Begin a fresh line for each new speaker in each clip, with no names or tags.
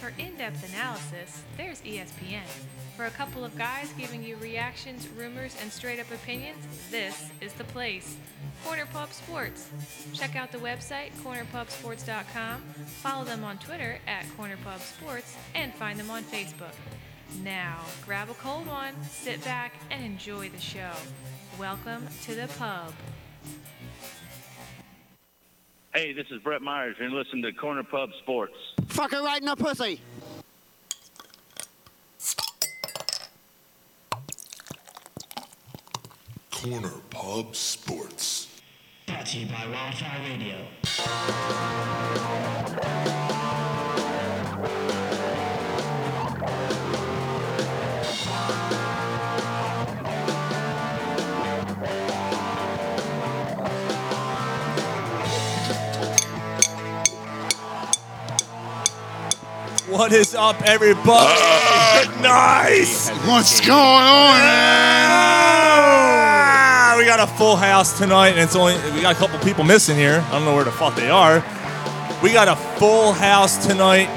For in depth analysis, there's E ESPN. For a couple of guys giving you reactions, rumors, and straight up opinions, this is the place Corner Pub Sports. Check out the website, cornerpubsports.com, follow them on Twitter at cornerpubsports, and find them on Facebook. Now, grab a cold one, sit back, and enjoy the show. Welcome to the pub.
Hey, this is Brett Myers. You're listening to Corner Pub Sports.
Fuck her right in the pussy.
Corner Pub Sports.
Brought to you by Wildfire Radio.
What is up, everybody? nice.
What's going on?
Ah, we got a full house tonight, and it's only we got a couple people missing here. I don't know where the fuck they are. We got a full house tonight.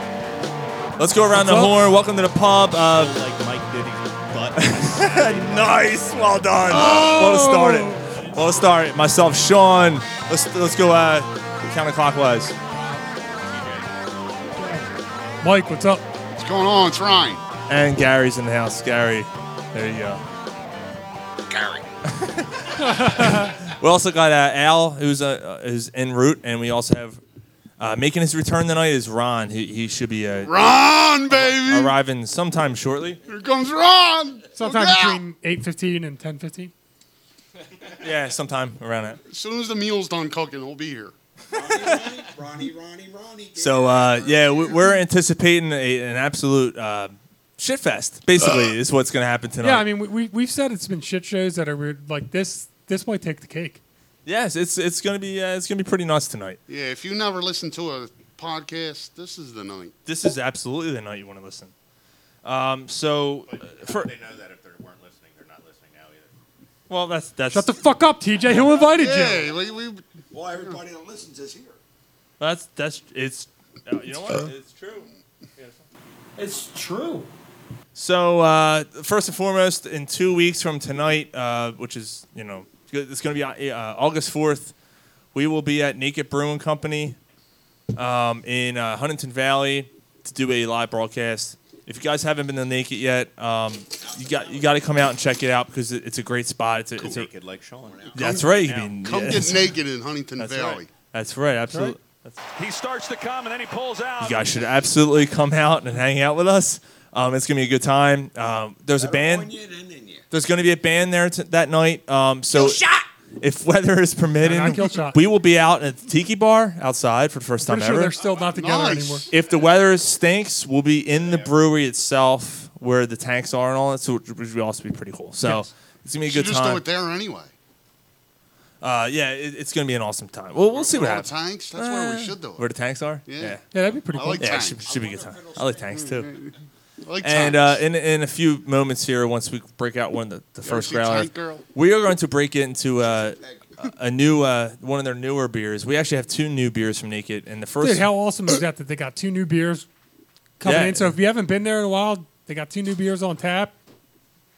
Let's go around the horn. Welcome to the pub. Uh, like Mike did nice. Well done. Well started. Well started. Myself, Sean. Let's let's go uh, counterclockwise.
Mike, what's up?
What's going on? It's Ryan.
And Gary's in the house. Gary, there you go.
Gary.
We also got uh, Al, who's uh, uh, is en route, and we also have uh, making his return tonight is Ron. He, he should be uh,
Ron, baby.
arriving sometime shortly.
Here comes Ron.
Sometime
Look out.
between eight fifteen and ten fifteen.
Yeah, sometime around that.
As soon as the meal's done cooking, we'll be here.
Ronnie, Ronnie, Ronnie. get
So
it.
uh, yeah, we- we're anticipating a, an absolute uh, shit fest. Basically, is what's going to happen tonight.
Yeah, I mean, we, we we've said it's been shit shows that are weird. Like this, this might take the cake.
yes, it's it's going to be uh, it's going to be pretty nuts tonight.
Yeah, if you never listen to a podcast, this is the night.
This is absolutely the night you want to listen. Um, so, uh, for,
They know that if they weren't listening, they're not listening now either.
well, that's that's
Shut the fuck up, TJ. Who invited you?
Yeah, we, we,
well, everybody that listens is here.
that's that's it's uh, you know what it's true.
It's true.
So uh, first and foremost, in two weeks from tonight, uh, which is you know it's going to be uh, August fourth, we will be at Naked Brewing Company um, in uh, Huntington Valley to do a live broadcast. If you guys haven't been to Naked yet, um, you got you got to come out and check it out because it, it's a great spot. It's a, it's a
Naked like Sean.
that's right. You can,
come
yeah,
get naked in Huntington
that's
Valley.
right. That's right. Absolutely.
He starts to come and then he pulls out.
You guys should absolutely come out and hang out with us. Um, it's gonna be a good time. Um, there's a band.
On you and in you.
There's going to be a band there t- that night. Um, so if weather is permitting,
No, not kill shot.
we will be out at the Tiki Bar outside for the first time
Pretty sure
ever.
they're still not together
Nice.
anymore.
if the weather stinks, we'll be in the brewery itself where the tanks are and all that, so which will also be pretty cool. So
Yes.
it's gonna be a
You
good
just do
time.
it there anyway.
Uh, yeah, it, it's gonna be an awesome time. Well, we'll see what
All the
happens. Eh,
Tanks. That's where we should do
Where
it.
the tanks are?
Yeah.
yeah,
Yeah, that'd be pretty
I
cool.
like
Yeah, it
tanks.
should, should be a good time. I like tanks too.
I like
And uh,
tanks.
in in a few moments here, once we break out one of the, the first
see
growler,
Tank Girl?
we are going to break into uh, a- a new uh, one of their newer beers. We actually have two new beers from Naked, and the first
Dude, how awesome is that? That they got two new beers coming
Yeah.
in. So if you haven't been there in a while, they got two new beers on tap.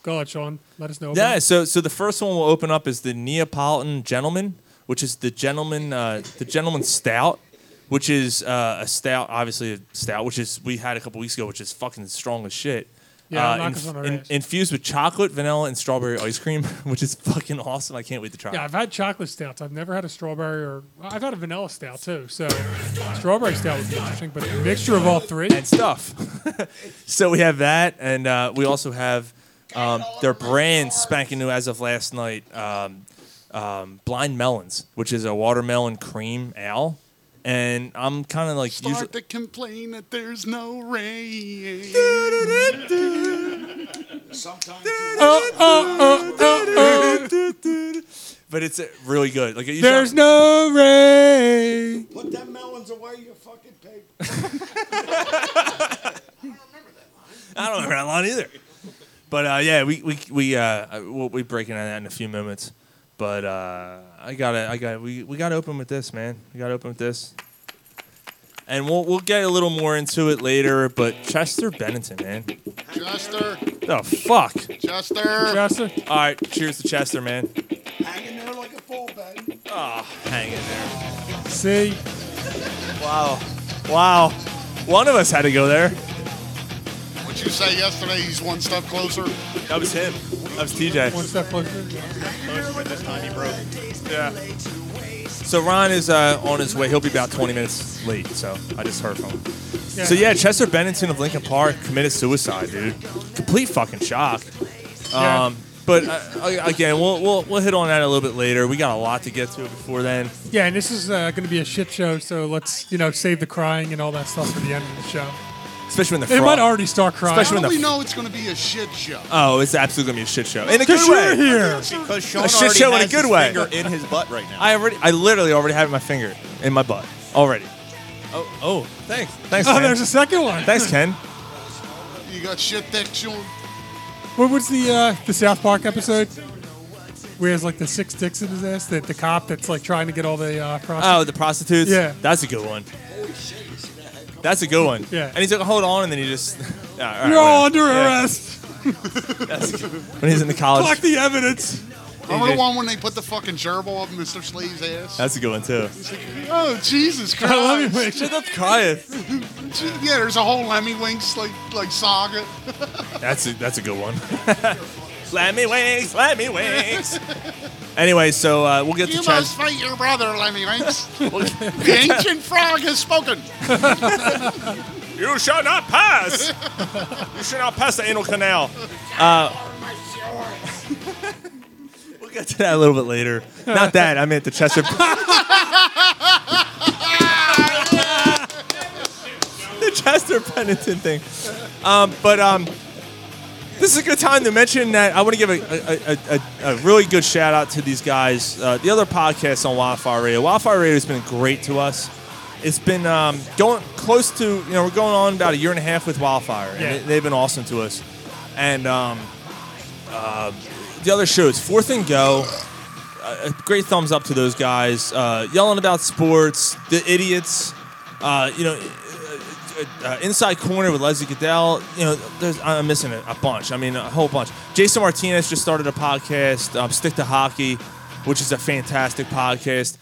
Go ahead, Sean. Let us know. about
yeah.
it.
So so the first one we'll open up is the Neapolitan Gentleman, which is the gentleman uh, the gentleman stout, which is uh, a stout, obviously a stout, which is we had a couple weeks ago, which is fucking strong as shit.
Yeah,
uh,
knock us on our ass.
infused with chocolate, vanilla, and strawberry ice cream, which is fucking awesome. I can't wait to try.
Yeah,
it.
I've had chocolate stouts. I've never had a strawberry or well, I've had a vanilla stout too. So strawberry stout would be interesting, but a mixture of all three.
and stuff. so we have that, and uh, we also have um, their brand spanking new as of last night, um, um, Blind Melons, which is a watermelon cream ale. And I'm kind of like usually.
Start to complain that there's no rain.
Sometimes
But it's uh, really good. Like it usually-
There's no rain.
you put them melons away, you fucking pig.
I don't remember that line either. But uh, yeah, we we we uh, we'll be breaking on that in a few moments. But uh, I gotta I got to we we gotta open with this, man. We gotta open with this. and we'll we'll get a little more into it later. But Chester Bennington, man,
Chester,
the fuck.
Chester.
Chester,
All right, cheers to Chester, man.
Hanging there like a full bag.
Ah, hang in there.
see,
Wow, wow. One of us had to go there.
What you say yesterday? He's one step closer.
That was him. That was
one
TJ.
step closer.
Yeah. So Ron is uh, on his way. He'll be about 20 minutes late. So I just heard from him. So yeah, Chester Bennington of Lincoln Park committed suicide, dude. Complete fucking shock.
Yeah.
Um, but uh, a- again, we'll, we'll we'll hit on that a little bit later. We got a lot to get to before then.
Yeah, and this is uh, going to be a shit show, so let's you know save the crying and all that stuff for the end of the show.
Especially when the
They
fraud.
might already start crying.
How
Especially
do
the
we
f-
know it's going to be a shit show?
oh, it's absolutely gonna be a shit show. In a
because
good
you're
way.
here.
Because Sean
A shit
already
show in a
has
good
his
way.
finger in his butt right now.
I already, I literally already have my finger in my butt already.
oh, oh, thanks.
Thanks,
Oh,
Ken.
there's a second one.
Thanks, Ken.
You got shit that Sean.
What was the uh, the South Park episode? Where he has like the six dicks in his ass, the, the cop that's like trying to get all the uh,
Oh,
prostitutes.
the prostitutes.
Yeah.
that's a good one. That's a good one.
Yeah.
And he's like, hold on, and then he just. Yeah, all Oh, right,
You're all under
whatever. Yeah.
arrest.
When he's in the college.
Collect the evidence.
Remember the one when they put the fucking gerbil up Mr. Sleeve's ass?
That's a good one too.
oh, Jesus Christ.
I love you, Mike.
Shut up, crying.
Yeah, there's a whole Lemmy Winks like, like saga.
That's a, that's a good one. Lemmy wings, Lemmy wings. anyway, so uh, we'll get
You
to
must
Chester.
fight your brother, Lemmy Winks. the ancient frog has spoken.
You shall not pass. you shall not pass the anal canal. Uh, we'll get to that a little bit later. Not that I meant the Chester. the Chester Pennington thing. Um, but um, this is a good time to mention that I want to give a, a, a, a, a really good shout out to these guys. Uh, the other podcasts on Wildfire Radio. Wildfire Radio has been great to us. It's been um, going close to you know we're going on about a year and a half with Wildfire, and
Yeah.
they- they've been awesome to us. And um, uh, the other shows, Fourth and Go. Uh, great thumbs up to those guys. Uh, yelling about sports, the idiots. Uh, you know, uh, Inside Corner with Leslie Goodell. You know, there's, I'm missing a, a bunch. I mean, a whole bunch. Jason Martinez just started a podcast, um, Stick to Hockey, which is a fantastic podcast.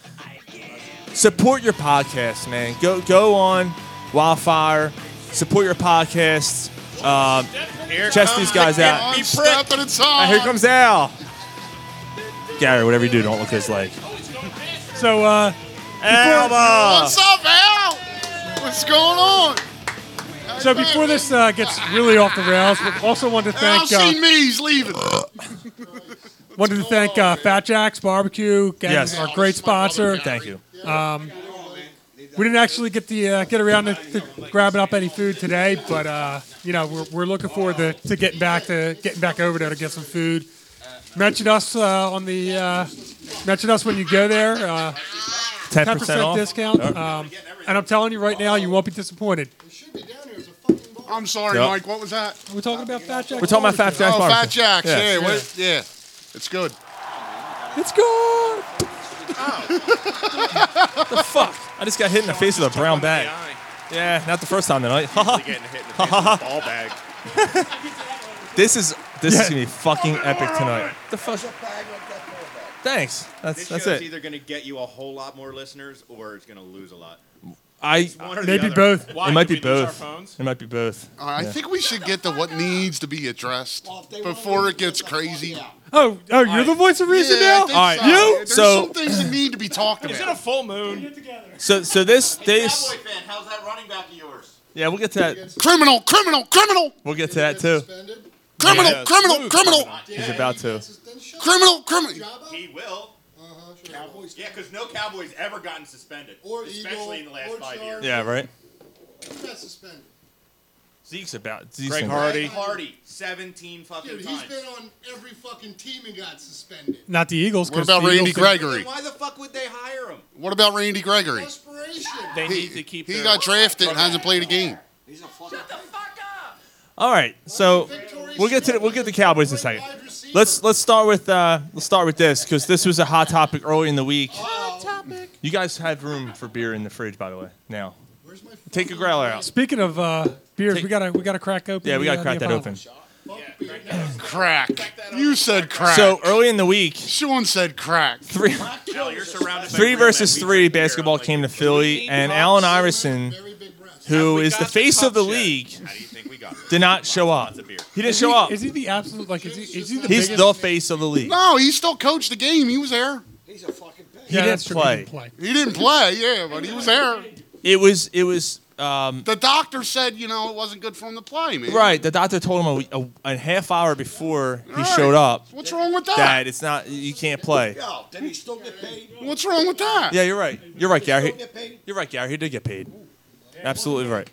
Support your podcast, man. Go go on Wildfire. Support your podcasts. Um, chest these guys out.
I'm stepping
Ah,
inside.
here comes Al. Gary, whatever you do, don't look his leg.
So uh,
Alba.
What's up, Al? What's going on?
so before this uh, gets really off the rails, we also wanted to
Al
thank uh,
seen me. He's leaving.
wanted to thank uh, Fat Jack's Barbecue, again,
Yes.
our great sponsor.
Thank you.
We didn't actually get the uh, get around to, to grabbing up any food today, but uh, you know we're, we're looking forward to, to getting back to getting back over there to get some food. Mention us uh, on the uh, mention us when you go there. Uh,
Ten percent
Ten percent
off.
discount. Um, and I'm telling you right now, you won't be disappointed.
I'm sorry,
Yep.
Mike. What was that?
We're talking about Fat Jack.
We're talking about Fat Jack's
oh,
Barbecue.
Fat Jacks.
Yeah.
Yeah, what- yeah. It's good.
It's good.
the fuck? I just got hit in the face with a brown bag. Yeah, not the first time tonight.
Getting hit in the face with a ball bag.
this is this is gonna be fucking epic tonight. The fuck? Thanks. That's
This
that's
show's
it.
either going to get you a whole lot more listeners or it's going to lose a lot.
I
One or the
Maybe
other.
both.
Why,
it might
did
be
we lose our
both.
phones?
It might be both.
All right, I think we should get to what needs to be addressed before it gets crazy.
Oh, oh, you're the voice of reason
Yeah, I
now.
think
All right,
so.
you-
There's
so-
some things that need to be talked
Is it a
about.
full moon?
So so this this
fan, how's that running back of yours?
yeah we'll get to that
Criminal, criminal, criminal,
we'll get to that too.
criminal,
Yeah.
criminal, criminal,
He's about to.
criminal, criminal.
He will. Yeah, because no Cowboys ever gotten suspended,
Or
especially
Eagle,
in the last
or
five
Chargers.
years.
Yeah right.
got suspended.
Zeke's about. Zeke's
Greg
in-
Hardy.
Hardy, 17 fucking
Dude, he's
times.
been on every fucking team and got suspended.
Not the Eagles.
What
'cause
about
the
Randy
Eagles didn't-
Gregory?
Then why the fuck would they hire him?
What about Randy Gregory?
Desperation.
They
He,
need to keep
he
their-
got drafted and hasn't played a game.
All right, so we'll get to the, we'll get the Cowboys in a second. Let's let's start with uh, let's start with this because this was a hot topic early in the week. Hot topic. You guys have room for beer in the fridge, by the way. Now Take a growler out.
Speaking of uh, beers, we gotta we gotta crack open.
Yeah, we
the,
gotta
uh,
crack
the
that
Apollo.
open.
Crack. You said crack.
So early in the week,
Sean said crack.
Three.
Hell, you're surrounded by
three versus three basketball came to Philly, and Allen Iverson, who is the face of the league, did not show up. He didn't
Is
show up.
Is he the absolute like? Is he, is he the
He's
biggest?
the face of the league.
No, he still coached the game. He was there.
He didn't play.
He didn't play, yeah, but he was there.
It was it was um,
The doctor said, you know, it wasn't good for him to play, man.
right. The doctor told him a, a, a half hour before he showed up
What's wrong with that?
that it's not you can't play.
Yo, did he still get paid?
What's wrong with that?
Yeah, you're right. You're right, Gary.
Get paid?
You're right, Gary. He did get paid. Absolutely right.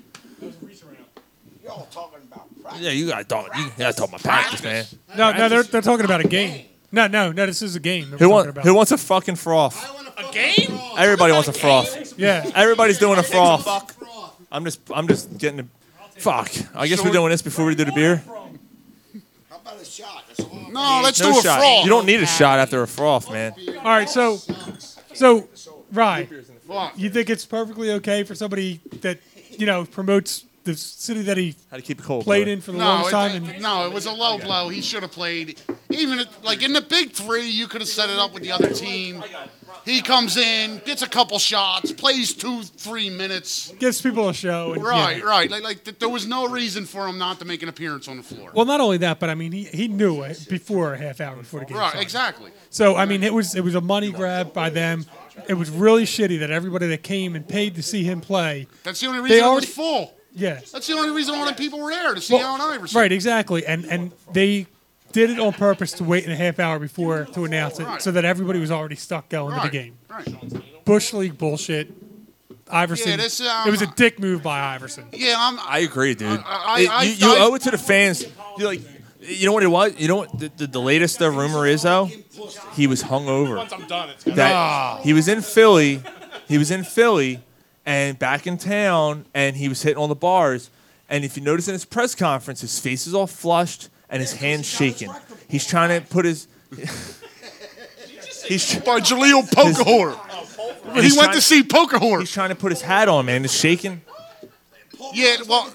Y'all talking about practice.
Yeah, you gotta talk. You gotta talk my practice, man.
No, no, they're, they're talking about a game. No, no, no. This is a game. that
Who
we're
wants
talking
who
about.
wants a fucking froth?
A game?
Everybody wants a froth.
Yeah.
Everybody's doing a froth. I'm just I'm just getting a fuck. I guess we're doing this before we do the beer.
How about a shot? That's all.
No, let's
No
do a
shot.
fraud.
You don't need a shot after a froth, man.
All right, so, so, right.
What?
You think it's perfectly okay for somebody that you know promotes the city that he
How to keep it cold.
played
brother.
in for the
No,
longest
it,
time? And
no, it was a low blow. He should have played. Even if- like in the big three, you could have set it up with the other team. He comes in, gets a couple shots, plays two, three minutes.
gives people a show. And,
Right,
yeah.
right. Like, like th- there was no reason for him not to make an appearance on the floor.
Well, not only that, but I mean, he, he knew it before a half hour before the game.
Right,
started.
exactly.
So I mean, it was it was a money grab by them. It was really shitty that everybody that came and paid to see him play.
That's the only reason it
already-
was full.
Yeah.
That's the only reason all the people were there to see
Well,
Allen Iverson.
Right, exactly. And and they did it on purpose to wait in a half hour before to announce it so that everybody was already stuck going to
Right,
the game.
Right.
Bush League bullshit. Iverson.
Yeah, this, um,
it was a dick move by Iverson.
Yeah, I'm.
I agree, dude.
I-
It-
I-
you,
I-
you owe it to the fans. You like, you know what it was? You know what the, the, the latest the rumor is though? He was hungover.
I'm done. It's
Ah.
That he was in Philly, he was in Philly, and back in town, and he was hitting all the bars. And if you notice in his press conference, his face is all flushed and his hands shaking. He's trying to put his. he's tr-
By Jaleel Pokahor.
he's
He went
trying-
to see
He's
Pokahor.
trying to put his hat on, man. It's shaking.
Yeah, well,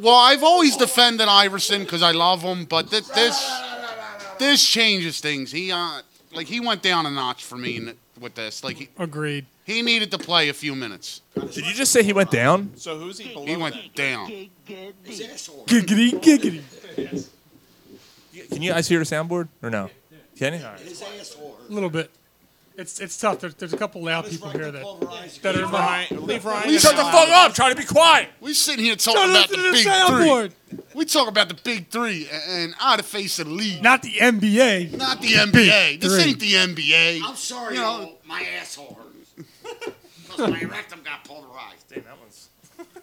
well, I've always defended Iverson because I love him, but thi- this this changes things. He uh, like he went down a notch for me in- with this. Like he,
Agreed.
he needed to play a few minutes.
Did you just say he went down?
So who's he below?
He went down.
Giggity giggity.
Can you guys hear the soundboard or no? Can you? All right.
A little bit. It's it's tough. There, there's a couple loud people here that, that are not.
Leave Ryan.
We
Shut the fuck up! Try to be quiet.
We sitting here
Don't
talking about
listen
the
to
big
the
three.
soundboard.
We talk about the big three a- and out of face of the league.
Not the NBA.
Not the NBA. This
three.
ain't the NBA.
I'm sorry,
You know-
y'all. My asshole hurts. Because my rectum got polarized.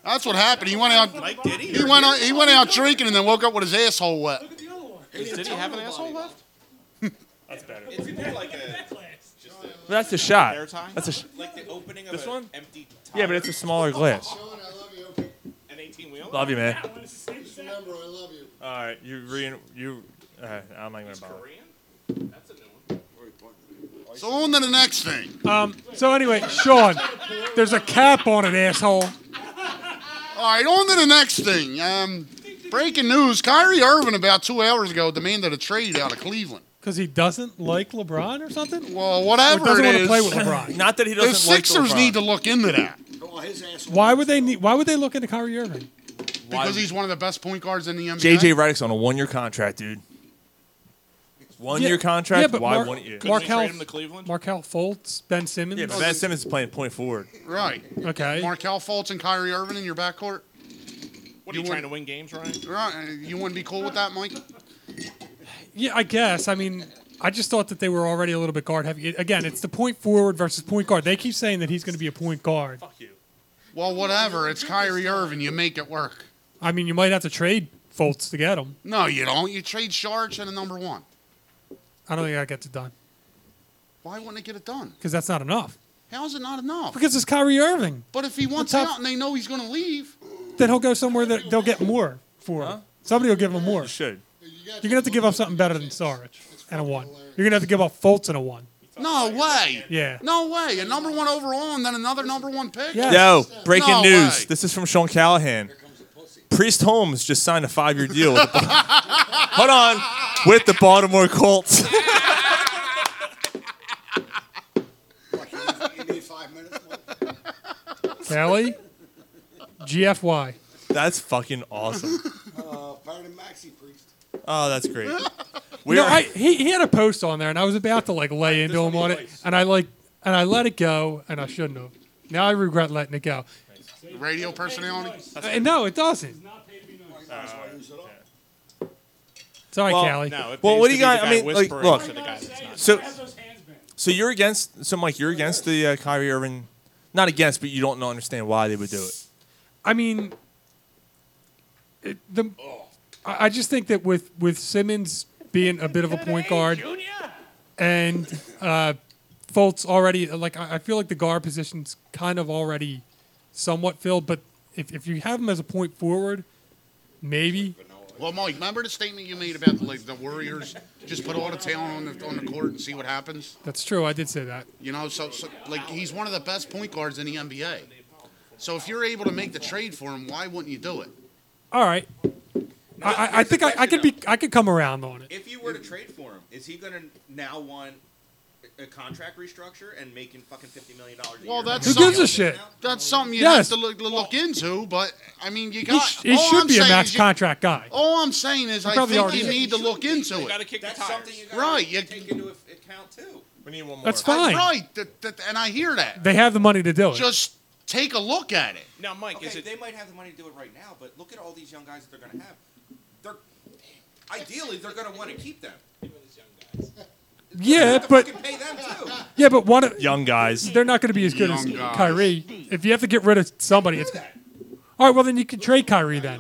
That's what happened. He went out.
Mike Diddy?
He went out. He went out drinking and then woke up with his asshole wet.
Did he have an asshole left? That's better. It's more like a
That's a shot.
air tie.
That's a sh-
like the opening of
This
an
one?
empty tire.
yeah, but it's a smaller glass.
Sean, I love you.
an 18 wheel.
Love you, man.
Just remember, I love you.
All right, you re- you. All right, I'm not gonna bother.
Korean. That's a new one.
So on to the next thing.
Um. So anyway, Sean, there's a cap on it, asshole.
All right, on to the next thing. Um, breaking news: Kyrie Irving about two hours ago demanded a trade out of Cleveland.
Because he doesn't like LeBron or something.
Well,
Or
whatever
doesn't
it
want
is,
to play with LeBron.
Not that he
the
doesn't like
Sixers
LeBron.
need to look into that
Oh, his asshole.
Why would they need? Why would they look into Kyrie Irving?
because he's one of the best point guards in the NBA.
JJ Redick's on a one-year contract, dude. One-year contract.
Yeah, but
Why
Mar-
one year?
Couldn't we
Markel-
trade him to Cleveland?
Markel Fultz, Ben Simmons.
Yeah, but Ben Simmons is playing point forward.
right?
okay.
Markel Fultz and Kyrie Irving in your backcourt.
what are you,
you
trying
wouldn't-
to win games, Ryan?
Right? uh, You wouldn't be cool with that, Mike?
yeah, I guess. I mean, I just thought that they were already a little bit guard heavy. Again, it's the point forward versus point guard. They keep saying that he's going to be a point guard.
Well, whatever. It's Kyrie Irving. You make it work.
I mean, you might have to trade Fultz to get him.
No, you don't. You trade Sharge and a number one.
I don't think that gets it done
Why wouldn't they get it done?
because that's not enough.
How is it not enough?
Because it's Kyrie Irving.
But if he wants
tough-
out and they know he's going to leave,
Then he'll go somewhere that they'll get more for him. Somebody will give him more.
You should.
You're gonna have to give up something better than Sarge and a one. You're gonna have to give up Fultz and a one.
No way.
Yeah.
No way. A number one overall and then another number one pick.
Yo, breaking
No
news.
way.
This is from Sean Callahan. Priest Holmes just signed a five-year deal. With the Hold on, with the Baltimore Colts.
You need five minutes.
Kelly, GFY.
That's fucking awesome.
Uh, Byron Maxi priest.
Oh, that's great.
We no, I, he, he had a post on there, and I was about to like lay into him on it, and I like and I let it go, and I shouldn't have. Now I regret letting it go.
Radio personality.
Uh, no, it doesn't. Sorry,
well,
Callie.
no, it Well, what pays do to you be the guys- I guy mean, like, whispering look, to the guy that's not. so- So you're against. So Mike, you're against the uh, Kyrie Irving. Not against, but you don't know- understand why they would do it.
I mean, it, the I I just think that with with Simmons being a bit of a point guard, and uh, Fultz already like I I feel like the guard position's kind of already somewhat filled. But if if you have him as a point forward, maybe
Well, Mike, remember the statement you made about like the Warriors just put all the talent on the on the court and see what happens.
that's true. I did say that.
You know, so, so like he's one of the best point guards in the NBA. So if you're able to make the trade for him, why wouldn't you do it?
All right, I, I, I think I, I could be I could come around on it.
If you were to trade for him, is he going to now want a a contract restructure and making fucking fifty million dollars a
Well,
year?
that's
Who gives a
something-
shit?
That's something you
Yes.
have to look, to look into. But I mean, you got.
He
all
should
I'm
be a
saying
max
is you- Oh.
contract guy.
All I'm saying is,
He
I
probably
think
already
you
is.
need to look into it.
kick that's something you got
Right,
to
you-
take into account too.
We need one more.
That's
I-
fine.
right, that- that- and I hear that.
They have the money to do it.
Just take a look at it.
Now, Mike, okay, they might have the money to do it right now, but look at all these young guys that they're going to have. They're ideally they're going to want to keep them.
yeah,
They
but
fucking pay them too.
yeah, but one of
Young guys.
they're not going to be as good as
Young guys.
Kyrie. If you have to get rid of somebody, it's all right. Well, then you can trade Kyrie then.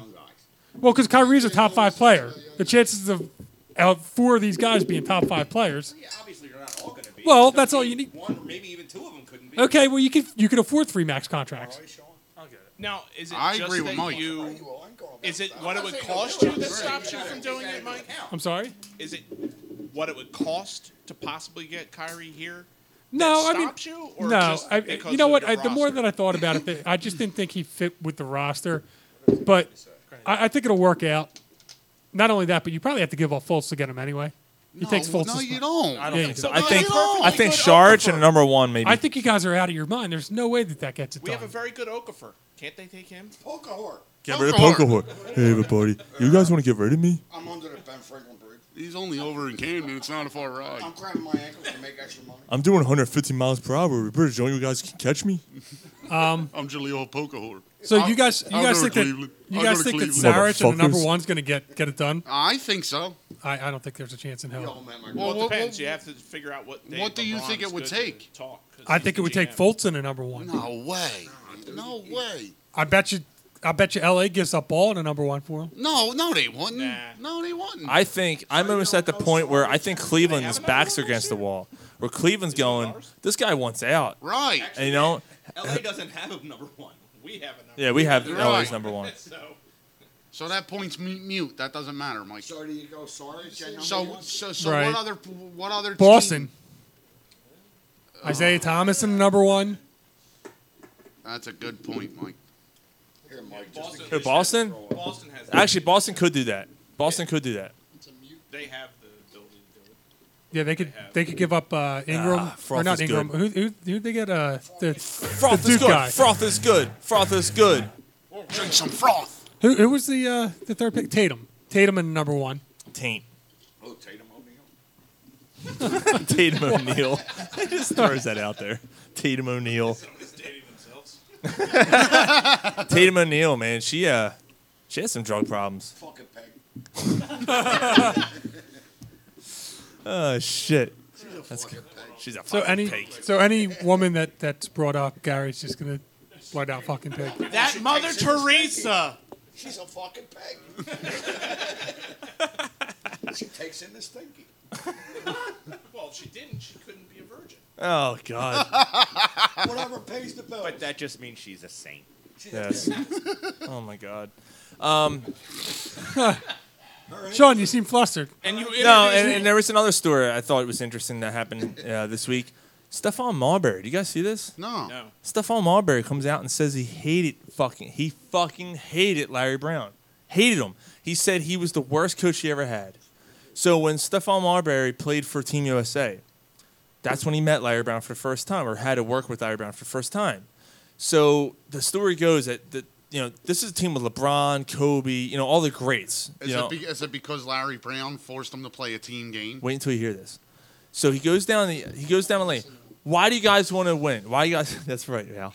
Well, because Kyrie's a top five player, the chances of uh, four of these guys being top five players.
Yeah, obviously they're not all going to be.
Well,
There's
that's all
maybe
you need.
One, or maybe even two of them couldn't be.
Okay, well you can you can afford three max contracts.
Now, is it
I
just
agree with
that
Mike.
you? Is it what it would cost you that stops you from doing it, Mike?
I'm sorry.
Is it what it would cost to possibly get Kyrie here?
No,
that
I mean,
stops you, or
no.
just
I,
because
you know
of
what?
your
I, the more
roster?
that I thought about it, the- I just didn't think he fit with the roster. But I, I think it'll work out. Not only that, but you probably have to give up Fultz to get him anyway. He
no,
takes Fultz.
No,
as
you
well.
don't.
I don't
Yeah,
think
you
so.
do.
I think
No,
I
you
think
could
Sharge
offer.
and number one maybe.
I think you guys are out of your mind. There's no way that that gets it
We
done.
have a very good Okafor. Can't they take him?
Pokahor.
get rid of
Poker.
Poker Whore. Hey everybody, you guys want to get rid of me?
I'm under the Ben Franklin bridge.
He's only over in Camden. It's not a far ride.
I'm cramming my ankles to make extra money.
I'm doing 150 miles per hour. British, don't you guys can catch me?
I'm Jaleel Pokahor.
so
I'll-
you guys, you
I'll
guys
go
think
to
that
Cleveland.
you
I'll go
guys
to
think that
Cleveland.
Sarich and the number
Motherfuckers.
one's going to get get it done?
I think so.
I, I don't think there's a chance in hell.
man,
Well,
Well, it
what-
depends.
what-
you have to figure out what. Day
what do you
LeBron's
think it would
good to
take?
Talk, 'cause
I
he's
think
the
it would take
GM.
Fultz in a number one.
No way. No way.
I bet you, I bet you, LA gives up ball in a number one for him.
No, no, they wouldn't.
Nah.
No, they wouldn't.
I think I'm almost at the point where I think Cleveland's backs are against the wall. Where Cleveland's going, this guy wants out.
right.
And you know,
LA doesn't have a number one. We have a number.
yeah, we have
Right.
LA's number one.
So
So that point's mu- mute. That doesn't matter, Mike. So,
So do you go sorry?
so, so,
Right.
what other, what other?
Boston, Uh,
team-
Isaiah Thomas in the number one.
That's a good point, Mike.
Here, Mike, just
Who, Boston?
Boston has.
Actually, Boston could do that. Boston could do that.
they have the ability to do it.
Yeah, they could they could give up uh, Ingram
Ah, Froth
or not
is
Ingram.
good.
Who who who they get? Uh, the,
Froth
the
is
Duke
good.
guy.
Froth is good. Froth is good.
Drink some froth.
Who who was the uh, the third pick? Tatum. Tatum in number one.
Taint.
oh, Tatum O'Neal.
Tatum O'Neal. He just throws that out there. Tatum O'Neal.
It's dating themselves.
Tatum O'Neal, man. She uh, she has some drug problems.
Fucking peg.
Oh shit. That's good. She's a
So
fucking
any
pig.
so any woman that that's brought up, Gary's just gonna blood out fucking pig.
That Mother Teresa.
She's a fucking peg. she takes in the stinky.
Well, if she didn't, she couldn't be a virgin.
Oh god.
Whatever pays the bill.
But that just means she's a saint.
Yes. Oh my god. Um,
Sean, you seem flustered.
And you
no, and, and there was another story I thought was interesting that happened uh, this week. Stefan Marbury, do you guys see this?
No.
No.
Stephon Marbury comes out and says he hated fucking he fucking hated Larry Brown. Hated him. He said he was the worst coach he ever had. So when Stephon Marbury played for Team USA, that's when he met Larry Brown for the first time or had to work with Larry Brown for the first time. So the story goes that, that you know, this is a team with LeBron, Kobe, you know, all the greats.
Is,
you know.
it be, is it because Larry Brown forced him to play a team game?
Wait until you hear this. So he goes down the he goes down the lane. Why do you guys want to win? Why you guys? That's right, Al.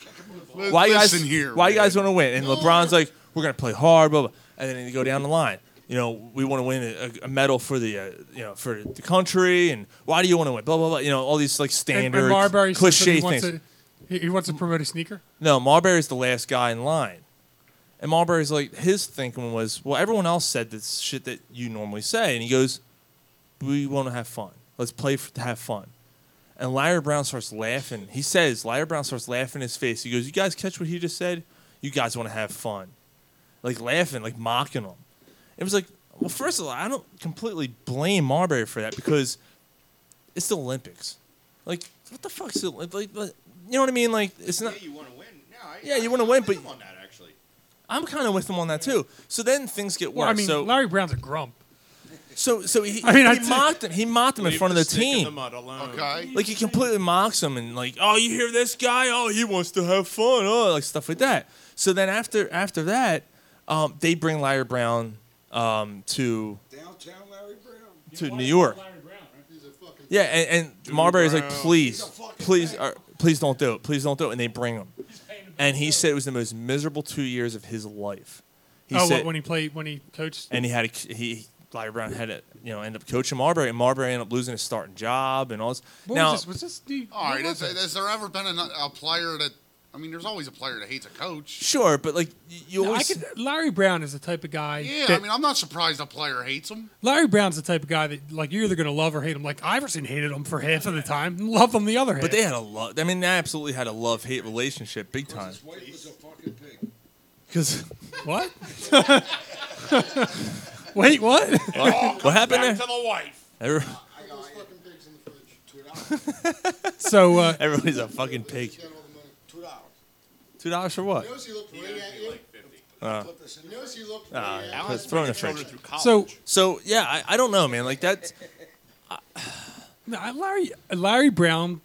Li-
Why you guys?
listen here,
why you guys want to win? And LeBron's like, we're gonna play hard, blah blah. And then they go down the line. You know, we want to win a, a medal for the uh, you know for the country. And why do you want to win? Blah blah blah. You know, all these like
And,
standard
and Marbury said that
cliche
he wants
things.
to, he, he wants to promote a sneaker.
No, Marbury's the last guy in line. And Marbury's like, his thinking was, well, everyone else said this shit that you normally say. And he goes, we want to have fun. Let's play for, to have fun. And Larry Brown starts laughing. He says, Larry Brown starts laughing in his face. He goes, you guys catch what he just said? You guys want to have fun. Like laughing, like mocking him. It was like, well, first of all, I don't completely blame Marbury for that because it's the Olympics. Like, what the fuck's it like? like you know what I mean? Like, it's not.
You want to win? No, I,
Yeah, you want to win, but
on that actually.
I'm kind of with him on that too. So then things get worse.
Well, I mean,
so
Larry Brown's a grump.
so so he,
I mean,
he
I did-
mocked him. He mocked him in
Leave
front of the
stick in
team.
the mud alone.
Okay.
Like he completely mocks him and like, oh, you hear this guy? Oh, he wants to have fun. Oh, like stuff like that. So then after after that, um, they bring Larry Brown um, to
Downtown Larry Brown.
to New York. Yeah, and, and Marbury's like,
Brown.
please,
He's a fucking
please, uh, please don't do it. Please don't do it. And they bring him. And he said it was the most miserable two years of his life. He
oh, what,
said,
when he played, when he coached.
and he had a, he Larry Brown had to you know end up coaching Marbury, and Marbury ended up losing his starting job and all this.
What
now,
was this? Was this the?
All right.
what was
Has,
it?
has there ever been a, a player that? I mean, there's always a player that hates a coach.
sure, but like y- you
No, I
always,
could, Larry Brown is the type of guy.
Yeah,
that-
I mean, I'm not surprised a player hates him.
Larry Brown's the type of guy that like you're either gonna love or hate him. Like Iverson hated him for half of the time, and loved him the other half.
but they had a love. I mean, they absolutely had a love hate relationship, big time.
His wife was a fucking pig.
Because
what? Wait, what?
what happened there?
Back to the wife.
Every-
so uh,
Everybody's a fucking pig.
Two dollars.
Two dollars for what?
Put this in.
Uh,
Alan's
throwing
throwing
a
children
French.
through college.
so
So yeah, I, I don't know, man. Like that.
No, I- Larry Larry Brown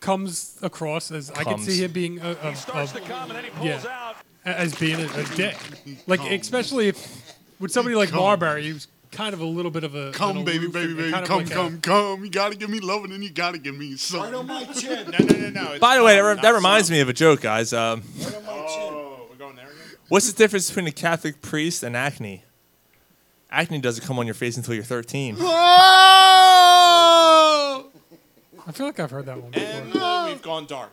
comes across as I could
Comes.
see him being a, a,
starts
a-
to come and then he pulls
yeah,
out.
a- as being a, a dick. Like especially if with somebody like Marbury, he was kind of a little bit of a an
Come, baby,
aloof
baby,
and
baby,
kind of
come,
like a-
come, come. You gotta give me love, and then you gotta give me
Right on
something.
my chin.
No, no, no, no. it's
By the way, that,
not-
re-
not
that reminds
some.
me of a joke, guys. Um,
Right on my chin.
Oh, we're going there again.
What's the difference between a Catholic priest and acne? Acne doesn't come on your face until you're 13.
Oh!
I feel like I've heard that one
And
before.
we've gone dark.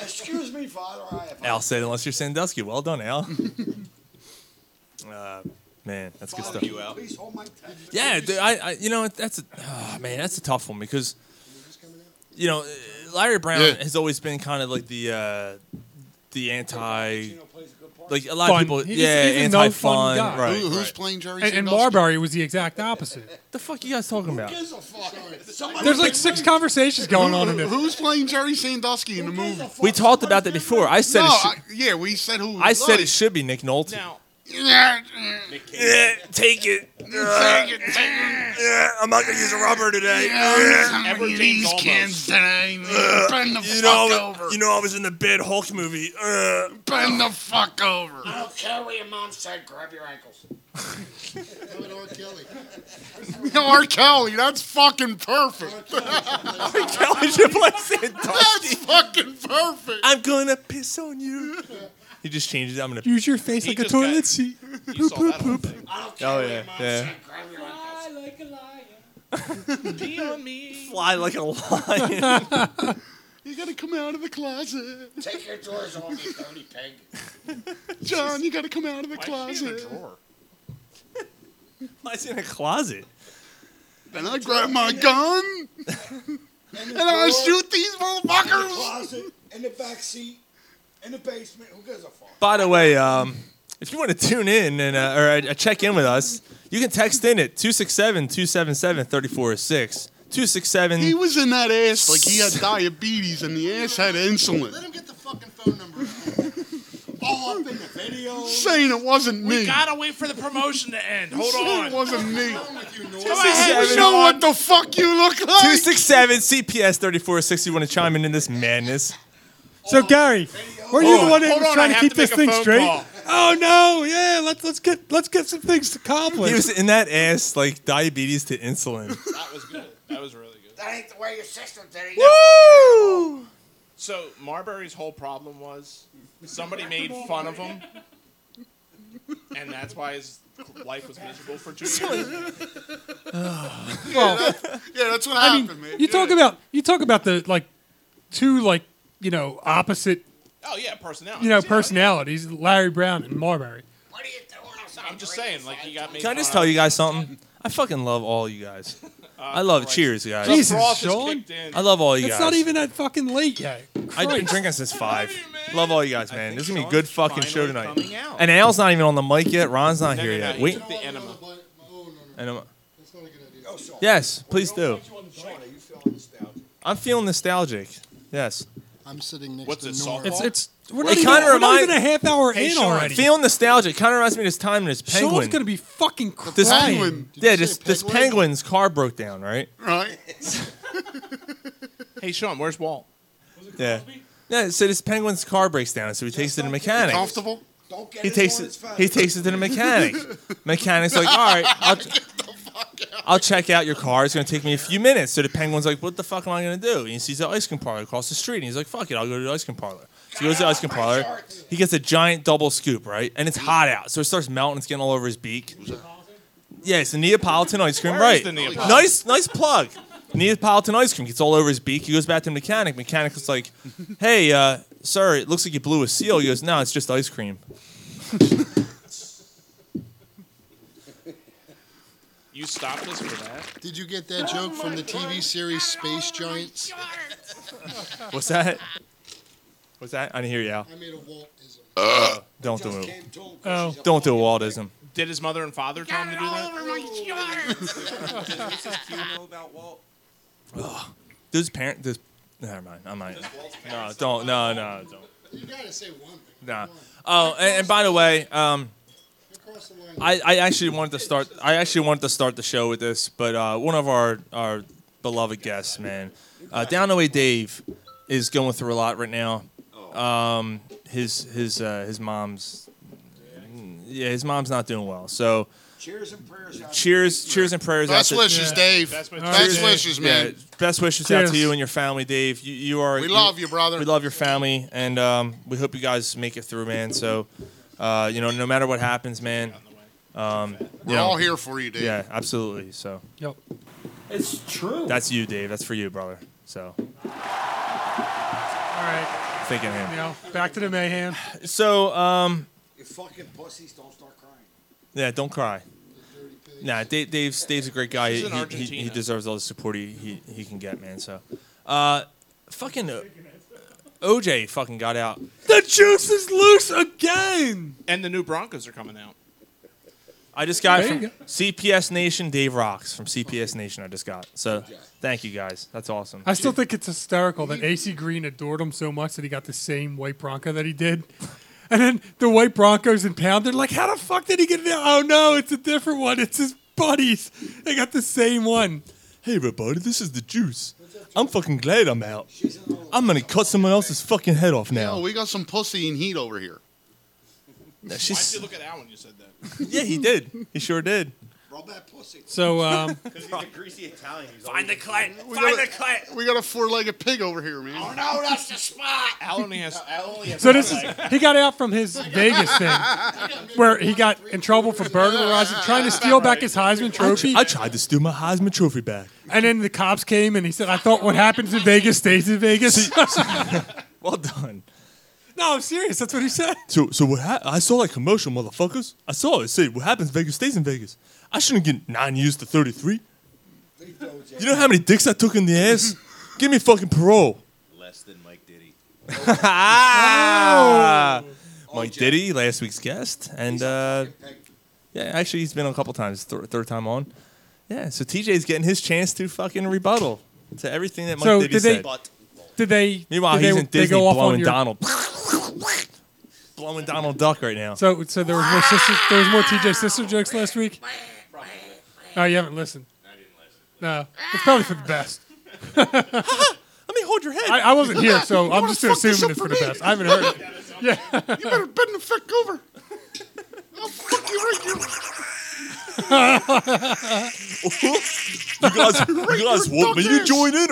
Excuse me, Father. I have
Al said, unless you're Sandusky. Well done, Al. uh, man, that's good stuff.
Al.
Please hold my tent.
Yeah, dude, I, I, you know, that's a, oh, man, that's a tough one because, you know, uh, Larry Brown
Yeah.
has always been kind of like the, uh, the anti,
Pacino plays a good part.
like a lot
Fun.
of people,
He's-
yeah,
he's a
anti
no-fun
fun,
guy.
right?
Who, who's
right.
playing Jerry?
And, and
Sandusky?
Marbury was the exact opposite.
The fuck you guys talking about?
Gives a fuck. Somebody
There's like six conversations going on in
Who-
this.
Who's playing Jerry Sandusky in the movie? No,
We talked about that before. I said, it
I,
should,
yeah, we said who.
I said it should be Nick Nolte.
Now,
Yeah,
Yeah,
take
take it.
it, take it.
Yeah, I'm not gonna use a rubber today.
Ever
Everything's
these
almost.
kids today, man. Bend the fuck over.
know, I was in the bad Hulk movie. Uh,
Bend the fuck over.
I'll carry him on side. Grab your ankles.
R. Kelly, that's fucking perfect.
Kelly should play Sandusky.
That's fucking perfect.
I'm gonna piss on you. He just changes. it. I'm gonna.
Use your face
He
like a
just got-
toilet seat.
you saw that whole thing.
I'll
Oh
carry
yeah,
him on
yeah.
side. Grab your ankles.
Pee on me.
Fly like a lion.
You gotta come out of the closet.
Take your drawers off, you dirty pig.
John, you gotta come out of the
Why is she in
closet.
a drawer?
Flies in a closet.
Then I grab my gun and I shoot these motherfuckers.
closet, in the back seat, in the basement. Who gives a fuck?
By the way, um, if you want to tune in and uh, or uh, check in with us, you can text in at 267-277-3406. 267
He was in that ass like he had diabetes and the ass had insulin. Let him get the fucking phone number. All up in the video. Saying it wasn't me.
We gotta wait for the promotion to end. Hold
Saying
on.
It wasn't me.
Go ahead,
Show
Sean.
what the fuck you look like.
267 CPS 3406. You want to chime in in this madness?
So Gary, were you
Hold
the
on.
one that
Oh, Hold
was
on,
trying
I
to
have
keep
to
this
make a
thing
phone
straight?
call.
Oh no, yeah. Let's let's get let's get some things accomplished.
He was in that ass like diabetes to insulin.
That was good. That was really good.
That ain't the way your system did it.
Woo!
So Marbury's whole problem was somebody made fun of him, and that's why his life was miserable for two years.
Well,
yeah, that's what
I
happened,
mean,
man.
you talk about you talk about the like two like you know opposite
Oh yeah, personality.
you know personalities, Larry Brown and Marbury.
I'm just saying, like he got made.
Can I just
fun
tell
of.
you guys something? I fucking love all you guys. I love it. Cheers, guys.
The Jesus, froth has
Sean.
kicked in.
I love all you
it's
guys.
not even that fucking late yet.
I've been
Christ.
drinking since five. Love all you guys, man. This is gonna be a good fucking show tonight.
coming out.
And Al's not even on the mic yet. Ron's not
No,
here
no, no,
yet.
he
Wait.
took the enema.
Oh,
And I'm-
Oh,
yes, please do. I'm feeling nostalgic. Yes.
I'm sitting next
What's
to
it,
Nora.
softball? It's- it's-
We're not even- we're not even a half hour in already.
Feeling nostalgic. Kind of reminds me of this time in this
Sean's
penguin.
gonna be fucking
This
crying.
penguin. Yeah, this this penguin's car broke down, right?
Right.
Hey Sean, where's Walt?
Yeah. Yeah, so this penguin's car breaks down, so he takes it to the mechanic.
Comfortable?
Don't
He takes it. He takes it to the mechanic. Mechanic's like, all right, I'll, I'll check out your car. It's gonna take me a few minutes. So the penguin's like, what the fuck am I gonna do? And he sees the ice cream parlor across the street, and he's like, fuck it, I'll go to the ice cream parlor. So he goes to the ice cream parlor. He gets a giant double scoop, right? And it's hot out, so it starts melting. It's getting all over his beak. Yeah, it's a Neapolitan ice cream,
Where
right?
is the Neapolitan?
Nice, nice plug. Neapolitan ice cream gets all over his beak. He goes back to the mechanic. Mechanic was like, "Hey, uh, sir, it looks like you blew a seal." He goes, "No, it's just ice cream."
You stopped us for that.
Did you get
Oh
that joke from the TV series Space Giants?
What's that? What's that? I didn't hear you out.
I made a Waltism.
Don't do
Just
it.
came told-
Oh.
Don't do a Waldism.
Did his mother and father tell him to do that?
Do you know about Walt?
Does parent? Does never mind. I'm not. No, don't. No, no, don't.
You gotta say one thing.
Nah. Oh, and, and by the way, um,
Across the line.
I, I actually wanted to start. I actually wanted to start the show with this, but uh, one of our our beloved guests, man, uh, Down the Way Dave, is going through a lot right now. Um, his his uh, his mom's yeah, his mom's not doing well. So
Cheers and prayers. out.
cheers, cheers and prayers.
Best
out to-
wishes, Dave.
Best
Best
wishes.
wishes,
Cheers.
man.
Yeah, best wishes out
Cheers.
to you and your family, Dave. You, you are.
We love you, brother.
We love your family, and um, we hope you guys make it through, man. So, uh, you know, no matter what happens, man. Um, you
We're
know,
all here for you, Dave.
Yeah, absolutely. So
Yep. It's true.
that's you, Dave. That's for you, brother. So
all right.
thinking him.
You know, back to the mayhem.
So um,
You fucking pussies, don't start crying.
yeah, don't cry. Nah, Dave, Dave's Dave's a great guy.
He's in
He, he, he
Argentina.
deserves all the support he, he, he can get, man. So, uh, fucking uh, OJ fucking got out.
The juice is loose again.
And the new Broncos are coming out.
I just got
There
from
you
CPS Nation, Dave Rocks from CPS Nation. I just got. So thank you guys. That's awesome.
I still think it's hysterical that AC Green adored him so much that he got the same white Bronco that he did. And then the white Broncos impounded. Like, how the fuck did he get it? Oh no, it's a different one. It's his buddies. They got the same one.
Hey, everybody, this is the juice. I'm fucking glad I'm out. I'm gonna cut someone else's fucking head off
Oh,
now.
we got some pussy and heat over here.
Why did
She's,
you look at Al when you said that?
yeah, he did. He sure did.
Rub that pussy.
So, um,
Because he's a greasy Italian. He's
Find the clip.
We
Find
got
the clip.
We got a four-legged pig over here, man.
Oh no, that's the spot.
Al only has.
so this is he got out from his Vegas thing, where he got in trouble for burglarizing, trying to steal back his Heisman Trophy.
I tried to steal my Heisman Trophy back.
And then the cops came and he said, "I thought what happens in Vegas stays in Vegas."
Well done.
no, I'm serious. That's what he said.
So, so what? Ha- I saw that commercial, motherfuckers. I saw it. Say, what happens in Vegas stays in Vegas. I shouldn't get nine years to thirty-three. You know how many dicks I took in the ass? Give me fucking parole.
Less than Mike Diddy.
Ah! Mike Diddy, last week's guest, and uh, yeah, actually he's been on a couple times, th- third time on. Yeah, so TJ's getting his chance to fucking rebuttal to everything that Mike
so
Diddy
did they?
said.
Did they?
Meanwhile,
did
he's
they,
in
they
Disney
go off on
blowing
your-
Donald, blowing Donald Duck right now.
So, so there was more sister, there was more TJ sister jokes last week. Oh, you haven't listened. I didn't listen. No, it's probably for the best.
Let me hold your head.
I, I wasn't here, so
You
I'm
wanna
just
fuck this
assuming
up
it's
for
for the
me?
best. I haven't heard it. Yeah.
you better bend the fuck over. I'll fuck you right you.
You guys, you guys want me to join in?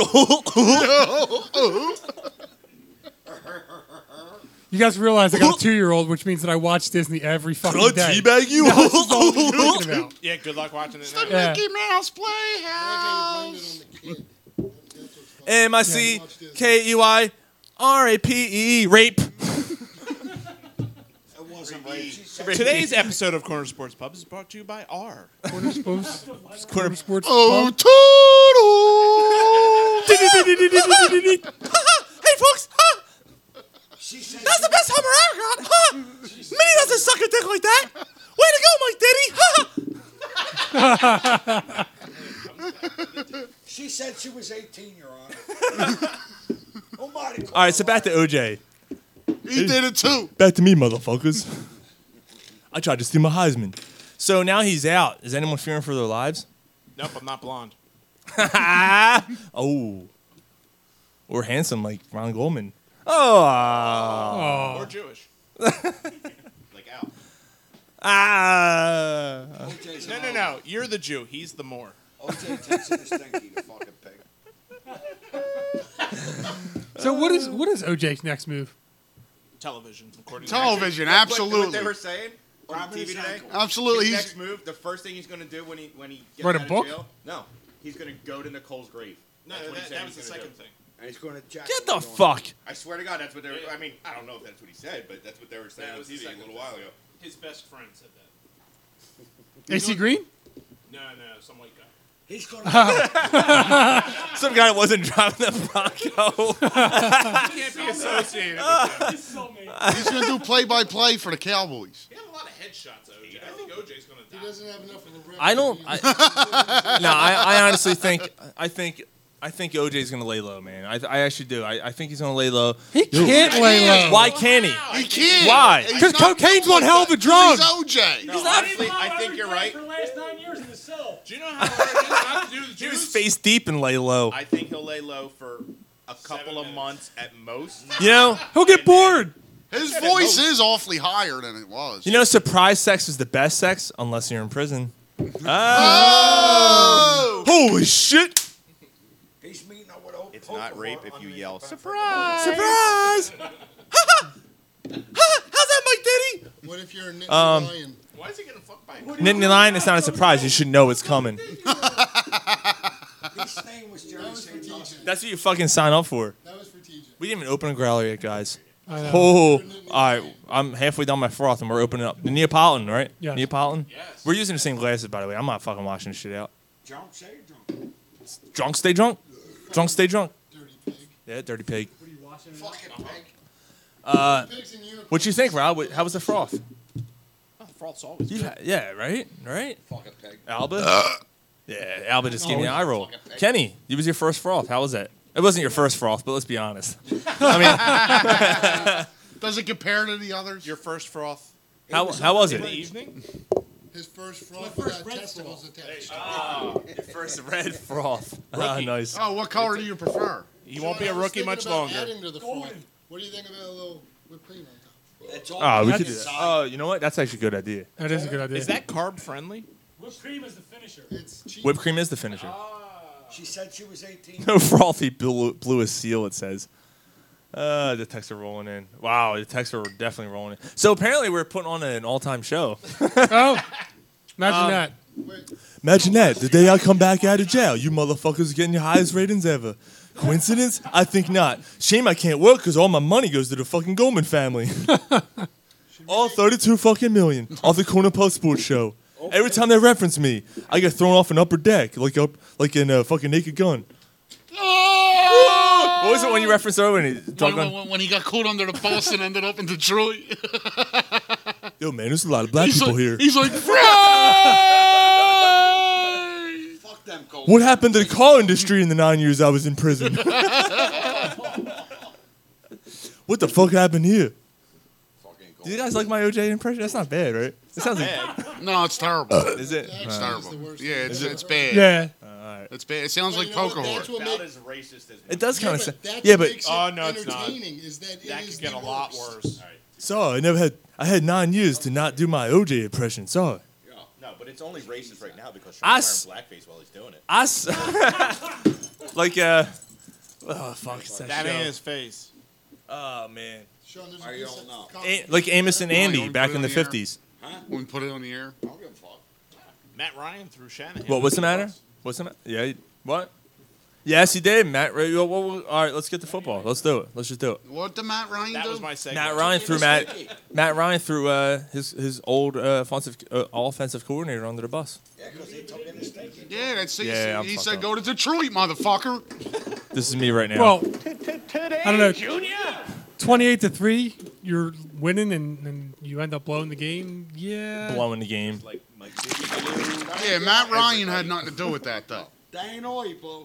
You guys realize I got a two year old, which means that I watch Disney every fucking
I
day.
teabag you?
No, this is all we're talking about.
Yeah, good luck watching it.
Stop
now.
Yeah.
Mickey Mouse Playhouse.
M I C K E Y R A P E rape.
Today's episode of Corner Sports Pub is brought to you by R.
Corner Sports.
Corner
Sports.
Oh,
hey folks, huh? that's the best Hummer I ever got. Huh? Minnie doesn't suck a dick like that. Way to go, Mike Diddy. Huh?
she said she was 18, Your Honor. oh my
All right, so back to OJ.
He did it too.
Back to me, motherfuckers. I tried to steal my Heisman. So now he's out. Is anyone fearing for their lives?
Nope, I'm not blonde.
oh. Or handsome like Ron Goldman. Oh.
Or Jewish. like Al.
Ah.
No, no, no. You're the Jew. He's the Moor.
OJ takes it as stinky, the fucking pig.
So what is what is OJ's next move?
Television, according
Television,
to
absolutely.
What they were saying on
Robert
TV today?
Sanko. Absolutely,
His
he's-
next move, the first thing he's going to do when he when he gets
Write a
out of
book?
jail? No, he's going to go to Nicole's grave.
No,
That's what he
that-
said
that
he
was the
gonna
second
do.
thing.
And he's going to jack.
Get the fuck.
I swear to God, that's what they were. I mean, I don't know if that's what he said, but that's what they were saying on TV a little while ago.
His best friend said that.
AC Green?
No, no, some white guy.
He's going
Some guy wasn't driving the Bronco.
Can't be associated with him.
He's gonna do play by play for the Cowboys.
He had a lot of headshots, OJ. I think OJ's going to die. He
doesn't have enough of the
I don't. I, no, I, I honestly think. I think. I think OJ's gonna lay low, man. I, I actually do. I, I think he's gonna lay low. He
can't lay low.
Why can't he?
He can't.
Why?
He's
'Cause
not
cocaine's
cool
one hell of
with
a
that.
drug.
He's OJ.
No, honestly, I think you're right.
last nine years in the cell.
Do you know how hard it is not to do the
He was
Jews?
face deep and lay low.
I think he'll lay low for a couple of months at most.
You know, he'll get bored.
His voice is awfully higher than it was.
You know, surprise sex is the best sex unless you're in prison.
Oh!
Holy shit!
He's meeting up with old
It's not rape if you yell
Surprise!
Surprise! How's that, Mike Diddy?
What if you're a Nittany
Um,
lion?
Why is he getting fucked by a
Nittany Lion, it's not a surprise. You should know it's coming.
His name was Jerry Sandusky.
That's what you fucking sign up for.
That was for TJ.
We didn't even open a growler yet, guys.
I know.
Oh, all right. I'm halfway down my froth and we're opening up. The Neapolitan, right?
Yes.
Neapolitan?
Yes.
We're using the same glasses, by the way. I'm not fucking washing this shit out.
Drunk, say you're drunk.
Drunk, stay drunk. Drunk, stay drunk. Yeah, dirty pig.
Fucking pig.
Uh,
Pigs in Europe.
what you think, Rob? What- How was the froth?
Oh, Froth's always
Yeah, yeah, right? Right?
Fucking pig.
Alba? yeah, Alba just gave me an eye roll.
Fucking pig.
Kenny, it was your first froth. How was that? It wasn't your first froth, but let's be honest. I mean,
Does it compare to the others?
Your first froth
how, how was
in the
it?
evening?
His first froth without testicles attached.
First red froth. Ah, nice.
Oh, what color do you prefer?
You won't
I
be a
was
rookie
thinking
much
about
longer.
Adding to the froth. What do you think about a little whipped cream on top?
It's all
Oh, we
pig
could do that.
inside.
Oh, you know what? That's actually a good idea.
That is a good idea.
Is that carb friendly?
Whipped cream is the finisher.
It's cheap.
Whipped cream is the finisher.
She said she was 18.
No frothy blew, blew a seal, it says. Uh, the texts are rolling in. Wow, the texts are definitely rolling in. So apparently we're putting on an all-time show.
Oh, imagine that.
Wait,
Imagine that. The day I come back out of jail, you motherfuckers are getting your highest ratings ever. Coincidence? I think not. Shame I can't work because all my money goes to the fucking Goldman family. all 32 fucking million off the Corner Post Sports Show. Every time they reference me, I get thrown off an upper deck like up like in a fucking naked gun. Oh, was it when you referenced over and he
Ah! When,
dug
when,
on?
when- when he got caught under the bus and ended up in Detroit,
Yo, man, there's a lot of black
he's
people
like,
here.
he's like, Frank!
what happened to the car industry in the nine years I was in prison? what the fuck happened here? Do you guys like my OJ impression? That's not bad, right? It sounds like
No, it's terrible.
Is it?
It's
Uh,
terrible. Yeah, it's, it's bad.
Yeah. Alright.
It's bad. It sounds like poker whore.
About
as racist as
It does
Yeah,
kind of
but
sound.
that's
Yeah,
what
but
makes it
Oh,
entertaining is that it
That
is
could get
the
a lot
worst.
worse.
Sorry, I never had. I had nine years to not do my OJ impression. Sorry.
No, but it's only racist right now because
I
Sean's wearing blackface while he's doing it.
I s- like uh. Oh fuck! It's that
That
show.
ain't his face.
Oh man.
Sean, there's
Are
a
you
piece
all
of
not?
cotton.
A- like Amos and Andy back in the fifties.
Huh?
When we put it on the air.
I don't give a fuck.
Matt Ryan through Shanahan.
What? What's the matter? What's the matter? Yeah. you- What? Yes, he did, Matt. Right, well, well, well, all right, let's get to football. Let's do it. Let's just do it.
What did Matt Ryan do?
Matt Ryan threw Matt. Matt Ryan threw uh, his his old uh, offensive uh, offensive coordinator under the bus.
Yeah, because they took him to state.
Yeah, that's he,
Yeah,
said-
I'm
he
fucked
said,
up.
"Go to Detroit, motherfucker."
This is me right now.
Well, I don't know.
Junior.
28 to 3, you're winning and, and you end up blowing the game. Yeah.
blowing the game.
Yeah, Matt Ryan had nothing to do with that though.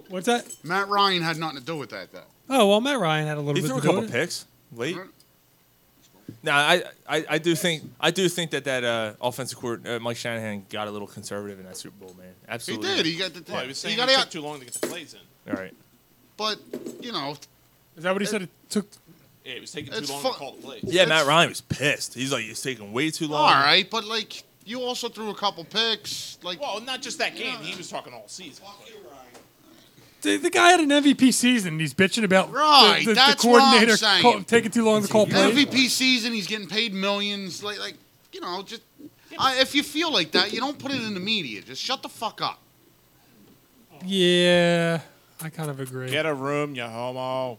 What's that?
Matt Ryan had nothing to do with that though.
Oh, well, Matt Ryan had a little
He
bit
threw a
to do
couple
with it.
picks late. Now I, I, I do think I do think that that uh, offensive coordinator uh, Mike Shanahan got a little conservative in that Super Bowl, man.
He
Absolutely.
did. He got the.
Well, he was saying
he got
it
out.
took too long to get the plays in.
All right.
But you know,
Is that what he said? It took.
Yeah, it was taking
It's
too long
fu-
to call the plays.
Yeah, Matt Ryan was pissed. He's like, it's taking way too long.
all right. But like, you also threw a couple picks. Like,
Well, not just that game. He was talking all season.
The, the guy had an MVP season. and He's bitching about
Right,
the, the,
that's
the
what I'm
coordinator
saying.
call- taking too long to call plays.
MVP season, he's getting paid millions. Like, like you know, just I, if you feel like that, you don't put it in the media. Just shut the fuck up.
Yeah, I kind of agree.
Get a room, you homo.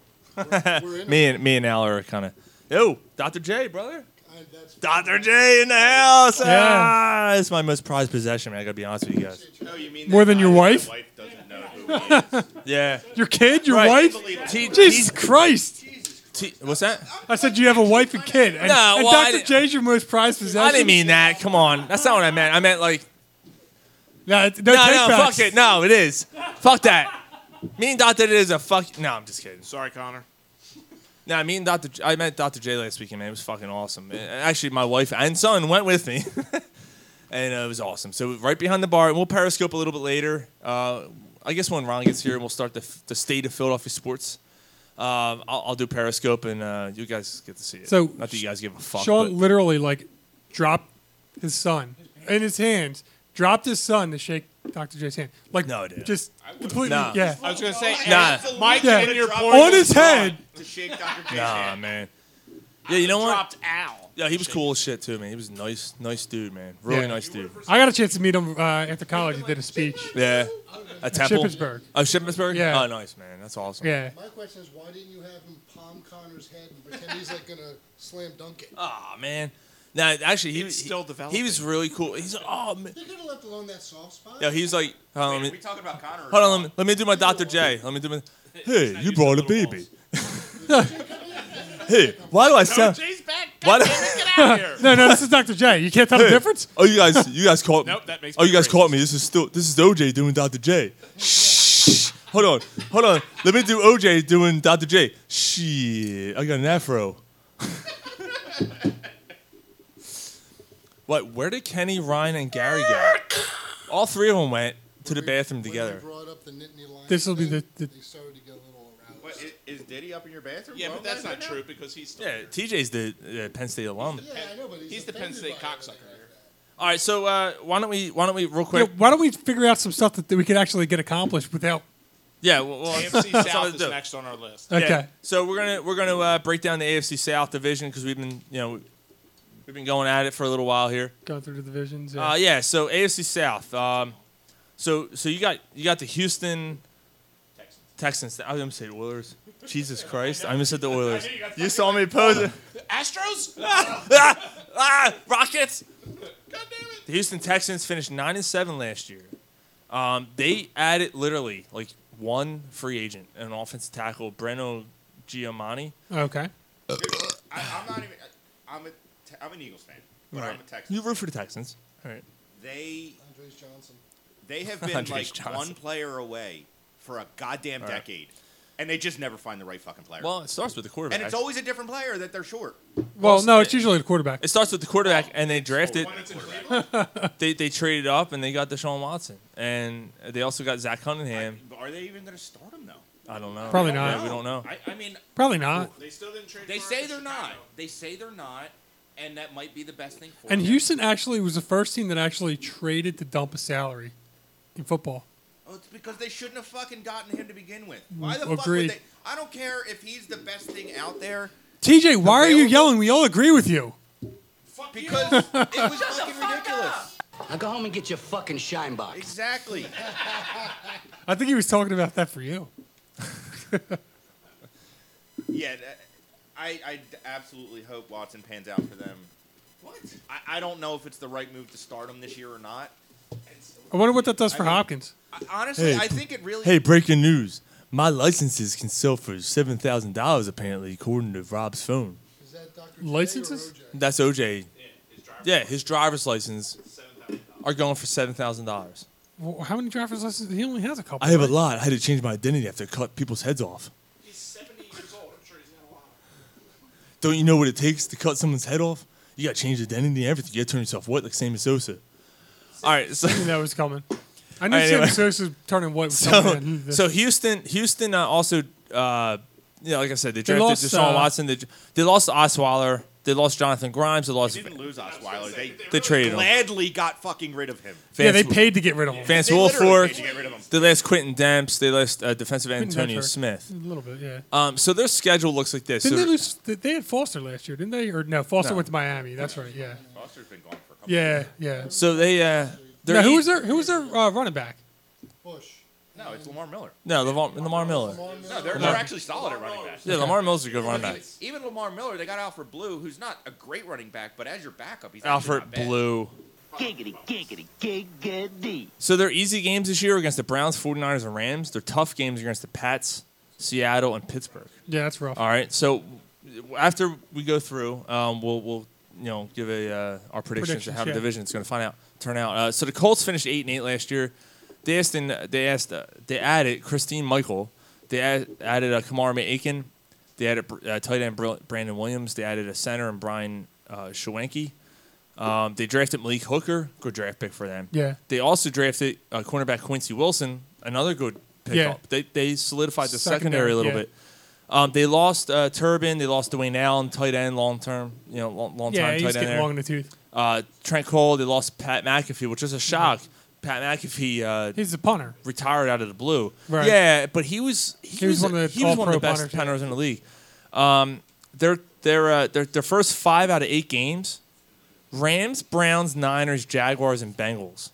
me and me and Al are kind of. Yo, Dr. J, brother.
And that's-
Dr. J in the house.
Yeah.
Ah, it's my most prized possession, man. I gotta be honest with you guys.
More than your wife?
Yeah.
Your kid, your
Right.
wife?
T-
Jesus
T-
Christ!
T- what's that?
I said you have a wife and kid, and,
No,
and
well, I
Dr.
didn't-
J's your most prized possession.
I didn't mean that. Come on, that's not what I meant. I meant like
No, it's- no,
no,
take
no,
backs.
fuck it. No, it is. Fuck that. Me and Dr. J is a fuck. No, I'm just kidding.
Sorry, Connor.
Nah, me and Dr. J, I met Dr. J last weekend, man. It was fucking awesome. Uh, Actually, my wife and son went with me, and uh, it was awesome. So right behind the bar, and we'll periscope a little bit later. Uh, I guess when Ron gets here, we'll start the, the state of Philadelphia sports. Um, I'll, I'll do periscope, and uh, you guys get to see it.
So,
not that you guys give a fuck.
Sean
but-
literally like dropped his son in his hands, dropped his son to shake Dr. J's hand. Like
No, dude.
just completely
Nah.
yeah.
I was gonna say,
Nah.
and Mike,
Yeah.
and your point
On his
was gone
head.
to shake Dr. J's
nah,
hand.
man. Yeah, you know what?
Dropped Al.
Yeah, he was cool as shit too, man. He was nice, nice dude, man. Really
Yeah.
nice dude.
I got a chance to meet him uh, after college. He did a speech.
Yeah. A temple.
Shippensburg.
Oh, Shippensburg?
Yeah.
Oh, nice, man. That's awesome.
Yeah.
My question is, why didn't you have him palm Connor's head and pretend he's like gonna slam dunk it?
Oh, man. Now, actually, he
It's
was
still developing.
He was really cool. He's like, oh, man.
They could have left alone that soft spot.
Yeah, he was like, hold on, let
Wait, are
me,
we talking about Connor? or
hold on, let
Sean?
me, let me do my Dr. J. Let me do my. Hey, you brought a baby. hey, why do I sound?
Jay's back.
Why do-
Get out of here.
No, no, this is Dr. J. You can't tell the
Hey,
difference.
Oh, you guys, you guys caught me.
Nope, that makes
oh, you
me
guys
racist.
caught me. This is still this is OJ doing Dr. J. Shh. Hold on, hold on. Let me do OJ doing Dr. J. Shit, I got an afro. what? Where did Kenny, Ryan, and Gary go? All three of them went to the bathroom
When
together.
They brought up the Nittany Lions.
This will be the, the
They started to get a little aroused.
What, i- is Diddy up in your bathroom?
Yeah,
Well,
but that's
guys,
not
right now?
true because he's still
Yeah, TJ's the uh, Penn State alum.
Yeah, I know, but he's,
he's the Penn
offended
State
by it.
cocksucker here.
All right, so uh, why don't we why don't we real
yeah,
quick?
why don't we figure out some stuff that, that we could actually get accomplished without?
Yeah, well, well
AFC
that's all
South
I
is
do.
next on our
Uh,
list.
Okay.
Yeah. So we're gonna we're gonna uh, break down the AFC South division because we've been you know we've been going at it for a little while here.
Going through the divisions. Yeah.
Uh, yeah. So AFC South. Um, so so you got you got the Houston Texans. I was gonna say Oilers. Jesus Christ! I missed the Oilers. You saw me posing.
Astros?
ah, ah, Rockets. The Houston Texans finished nine and seven last year. Um, they added literally like one free agent, an offensive tackle, Breno Giamatti.
Oh, Okay.
I, I'm not even. I'm a. Te- I'm an Eagles fan, but I'm a Texan.
You root for the Texans. All right.
They
Andres Johnson.
They have been
Andres
like
Johnson.
one player away for a goddamn
All right.
decade, and they just never find the right fucking player.
Well, it starts with the quarterback.
and it's always a different player that they're short.
Well, no, it's usually the quarterback.
It starts with the quarterback, and
Oh,
they drafted. they they traded up and they got Deshaun Watson, and they also got Zach Cunningham.
But are they even going to start him though?
I don't know.
Probably
Yeah,
not.
we don't know.
I, I mean,
Probably not.
They still didn't trade.
They say they're not. They say they're not, and that might be the best thing for.
And
them.
Houston actually was the first team that actually traded to dump a salary in football.
Oh, it's because they shouldn't have fucking gotten him to begin with. Why the fuck
Agreed.
would they? I don't care if he's the best thing out there.
TJ, why are you yelling? We all agree with you.
Because it was fucking ridiculous.
Now go home and get your fucking shine box.
Exactly.
I think he was talking about that for you.
Yeah, that- I, I d- absolutely hope Watson pans out for them. What? I, I don't know if it's the right move to start him this year or not.
I wonder what that does for Hopkins.
Honestly, I think it really.
Hey, breaking news. My licenses can sell for seven thousand dollars, apparently, according to Rob's phone.
Licenses?
That's OJ. Yeah, his driver's license are going for seven thousand dollars.
Well, how many driver's licenses? He only has a couple.
I have a
right?
lot. I had to change my identity after I cut people's heads off. Don't you know what it takes to cut someone's head off? You got to change identity and everything. You got to turn yourself white like Sammy Sosa. All right, so
that was coming. I knew Sam Sosa's turning white was
So,
coming in.
Oh, so Houston, Houston uh, also, uh, yeah, like I said, they
They
drafted
lost,
Deshaun
uh,
Watson. They, they lost Osweiler. They lost Jonathan Grimes. They lost.
They didn't lose Osweiler. They,
They traded him.
gladly got fucking rid of him.
Yeah, they paid to get rid of him.
Vance
They literally
Wilfork.
paid to get rid of him.
They lost Quentin Demps. They lost uh, defensive end
Quentin
Antonio
Demps hurt.
Smith.
A little bit, yeah.
Um, so their schedule looks like this.
Didn't
So-
they lose? They they had Foster last year, didn't they? Or no, Foster
No.
went to Miami. That's right. Yeah.
Foster's been gone for a couple.
Yeah, yeah.
So they. Uh, they're
Now, who
eight-
was their who was their uh, running back?
No, it's Lamar Miller.
No, Lamar, Lamar Miller.
No, they're,
No.
they're actually solid at running back.
Yeah, Lamar Miller's a good running back.
Even Lamar Miller, they got Alfred Blue, who's not a great running back, but as your backup, he's actually
Alfred
not bad.
Blue.
Giggity, giggity, giggity.
So their easy games this year are against the Browns, 49ers, and Rams. Their tough games are against the Pats, Seattle, and Pittsburgh.
Yeah, that's rough.
All right. So w- after we go through, um, we'll we'll you know give a uh, our predictions, to
Predictions,
how the
yeah.
division is going to find out turn out. Uh, so the Colts finished eight and eight last year. They asked in, they asked uh, they added Christine Michael. They add, added uh, Kamara Aiken. They added br- uh, tight end Br- Brandon Williams. They added a center and Brian uh, Schwenke. Um, they drafted Malik Hooker. Good draft pick for them.
Yeah.
They also drafted uh, cornerback Quincy Wilson. Another good pickup.
Yeah.
They they solidified the
Secondary,
secondary, a little
yeah.
bit. Um, they lost uh, Turbin. They lost Dwayne Allen, tight end, long term. You know, long, long
Yeah,
time
he's
tight end.
getting
there.
long in the tooth.
Uh, Trent Cole. They lost Pat McAfee, which
Mm-hmm.
is a shock. Pat McAfee. Uh,
he's a punter.
Retired out of the blue.
Right.
Yeah, but he was he,
He was
was,
one of the
he was one of the
all-pro
best
punters, yeah.
punters in the league. Um, their their uh, their their first five out of eight games, Rams, Browns, Niners, Jaguars, and Bengals.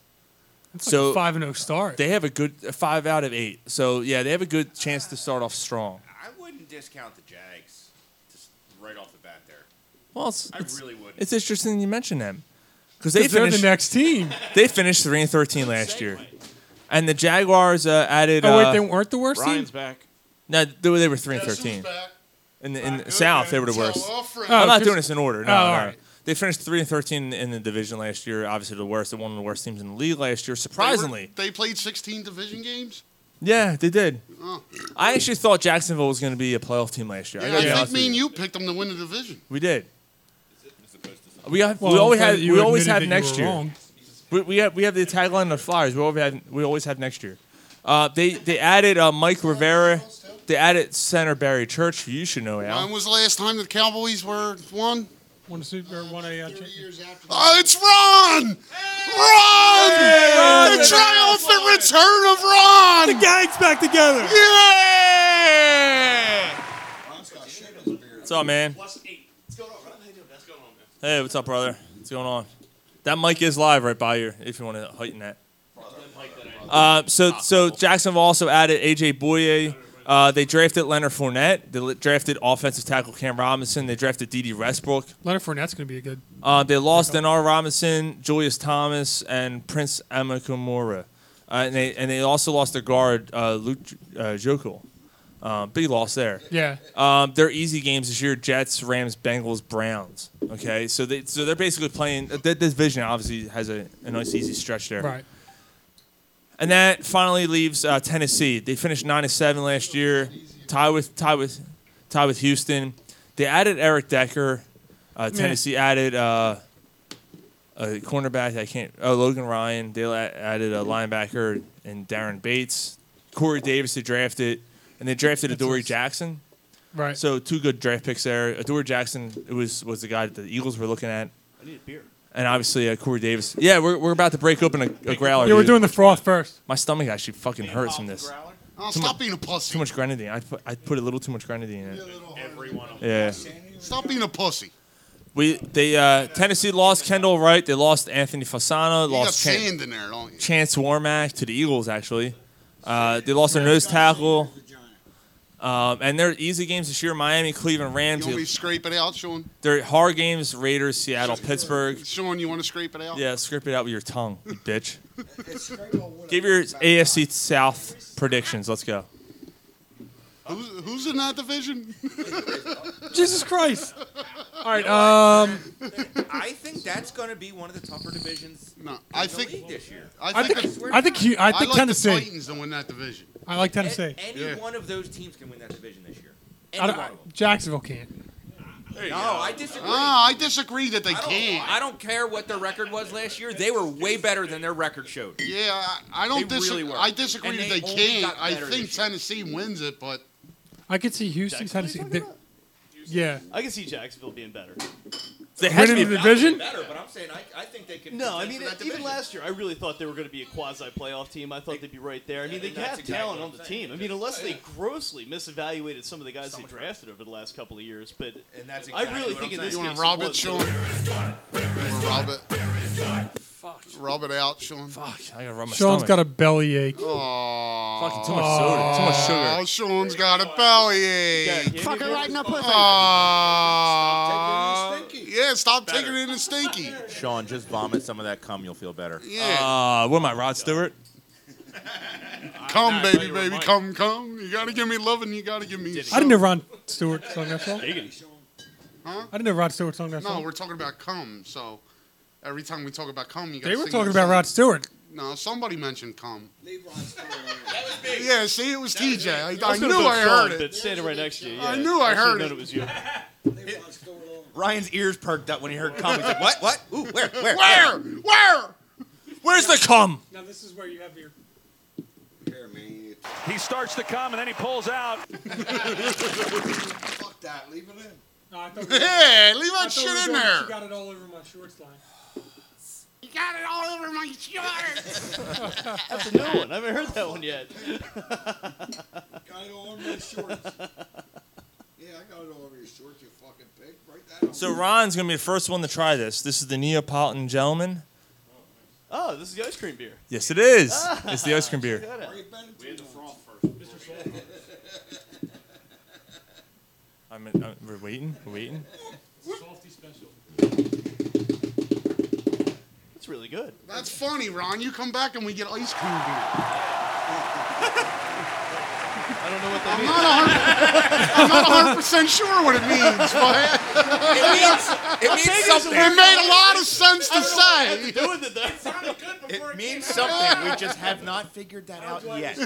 That's like a five and zero start.
They have a good a five out of eight. So yeah, they have a good chance to start off strong.
I wouldn't discount the Jags just right off the bat there.
Well, it's,
I
it's-
really wouldn't.
It's interesting you mention them because they
they're
finished
the next team.
They finished three and thirteen last year, and the Jaguars uh, added.
Oh wait,
uh,
they weren't the worst
Ryan's
team.
back.
No, they were, they were three and
Guess who's
thirteen.
back?
In the, in the South, they were the
Tell
worst.
all friends.
I'm not
Oh,
doing
just-
this in order. No,
Oh,
no,
all
no.
right.
They finished three and thirteen in the division last year. Obviously, the worst. One of the worst teams in the league last year. Surprisingly,
They played 16 division games?
yeah, they did.
Oh.
I actually thought Jacksonville was going to be a playoff team last year. I
Yeah, I
gotta be
think
honest with
me
you.
and you picked them to win the division.
We did. We have, we
Well,
always
but
have
you
we always
admitted
have
that you were
next year.
wrong.
We, we have we have the tagline of Flyers. We always have we always have next year. Uh, they they added uh, Mike Rivera. They added center Barry Church. who You should know
When
Al.
was the last time the Cowboys were won?
Won a Super Bowl, won a uh, years
after.
Oh, it's Ron! Ron! the triumphant return of Ron! The
gang's back together!
Yeah!
What's up, man? Hey, what's up, brother? What's going on? That mic is live right by you. If you want to heighten that. Uh, so so Jacksonville also added AJ Boye. Uh, they drafted Leonard Fournette. They li- drafted offensive tackle Cam Robinson. They drafted D.D. Westbrook.
Leonard Fournette's going to be a good.
Uh, they lost Denar Robinson, Julius Thomas, and Prince Amakumura. Uh, and, they, and they also lost their guard, uh, Luke J- uh, Jokel. Um, big loss there.
Yeah.
Um, their easy games this year: Jets, Rams, Bengals, Browns. Okay, so they so they're basically playing. Th- this division obviously has a, a nice easy stretch there.
Right.
And that finally leaves uh, Tennessee. They finished nine and seven last year, tie with tie with tie with Houston. They added Eric Decker. Uh,
Yeah.
Tennessee added uh, a cornerback. I can't. Oh, Logan Ryan. They la- added a linebacker and Darren Bates. Corey Davis they drafted, and they drafted Adoree Jackson.
Right.
So two good draft picks there. Adoree Jackson it was was the guy that the Eagles were looking at.
I need a beer.
And obviously, uh, Corey Davis. Yeah, we're, we're about to break open a, a growler.
Yeah, we're
dude.
doing the froth first.
My stomach actually fucking hurts from this.
Oh,
Too
stop
mu-
being a pussy.
Too much grenadine. I put, I put a little too much grenadine in it.
Everyone.
Yeah.
Stop being a pussy.
We they uh, Tennessee lost Kendall Wright. They lost Anthony Fasano.
You
lost
got
Chan-
sand in there, don't you?
Chance Warmack to the Eagles. Actually, uh, they lost their nose tackle. Um, and their easy games this year: Miami, Cleveland,
You want me to
Rams.
scrape it out, Sean?
Their hard games: Raiders, Seattle, Pittsburgh.
Sean, you want to scrape it out?
Yeah, scrape it out with your tongue, you bitch.
It's
Give your AFC South predictions. Let's go.
Who's, who's in that division?
Jesus Christ. All right. Um,
I think that's going to be one of the tougher divisions.
No,
I
think-
this year.
I think- think- I think you- I think
like
Tennessee.
The Titans to win that division.
I like Tennessee.
A- Any
Yeah.
one of those teams can win that division this year. Any
I
one of
don't-
them.
Jacksonville can't.
No, I disagree.
Ah, I disagree that they
I don't-
can.
I don't care what their record was last year. They were way better than their record showed.
Yeah, I, I don't
They
disagree.
really were.
I disagree
And
that
they
they,
only
can't.
got
I
better
think
this year.
Tennessee wins it, but
I could see Houston, Tennessee. They- yeah.
I can see Jacksonville being better.
They had to Winning be- the division?
Better, but I'm saying I, I think they could.
No, I
contend
mean
for that
even
division.
last year, I really thought they were going to be a quasi playoff team. I thought they'd be right there. I mean, they
and that's
have
exactly
talent
what
on
I'm
the
saying.
team. I mean, unless they grossly misevaluated some of the guys they drafted over the last couple of years, but
And that's
I
exactly
really
what
think
I'm
in this
you
saying.
want
case
to rob
it
it,
was
Sean? You rob it. Rub it out, Sean.
Fuck, Oh, I gotta rub my
Sean's
stomach.
got a bellyache.
Aww.
Fucking too much soda, too much sugar.
Oh, Sean's got a bellyache.
Yeah, Fuck her right in the pussy.
Aw. yeah, stop taking it in the stinky.
Sean, just vomit some of that cum. You'll feel better.
Yeah.
Uh, what am I, Rod Stewart?
come,
I thought
baby,
you were
baby,
Mike.
come, come. You gotta give me loving. You gotta give me.
I didn't know Ron Stewart sung that song.
Huh?
I didn't know Rod Stewart sung that
No,
song.
we're talking about cum. So every time we talk about cum, you got.
they were talking about Rod Stewart.
No, somebody mentioned cum. Yeah, see, it was TJ. I, I
was gonna
knew
put
I
Sean,
heard it.
but standing right next to you.
I
yeah.
knew I
should've
heard
known
it.
it was you.
Ryan's ears perked up when he heard cum. He's like, what? What? Ooh, where? Where?
Where? Where?
Where's the cum?
Now this is where you have your.
He starts to come and then he pulls out.
Fuck that. Leave it in.
No, I thought
Hey, leave
I thought
that shit
we were
in
doing-
there.
She got it all over my shorts line.
You got it all over my shirt.
That's a new one. I haven't heard that one yet.
Got it all over my shorts. Yeah, I got it all over your shorts, you fucking pig. Write that
So Ron's gonna be the first one to try this. This is the Neapolitan gentleman.
Oh, this is the ice cream beer.
Yes, it is. It's the ice cream beer.
We had the froth
I'm, I'm, we're waiting. We're waiting.
Softy special.
It's really good.
That's funny, Ron. You come back and we get ice cream beer.
I don't know what
I'm not 100, I'm not 100 percent sure what it means, but
It means, it means something.
it made a lot of sense to say.
do with it though.
It means something. We just have not figured that out yet.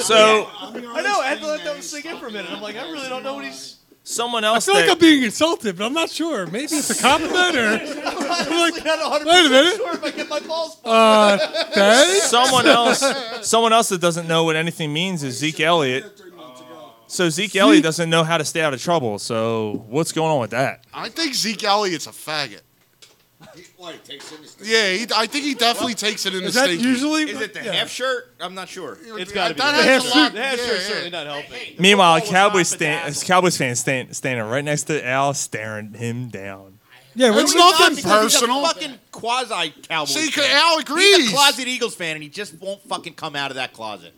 So
I know. I had to let that one sink in for a minute. I'm like, I really don't know what he's.
someone
I
else.
feel like
that-
I'm being insulted, but I'm not sure. Maybe it's a compliment or
I'm honestly not 100
Wait a minute.
sure if I get my balls.
uh, thanks?
someone else. Someone else that doesn't know what anything means is Zeke Elliott. So Zeke Elliott doesn't know how to stay out of trouble. So what's going on with that?
I think Zeke Elliott's a faggot.
He, what, he takes in his
Yeah, he, I think he definitely takes it in the stinky.
Is it the half shirt? I'm not sure.
It's got to be.
That
the
has a
half
lot-
shirt. The half
yeah,
shirt's
yeah.
certainly not helping.
Meanwhile, Cowboys stand, Cowboys fan stand, standing right next to Al, staring him down.
Yeah, we're
It's nothing personal.
fucking quasi cowboy.
See, Al
He's
agrees.
a closet Eagles fan, and he just won't fucking come out of that closet.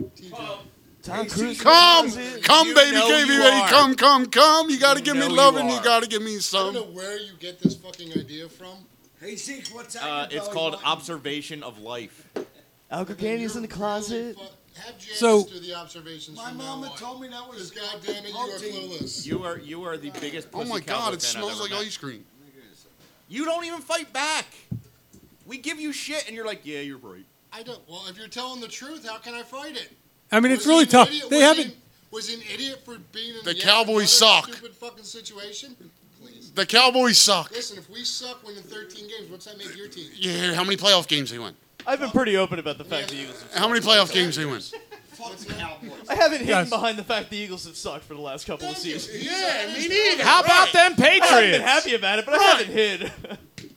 Tom Cruise.
Come, come,
You
baby,
know
baby,
you
baby,
are.
come, come, come. You gotta give me
know you
love and you
are.
gotta give me
I don't
some.
know where you get this fucking idea from.
Hey, Zeke, what's that?
Uh, it's called observation of life.
Al Gargani's in the closet.
Have Janice
So-
do the observations.
My
from
mama
now on.
told me that was
Because goddamn it, you are
protein.
clueless.
You are you are the biggest.
Oh my
pussy cowboy
God! It
fan I've
smells
ever
like
met.
ice cream.
You don't even fight back. We give you shit, and you're like, yeah, you're right.
I don't. Well, if you're telling the truth, how can I fight it?
I mean,
Was
it's really
he an
tough.
idiot-
They
was
haven't.
he- Was he an idiot for being in
The
yet
Cowboys
another
suck.
Stupid fucking situation. Please.
The Cowboys suck.
Listen, if we suck winning 13 games, what's that make your team?
You hear how many playoff games they win?
I've been pretty open about the fact the Eagles. Have
How many
sucked.
playoff games they win?
I haven't hidden
Yes.
behind the fact the Eagles have sucked for the last couple of seasons.
Yeah, me
neither.
How about them
I've been
Patriots?
happy about it, but I
Right.
haven't hid.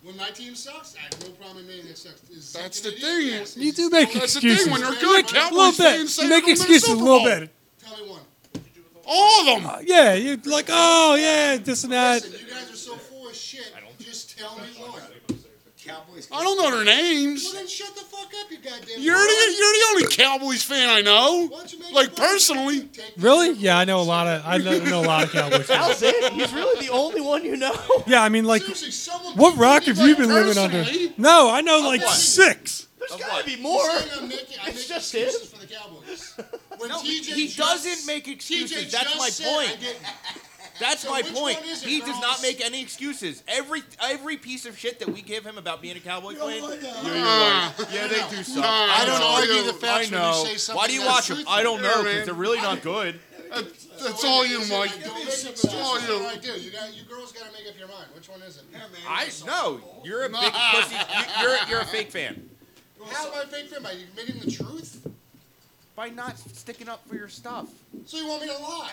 When my team sucks, I have no problem admitting it sucks. Is Zach
That's
an
the
idiot?
thing.
Yes.
You do make
That's the thing,
excuses.
when they're
You
good,
make-
Cowboys
a little
fans
bit.
say
You
they're
make
gonna win the
excuses a
Super
little
Bowl.
bit. Uh,
All of them.
Yeah, you like, oh yeah, this and that.
Listen, you guys are so full of shit. Just tell me why. Cowboys.
I don't know their names.
Well, then shut the fuck up, you goddamn.
You're
moron.
the you're the only Cowboys fan I know. Like personally,
Really? Yeah, I know a lot of. I know, know a lot of Cowboys.
That's it. He's really the only one you know.
Yeah, I mean, like, what rock have you been living under? No, I know like six.
There's gotta be more.
You're saying I'm making, I'm
It's
making
just him.
excuses for the Cowboys. When
No,
TJ
he
just,
doesn't make excuses.
TJ
That's
just
my
said
point.
I did-
That's
So
my
which
point.
one is it,
He does
Ross?
not make any excuses. Every every piece of shit that we give him about being a Cowboy fan,
Oh
yeah, you're right. yeah, they do suck.
I
I don't
know.
argue
I
the facts
know.
when
Why
you
do
say
you
something. Why do you
that's
watch them?
truthful?
I don't
Yeah,
know
man.
because they're really not good.
that's all you, Mike.
It's
all
just what
you.
I do. You, got, you girls got to make up your mind. Which one is it?
I no, you're a big pussy. You- You're you're a fake fan
How am I fake fan? By you admitting the truth?
by not sticking up for your stuff.
So you want me to lie?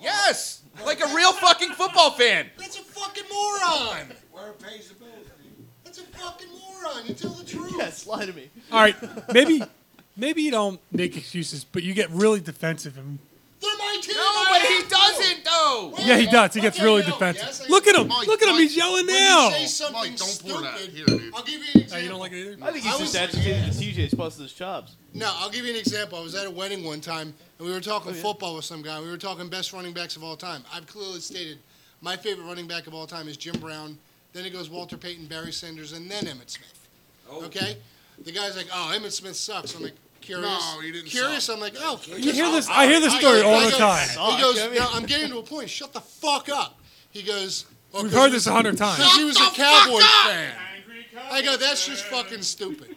Yes, like a real fucking football fan.
That's a fucking moron.
Where it pays the bills.
That's a fucking moron. You tell the truth.
Yes, lie to me.
All right, maybe, maybe you don't make excuses, but you get really defensive. And
They're my team.
No, but he doesn't though.
yeah, he does. He gets really defensive. Look at him. Look at him. He's yelling now.
Mike, don't pour that.
Here, dude.
I'll give you an example.
you don't like it either?
I think he's
I
just
was-
agitated that TJ's busting his chops.
No, I'll give you an example. I was at a wedding one time, and we were
Oh,
talking football with some guy. We were talking best running backs of all time. I've clearly stated my favorite running back of all time is Jim Brown. Then it goes Walter Payton, Barry Sanders, and then Emmett Smith. Okay? The guy's like, oh, Emmett Smith sucks. I'm like, curious.
No, he didn't
Curious? I'm like, oh.
You hear this- I hear this story all the time.
He goes, no, I'm getting to a point. Shut the fuck up. He goes, "Oh,
We've
'cause
heard
he-
this a hundred times.
'cause he was a Cowboys fan. I go, that's just fucking stupid.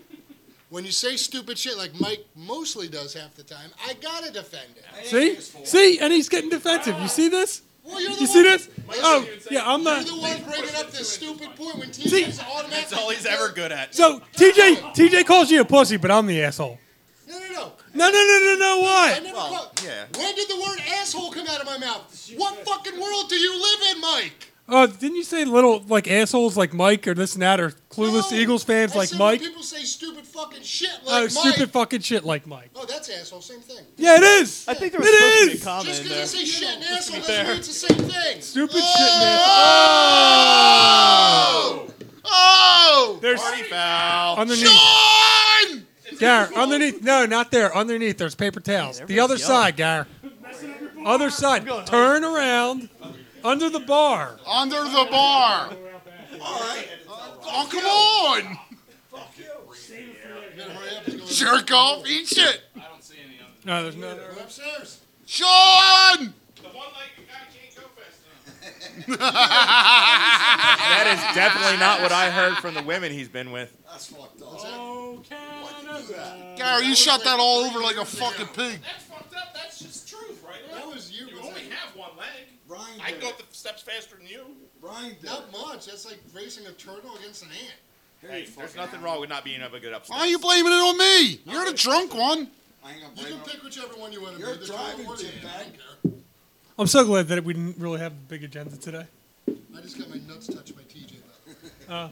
When you say stupid shit like Mike mostly does half the time, I gotta defend it.
See, see, and he's getting defensive. You see this?
Well, you're the
You see
one-
this? Oh, yeah, I'm
You're
not.
the one bringing up this stupid point when TJ's automatically.
That's all he's ever good at.
So TJ, TJ calls you a pussy, but I'm the asshole.
No, no, no.
No, no, no, no, no.
I
What?
never
Well,
called-
yeah.
When did the word asshole come out of my mouth? What fucking world do you live in, Mike?
Oh, didn't you say little like assholes like Mike or this and that or clueless
No.
Eagles fans
I
like
said when
Mike?
People say stupid fucking shit like
Oh,
Mike.
stupid fucking shit like Mike.
Oh, that's asshole. Same thing.
Yeah, it is.
I think there
it
was supposed to be
is.
a comment
Just
in
because I
there.
say shit and asshole
be
doesn't
fair.
mean it's the same thing.
Stupid shit, man.
Oh,
There's
Party foul.
underneath.
Sean!
Gar, underneath. No, not there. Underneath. There's paper towels. the other side, Gar. Other side. Turn around. Under the bar.
under the bar. Oh, come on! Jerk off, eat shit,
No, there's no.
Upstairs.
Sean.
That is definitely not what I heard from the women he's been with.
That's fucked up. Oh, Canada.
Gary, you shot that all over like a fucking pig.
That's fucked up. That's just truth, right?
That was you.
You
wasn't
only
it?
have one leg.
Brian
I can
did
go
it.
up the steps faster than you.
Brian did
Not much. That's like racing a turtle against an ant.
Hey, there's nothing wrong with not being up a good upstairs.
Why are you blaming it on me? You're the drunk one.
I ain't gonna
You
blame
can
him.
pick whichever one you want to
You're
be. The turtle
driving
or the
too
ant. I
bad.
don't care.
I'm so glad that we didn't really have a big agenda today.
I just got my nuts touched by TJ though.
Uh.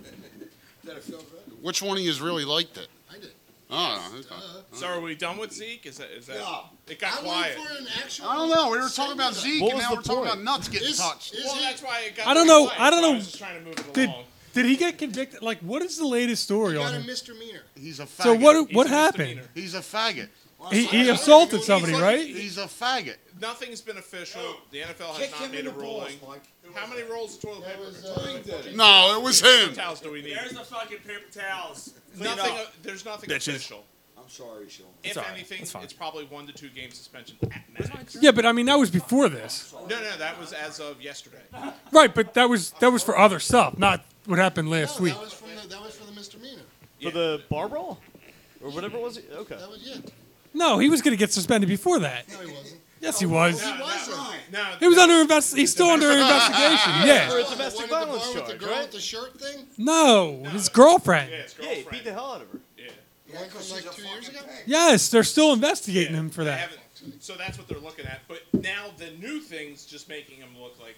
Did it feel good?
Which one of you really liked it?
I did.
Oh, okay.
So are we done with Zeke? Is that? Is that
Yeah.
It got
I'm
quiet.
waiting for an actual.
I don't know. We were talking about Zeke,
What
and
was
now
the
we're talking
point?
about nuts getting
Is,
touched.
is
Well,
he-
that's why it got
I don't
so
know-
quiet,
I don't
so
know.
I was just trying to move it
Did
along.
did he get convicted? Like, what is the latest story
he
on
got a
him?
misdemeanor.
He's a faggot.
So what
He's
what
a
happened?
misdemeanor.
He's a faggot.
He, he assaulted somebody, right?
He's a faggot.
Nothing's been official. The NFL has
Kick
not
him in
made
the
a
balls,
ruling.
Mike.
How many rolls of toilet paper?
was,
How many
uh,
did it.
No, it was him.
towels do we need? uh,
There's the fucking paper towels.
Nothing. There's nothing official.
I'm I'm sorry, Sean.
If
all right.
anything,
It's
it's,
fine.
probably one to two game suspension at max.
Yeah, but I mean that was before this,
No, no, that was as of yesterday.
right? But that was that was for other stuff, not what happened last week.
That was from the, that was for the misdemeanor.
For the bar roll? Or whatever it was? Okay. That
was it.
No, he was going to get suspended before that.
No, he wasn't.
Yes, he was.
He wasn't.
No,
He was under invest. He's still under investigation.
For
Yeah.
a domestic violence charge, with the girl with the shirt thing?
No, his girlfriend.
Yeah, he beat the hell out of her.
Yeah.
Yeah, from like two years ago?
Yes, they're still investigating him for
They
that.
haven't- So that's what they're looking at. But now the new thing's just making him look like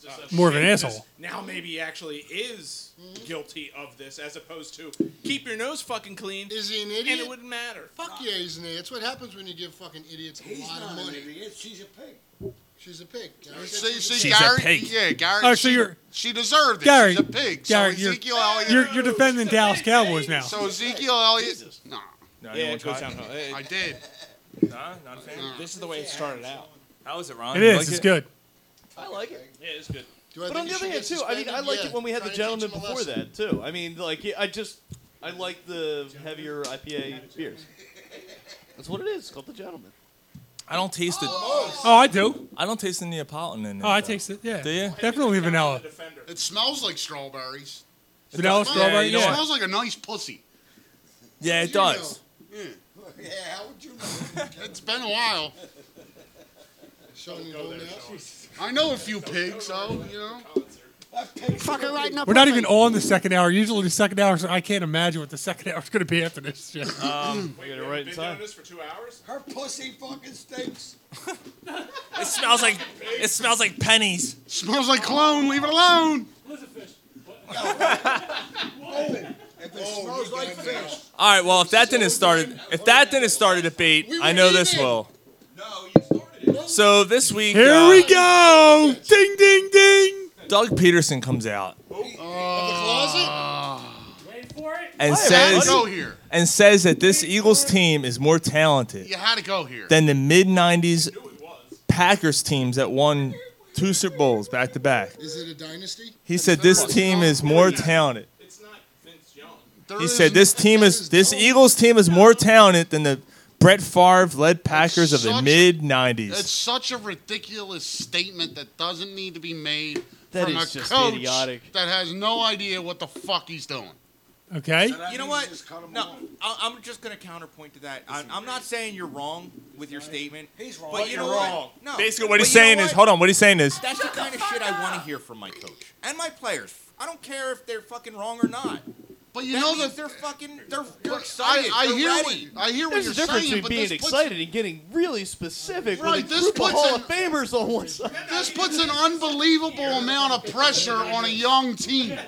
just a
More of an
shit,
asshole.
because Now maybe he actually is guilty of this, as opposed to keep your nose fucking clean.
Is he an idiot?
And it wouldn't matter.
Fuck yeah, he's an idiot. That's what happens when you give fucking idiots a
He's
lot
not
of
an
money.
idiot. She's a pig.
She's a pig. Gary said
See,
she's a
see,
pig.
She's a
Gary,
pig.
yeah, Gary.
Oh, so
she,
you're-
she deserved it.
Gary,
She's a pig.
Gary,
so
you're,
Ezekiel Elliott.
you're you're defending Dallas Cowboys now.
so Ezekiel Elliott. No,
No,
Yeah,
you
it goes
wanna try
down. uh,
I did.
Nah, not a fan.
This is the way it started out.
How is it, Ron?
It
You
is.
like
It's good.
I like it.
Yeah, it's good.
Do I
but
think
on
he
the other
should
hand,
get
too, I mean, I
suspended?
liked
Yeah.
it when we had
Try
the
to teach
gentleman
him a
before
lesson.
that, too. I mean, like, I just, I like the heavier IPA beers. That's what it is. It's called the gentleman.
I don't taste it.
Oh, I do.
I don't taste the Neapolitan in it.
Oh, I
though.
taste it. Yeah.
Do you?
Definitely vanilla.
It smells like strawberries.
Vanilla
Smells-
strawberry.
you know
It
what?
Yeah.
smells like a nice pussy.
Yeah, it does.
Yeah, how would you know?
It's been a while.
Showing you old now?
I know a few pigs, so you know.
Fucker riding up.
We're not even on the second hour. Usually the second hour, so I can't imagine what the second hour is going to be after this. shit.
Um,
Wait, we've
right in
been
time.
doing this for two hours.
Her pussy fucking stinks.
it smells like it smells like pennies.
Smells like cologne. Leave it alone.
If it
Oh,
smells like fish.
All right. Well, if that didn't start, if that didn't start a debate, I know this will. So this week,
Here
uh,
we go. Ding, ding, ding.
Doug Peterson comes out
Wait for it.
I
and
had to
says
go here.
and says that this Eagles team is more talented
You had to go here.
than the mid '90s Packers teams that won two Super Bowls back to back.
Is it a dynasty?
He said this team is more talented.
It's not Vince Young.
There
He
is-
said this team is this Eagles team is more talented than the Brett Favre led Packers of the
such-
mid '90s.
It's such a ridiculous statement that doesn't need to be made
That
from
is
a
just
coach
idiotic.
that has no idea what the fuck he's doing.
Okay.
You know what? No, I- I'm just going to counterpoint to that. I'm, I'm not saying you're wrong with your statement.
He's wrong.
But you
You're
know
wrong.
what? No.
Basically, what
But
he's
you know
saying is,
what?
hold on, what he's saying is,
That's the kind of shit I want to hear from my coach and my players. I don't care if they're fucking wrong or not.
But you
that
know
means
that
they're fucking they're, they're
I,
excited.
I
they're
hear
ready.
what I hear what
There's a
you're
difference
saying, but
between being
this puts,
excited and getting really specific
Right,
with a
this
group of
puts
Hall
an-
of Famers on one side.
this puts an unbelievable amount of pressure on a young team.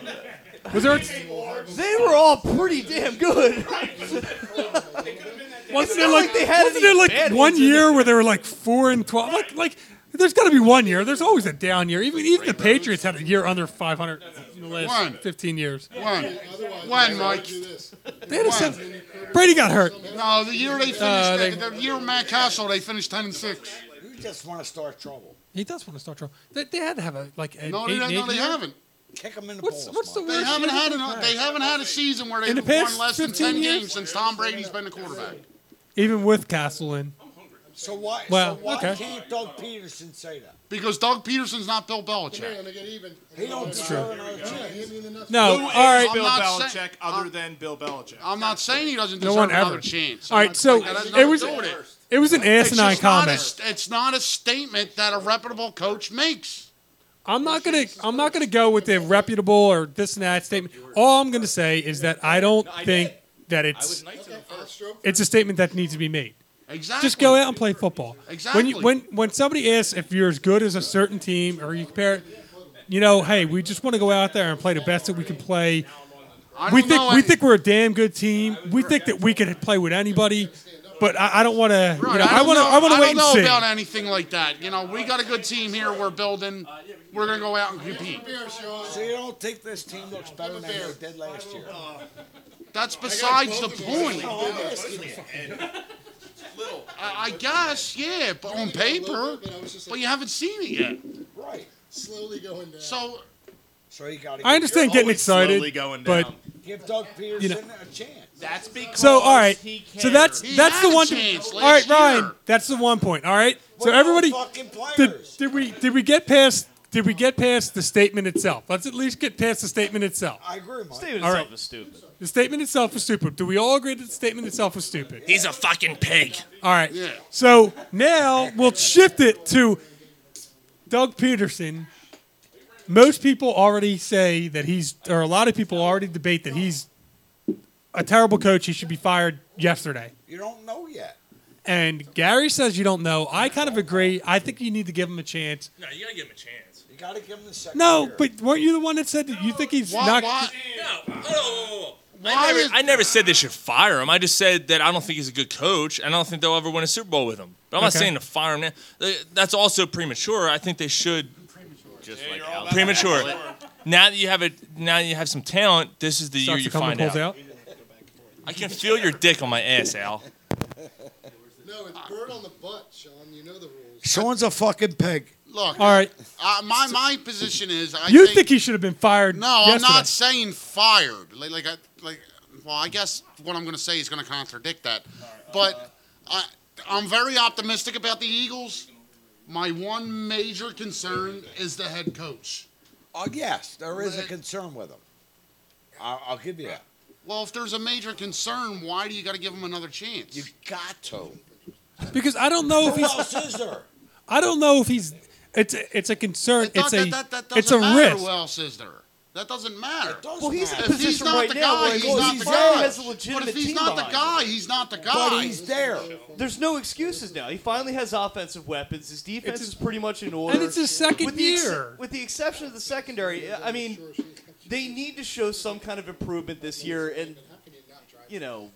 Was there?
They were all pretty damn good.
Wasn't
not
there like,
like they had
wasn't
any
there like
bad
one
ones in
year where they were like four and twelve? Like, like there's got to be one year. There's always a down year. Even even the Patriots had a year under 500 in the last
One.
15 years.
When?
Otherwise,
When,
why would
Mike?
you do this?
They had a seven- Brady got hurt.
No, the year they finished,
Uh, they-
the year Matt Castle, they finished ten and six.
You just want to start trouble.
He does want to start trouble. They, they had to have a like an
No,
eight
they,
and
no,
eight
they
year.
haven't.
Kick him in the
What's
balls.
what's the
Mike.
worst?
They haven't
year
had
they
a,
had?
they haven't had a season where
In the
they've
past
won less than
15
ten
years?
games since Tom Brady's been the quarterback.
Even with Castle in,
So why?
Well,
so why
okay.
can't Doug Peterson say that?
Because Doug Peterson's not Bill
Come here,
Belichick.
I'm gonna get even.
He don't deserve another chance.
no.
Who is
all right.
Bill
I'm not
Belichick
saying-
other
I'm-
than Bill Belichick?
I'm not saying he doesn't
No
deserve
one
another
ever.
chance.
All
I'm
right,
not
so
saying that has
it
nothing
was
to do with it.
it was an
It's
asinine
just not a
comment.
st- it's not a statement that a reputable coach makes.
I'm not gonna I'm not gonna go with the reputable or this and that statement. All I'm gonna say is that I don't think that it's it's a statement that needs to be made.
Exactly.
Just go out and play football. When
Exactly.
you, when when somebody asks if you're as good as a certain team or you compare, it, you know, hey, we just want to go out there and play the best that we can play.
I don't
We think
know
we
any-
think we're a damn good team. We think that we could play with anybody, but I, I don't want to. You know,
Right,
I
don't
want to.
know-
I want to wait
don't know
and
about
see.
anything like that. You know, we got a good team here. We're building. We're gonna go out and compete.
Here, Sean.
So you don't think this team looks better than they did last year?
That's besides the point. I,
I'm asking you.
I guess, yeah, but on paper, but you haven't seen it yet.
Right.
Slowly going down.
So
So you got to.
I understand getting
Always slowly
excited,
going
but
down.
Give Doug Peterson
You know-
a chance.
That's because
So all right,
he cares.
so that's that's the one. all right, Ryan, that's the one point. All right, so everybody, did, did we did we get past did we get past the statement itself? Let's at least get past the statement itself.
I agree, Mike.
Statement
All
itself
right.
is stupid.
The statement itself was stupid. Do we all agree that the statement itself was stupid?
He's a fucking pig.
All right. So now we'll shift it to Doug Peterson. Most people already say that he's, or a lot of people already debate that he's a terrible coach. He should be fired yesterday.
You don't know yet.
And Gary says you don't know. I kind of agree. I think you need to give him a chance.
No, you gotta give him a chance.
You gotta give him the second.
No, but weren't you the one that said that you think he's not?
No. Why
I never, I never said they should fire him. I just said that I don't think he's a good coach, and I don't think they'll ever win a Super Bowl with him. But I'm not
Okay.
saying to fire him. now. Uh, That's also premature. I think they should
Just like
premature. Now that you have it, now that you have some talent. This is the year
Starts
you
to come and
find out.
pulls
I can feel your dick on my ass, Al.
No, it's bird on the butt, Sean. You know the rules.
Sean's a fucking pig.
Look.
All right.
Uh, my my position is I
you
think,
think he should have been fired?
no,
yesterday.
I'm not saying fired. Like like I, like well, I guess what I'm going to say is going to contradict that. But I I'm very optimistic about the Eagles. My one major concern is the head coach.
Oh yes, there is a concern with him. I'll, I'll give you that.
Well, if there's a major concern, why do you got to give him another chance? You
got to.
Because I don't know if
Who
he's.
else is there?
I don't know if he's. It's a, it's a concern. It's
that,
a
that, that doesn't
it's a
matter
risk.
who else is there. That doesn't matter.
Well, he's in a
If
position
he's not
right
the
now
guy,
where
he's
he's
not the
fired.
guy.
Has a
but
legitimate
if he's
team
not the
behind
guy, he's not the guy.
But he's there.
There's no excuses now. He finally has offensive weapons. His defense is pretty much in order.
and it's his second
with the ex-
year.
with the exception of the secondary, I mean, they need to show some kind of improvement this year, and you know,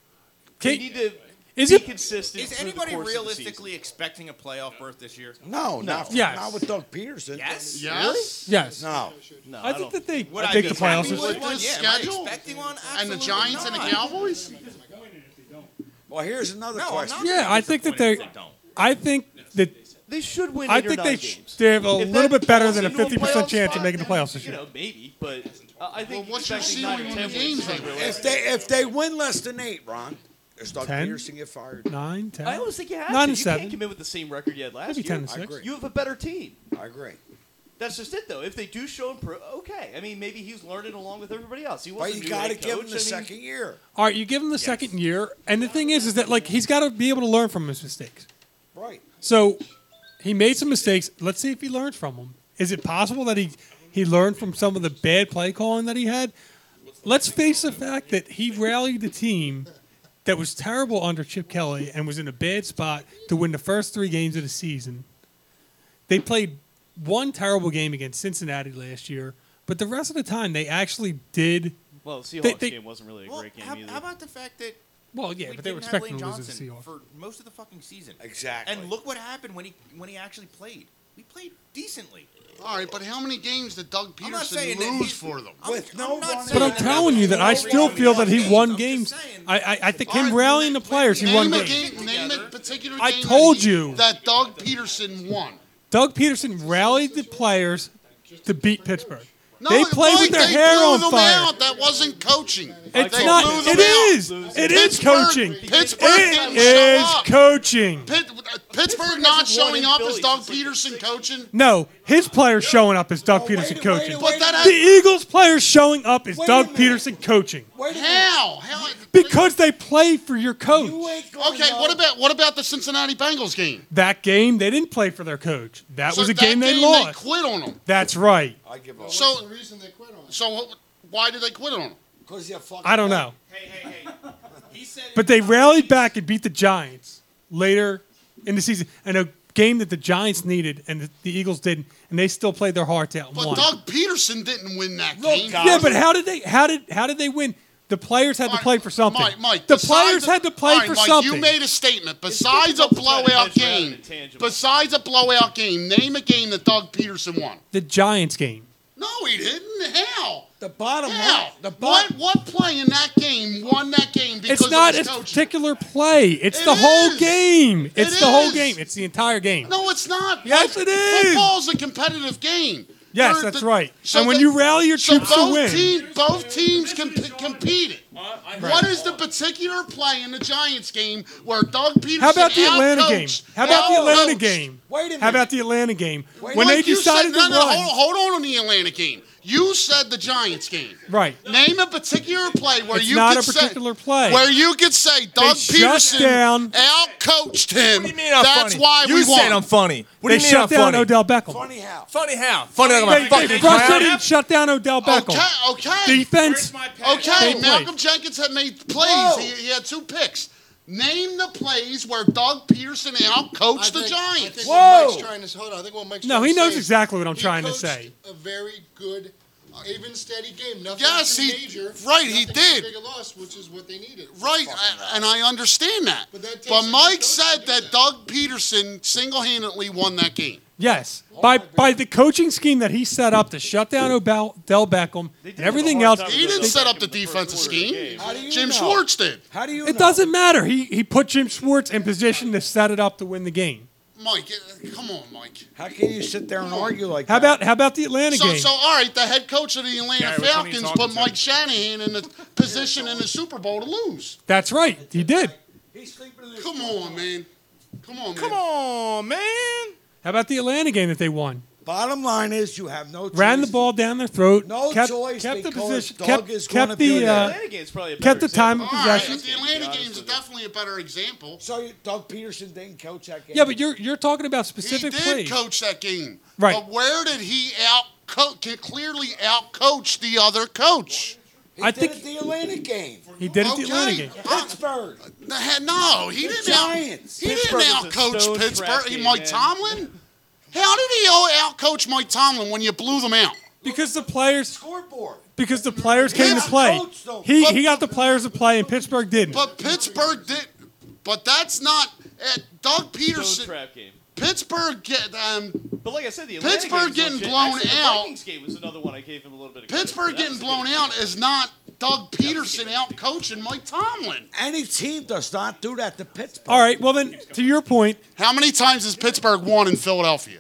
they
Can-
need to
Is
be
it-
consistent.
Is
through the
anybody
course of the season.
realistically expecting a playoff berth this year?
No, not,
Yes.
not with Doug Peterson.
Yes?
Yes.
Yes.
No.
No,
I think that they.
Would
I
I
think
be
the playoffs.
happy
Is,
with-
With this
Yeah, am I
schedule
expecting one?
and the
Absolutely
Giants and the
not.
Cowboys.
Well, here's another
No, I'm
question.
not
yeah, I think that they. I think that.
They should win.
I
eight or
think they
nine
sh-
games.
they have a
If
little
that
bit better
falls
than a
into
50%
playoff
chance of
spot,
making the playoffs this
You
year.
know, maybe, but uh, I think
what's your
expecting
ceiling
nine or
on the
ten wins
games
is
they
unrealistic.
If they if they win less than eight, Ron, does Doug
Ten?
Peterson get fired?
Nine, ten.
I almost think you have
Nine
to.
and
you
seven.
can't commit with the same record you had last
Maybe
year.
ten and
I
six.
agree.
You have a better team.
I agree.
That's just it, though. If they do show improve, okay. I mean, maybe he's learning along with everybody else. He was
But
a
you
new
got to
head
give him
coach. I
the
mean,
second year,
All right, you give him the second year, and the thing is, is that like he's got to be able to learn from his mistakes.
right?
So he made some mistakes. Let's see if he learns from them. Is it possible that he he learned from some of the bad play calling that he had? Let's face the fact that he rallied the team that was terrible under Chip Kelly and was in a bad spot to win the first three games of the season. They played one terrible game against Cincinnati last year, but the rest of the time they actually did.
Well, the Seahawks
They- they-
game wasn't really a great game
how,
either.
how about the fact that
Well, yeah,
we
but they were
didn't have
expecting to
Lane
lose to the
Johnson
Seahawks.
for most of the fucking season?
Exactly.
And look what happened when he when he actually played. We played decently.
All right, but how many games did Doug
I'm not
Peterson
saying that
lose
he's-
for them?
With no
not
running
But I'm
back.
telling you that I still feel that he won games. I, I, I think him rallying the players, he won
Name a
games.
game. Name a particular
I
game that
told
he-
you.
that Doug Peterson won.
Doug Peterson rallied the players to beat Pittsburgh.
No,
they played
Mike,
with their
they
hair
blew
on
them
fire.
out. That wasn't coaching.
It's
they
not.
Blew them
It
out.
is. It is
Pittsburgh-
coaching.
Pittsburgh
It
didn't show
is
up.
coaching.
Pitt, uh, Pittsburgh not showing up is Doug Peterson coaching.
No, his players showing up is
Oh,
Doug Peterson coaching.
But that
The Eagles players showing up is Doug Peterson coaching
how? How?
because they play for your coach.
Okay, what about what about the Cincinnati Bengals game?
That game they didn't play for their coach. That
So
was a game they
They
lost.
quit on them.
That's right.
I give up.
So
the reason they quit on.
So what- why did they quit on him?
Because you fucking.
I don't know.
Hey, hey, hey. He said
But they rallied back and beat the Giants later in the season, and a game that the Giants needed and the, the Eagles didn't, and they still played their hearts out and
But
won.
Doug Peterson didn't win that game.
yeah, but how did they? How did how did they win? The players had to play for something.
Mike, Mike,
the
besides
players
a-
had to play
all right,
for
Mike,
something.
You made a statement. Besides a
difficult to try to
blowout
measure out an
game,
intangible.
besides a blowout game, name a game that Doug Peterson won.
the Giants game.
No, he didn't. How?
The bottom
How?
line. The
what?
bottom.
What play in that game won that game because
It's not
of his
its
coach?
particular play. It's
It
the whole
is.
game. It's the whole
is.
game. It's the entire game.
No, it's not.
Yes, it is.
Football's a competitive game.
Yes,
They're-
that's
the-
right.
so
and when
the-
you rally your
so
troops to
both
win,
team- both teams comp- competed.
Uh,
What
Right.
is the particular play in the Giants game where Doug Peterson
How about the Atlanta game?
outcoached-
How about the Atlanta
outcoached-
game? How about the Atlanta game? when
Like
they
you
decided
said, no,
to
no,
run,
Hold, hold on on the Atlanta game. You said the Giants game.
right?
Name a particular play where
It's
you
not
could
a particular
say,
play.
where you could say Doug
shut
Peterson
down-
outcoached him.
What do you mean I'm
That's
funny?
why
you
we
said
won.
I'm funny. What
they
do you mean
shut
I'm
down
funny?
Odell Beckham.
Funny how? Funny how? Funny how?
They, they frustrated and shut down Odell Beckham.
Okay.
Defense.
Okay.
They
Malcolm
played.
Jenkins had made plays.
Whoa.
He, he had two picks. Name the plays where Doug Peterson outcoached the Giants.
I think what Mike's trying to hold on. I think what Mike's
No,
trying
he
to say
knows
is
exactly what I'm
he
trying to
coached
say.
A very good, uh, even steady game. Nothing
Yes,
too
he-
major.
right, he
nothing too
did.
Big a loss, which is what they needed.
Right, I, and I understand that. But,
that takes a good
Mike said that Doug Peterson single-handedly won that game.
Yes, by by the coaching scheme that he set up to shut down Odell Odell Beckham and everything else.
He didn't set up the defensive scheme. Jim Schwartz did.
How do you? It doesn't matter. He he put Jim Schwartz in position to set it up to win the game.
Mike, uh, come on, Mike.
How can you sit there and argue like
How about how about the Atlanta
So,
game?
so all right, the head coach of the Atlanta
Gary, which one are you
Falcons
talking
put Mike Shanahan in the position in the Super Bowl to lose.
That's right. He did.
Come on, man. Come on, man.
Come
on, man.
How about the Atlanta game that they won?
Bottom line is you have no choice.
Ran the ball down their throat.
No
kept,
choice
Kept the
because
position.
Doug
kept
is
kept
gonna
the
do that.
uh,
Atlanta game's probably a
kept the
better
time
example.
of
All right,
possession.
But the Atlanta games are definitely a better example.
So you- Doug Peterson didn't coach that game.
Yeah, but you're you're talking about
He
specific
did
plays.
coach that game.
Right.
But where did he out clearly outcoach the other coach?
He
I
did
think-
it the Atlanta game.
He did it
Okay.
the Atlanta game.
Pittsburgh.
No, he
The
didn't out.
Giants.
He didn't
Pittsburgh was a
out coach
stone
Pittsburgh.
trash
He
game,
Mike
man.
Tomlin. How did he out coach Mike Tomlin when you blew them out?
Because the players
scoreboard.
Because the players came to play. He he got the players to play, and Pittsburgh didn't.
But Pittsburgh did. But that's not at Doug Peterson.
trap game.
Pittsburgh get um.
But like I said, the Atlanta
Pittsburgh
game's
getting
legit.
blown
Actually, the
out.
Vikings game was another one I gave him a little bit of. credit for.
Pittsburgh
That
getting
was a
blown
good
out is not Doug Peterson out coaching Mike Tomlin.
Any team does not do that to Pittsburgh.
All right. Well, then to your point,
How many times has Pittsburgh won in Philadelphia?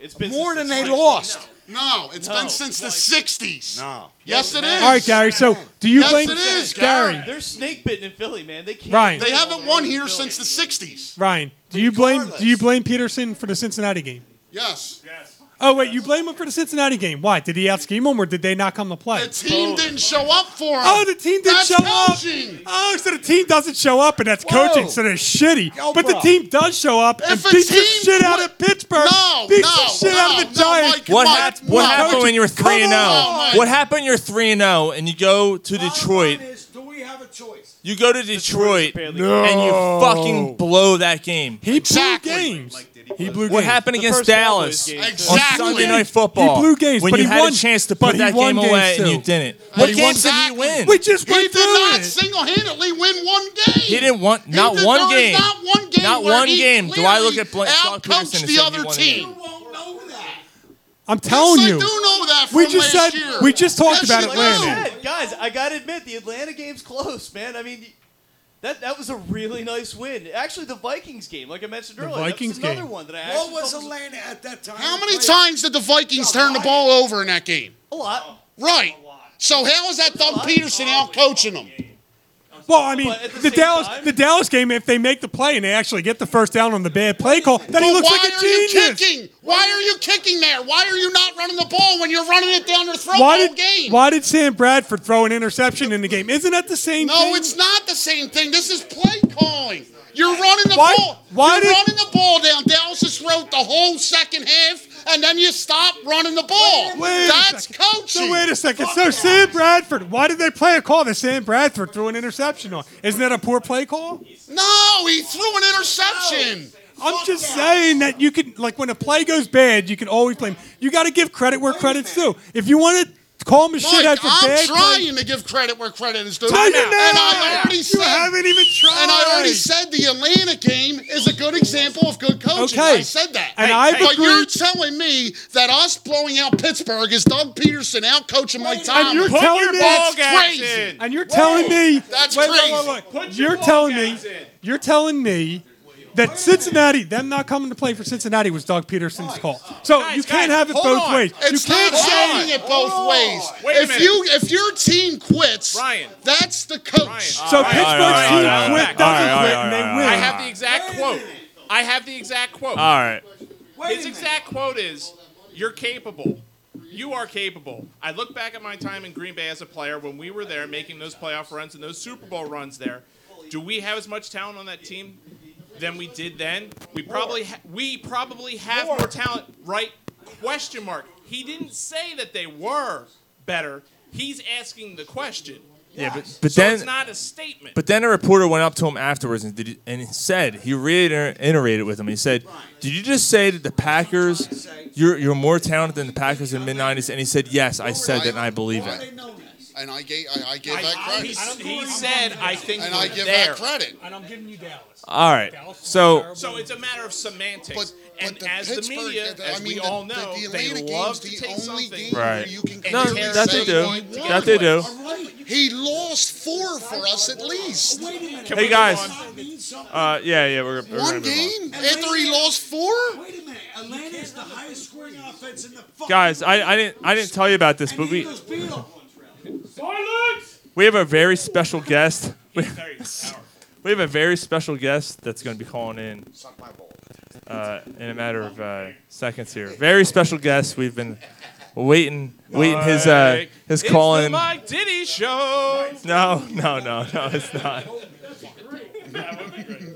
It's been
More than they lost.
No, it's been since the '60s. No. Yes, it is.
all right, Gary. So do you
Yes,
blame
it is,
Gary?
They're snake bitten in Philly, man. They can't.
Ryan.
They haven't won here since the '60s.
Ryan, do you blame do you blame Peterson for the Cincinnati game?
Yes. Yes.
Oh wait, you blame him for the Cincinnati game. Why? Did he out scheme him or did they not come to play?
The team didn't show up for him.
Oh, the team didn't
That's
show up.
coaching.
Oh, so the team doesn't show up and that's
Whoa.
coaching, so they're shitty.
Yo,
but the
bro.
team does show up and
If a
beats the
team
shit out
pla-
of Pittsburgh.
No,
beats
no,
the shit
no,
out of the
no,
Giants.
Mike,
What, hap- what
Mike.
happened when you were
Come
3 and 0?
on, Mike.
What happened when you're 3 and 0 and you go to Detroit?
Do we have a choice?
You go to Detroit and you
Oh.
fucking blow that game.
He blew games. he blew
What
games.
happened
The
against
first Cowboys
Dallas
game.
on Sunday Night Football?
He blew games,
when
but
you
he
had
won,
a chance to
but
put
he
that
won
game
games
away
too.
and you didn't.
But
What
he
games did he
Exactly.
win?
We just
He
went
did
through
not
it.
single-handedly win one game.
He didn't want not
did-
one
there is
game.
Not one game.
Not
where
one
he
game. Do I look at Bla-
clearly
Doug Peterson
outcoached
and
the
say he
other
won a
team?
I'm telling
Yes, I
you.
do know that
we
from
just
last
said
year.
we just talked
Yes,
about
you
Atlanta.
do.
Hey, guys, I gotta admit the Atlanta game's close, man. I mean, that that was a really nice win. Actually, the Vikings game, like I mentioned earlier,
Vikings
that was another
game.
one that I
What
actually
was
thought
Atlanta at that time?
How many times did the Vikings turn the ball over in that game?
a lot.
Right. So how is that Doug Peterson out coaching them?
Well, I mean,
But at the
the
same
Dallas,
time-
the Dallas game. If they make the play and they actually get the first down on the bad play call, then he
But
looks
why
like a
are you
genius.
kicking? Why are you kicking there? Why are you not running the ball when you're running it down their throat
Why
all
did
game?
Why did Sam Bradford throw an interception in the game? Isn't that the same
No,
thing?
it's not the same thing. This is play calling. You're running the
Why-
ball.
why
you're
did-
running the ball down Dallas's throat the whole second half, and then you stop running the ball.
Wait a
That's coaching.
So wait a second. So Sam Bradford, why did they play a call that Sam Bradford threw an interception on? Isn't that a poor play call?
No, he threw an interception.
I'm just saying that you can, like, when a play goes bad, you can always blame. You got to give credit where credit's due. If you want to call him a shit
Mike,
out for
I'm
bad play,
trying to give credit where credit is due.
No, you're
And I
not.
already
You
said,
haven't even tried.
And I already said the Atlanta game is a good example of good coaching.
Okay.
I said that.
And Hey, I've
but you're
agreed-
telling me that us blowing out Pittsburgh is Doug Peterson out coaching Mike Tomlin.
and you're
Put
telling
your
me
that's
That's
crazy.
And you're telling me
That's
wait, wait,
crazy.
wait, wait. You're telling me. You're telling me that Cincinnati, them not coming to play for Cincinnati was Doug Peterson's call. So you can't have it both ways.
It's
you
not
can't
saying it both ways.
Wait a
if
minute.
you if your team quits, that's the coach.
So Pittsburgh's team quit, doesn't quit, and they win.
I have the exact quote. I have the exact quote.
All right.
His exact quote is, "You're capable. You are capable." I look back at my time in Green Bay as a player when we were there making those playoff runs and those Super Bowl runs. There, do we have as much talent on that team than we did then? We probably ha- we probably have more talent, right? Question mark. He didn't say that they were better. He's asking the question.
Yeah, but, but
So
then
it's not a statement.
But then a reporter went up to him afterwards and did, and he said he reiterated with him. He said, "Did you just say that the Packers, you're you're more talented than the Packers in the mid '90s?" And he said, "Yes, I said that, and I believe it."
And I gave I, I gave that credit.
He said, "I think
and
we're
I give
there."
that credit.
And I'm giving you Dallas.
All right, so
So it's a matter of semantics. and as the media, as
I
we
mean,
all
the-
know,
the
they
Atlanta
love to
game's
take something.
right.
and
No,
tear
that they
it
do.
down.
That they do.
He lost four for us at least.
Hey, we guys. Uh, yeah, yeah, we're, we're
One
gonna move on.
game after he lost four.
Wait a minute. Atlanta is the highest scoring offense in the fucking
Guys, I, I didn't I didn't tell you about this, but we we have a very special guest. We we have a very special guest that's going to be calling in uh, in a matter of uh, seconds here. Very special guest. We've been waiting waiting his uh,
Mike,
his
it's
call
the
in.
Mike Diddy show.
No, no, no, no, it's not.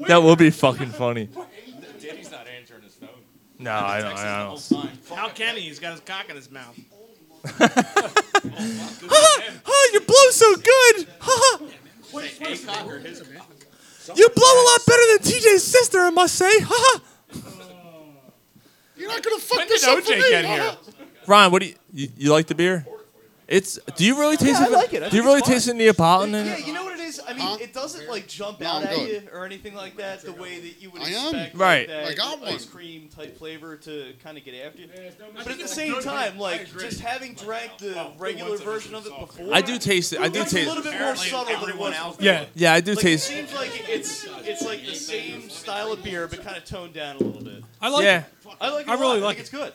That will be fucking funny.
Diddy's not answering his phone.
No, I don't. I don't.
How can he? He's got his cock in his mouth.
oh, you blow so good. Ha You blow a lot better than TJ's sister, I must say. Ha
You're not gonna fuck
When did
this up
OJ
for me.
get here?
Ron, what do you, you you like the beer? It's do you really taste
I
it?
like it. I
do you
think
really
it's
taste the Neapolitan in
Yeah,
it?
you know what it is. I mean, it doesn't like jump
No,
out
I'm
at
good.
you or anything like that. The way that you would
I am.
expect, like,
Right.
that
I got
ice cream type flavor to kind of get after you. But at the same time, like just having drank
oh,
the regular version of it before,
I do taste it. I do
it's a
taste-
little bit more
Apparently
subtle than it
everyone
was
else
before.
does. Yeah. Yeah, I do
Like,
taste-
It seems like it's it's like the same style of beer, but kind of toned down a little bit.
I like
Yeah.
it.
I like. It
I
a lot.
really
think
like
It's good.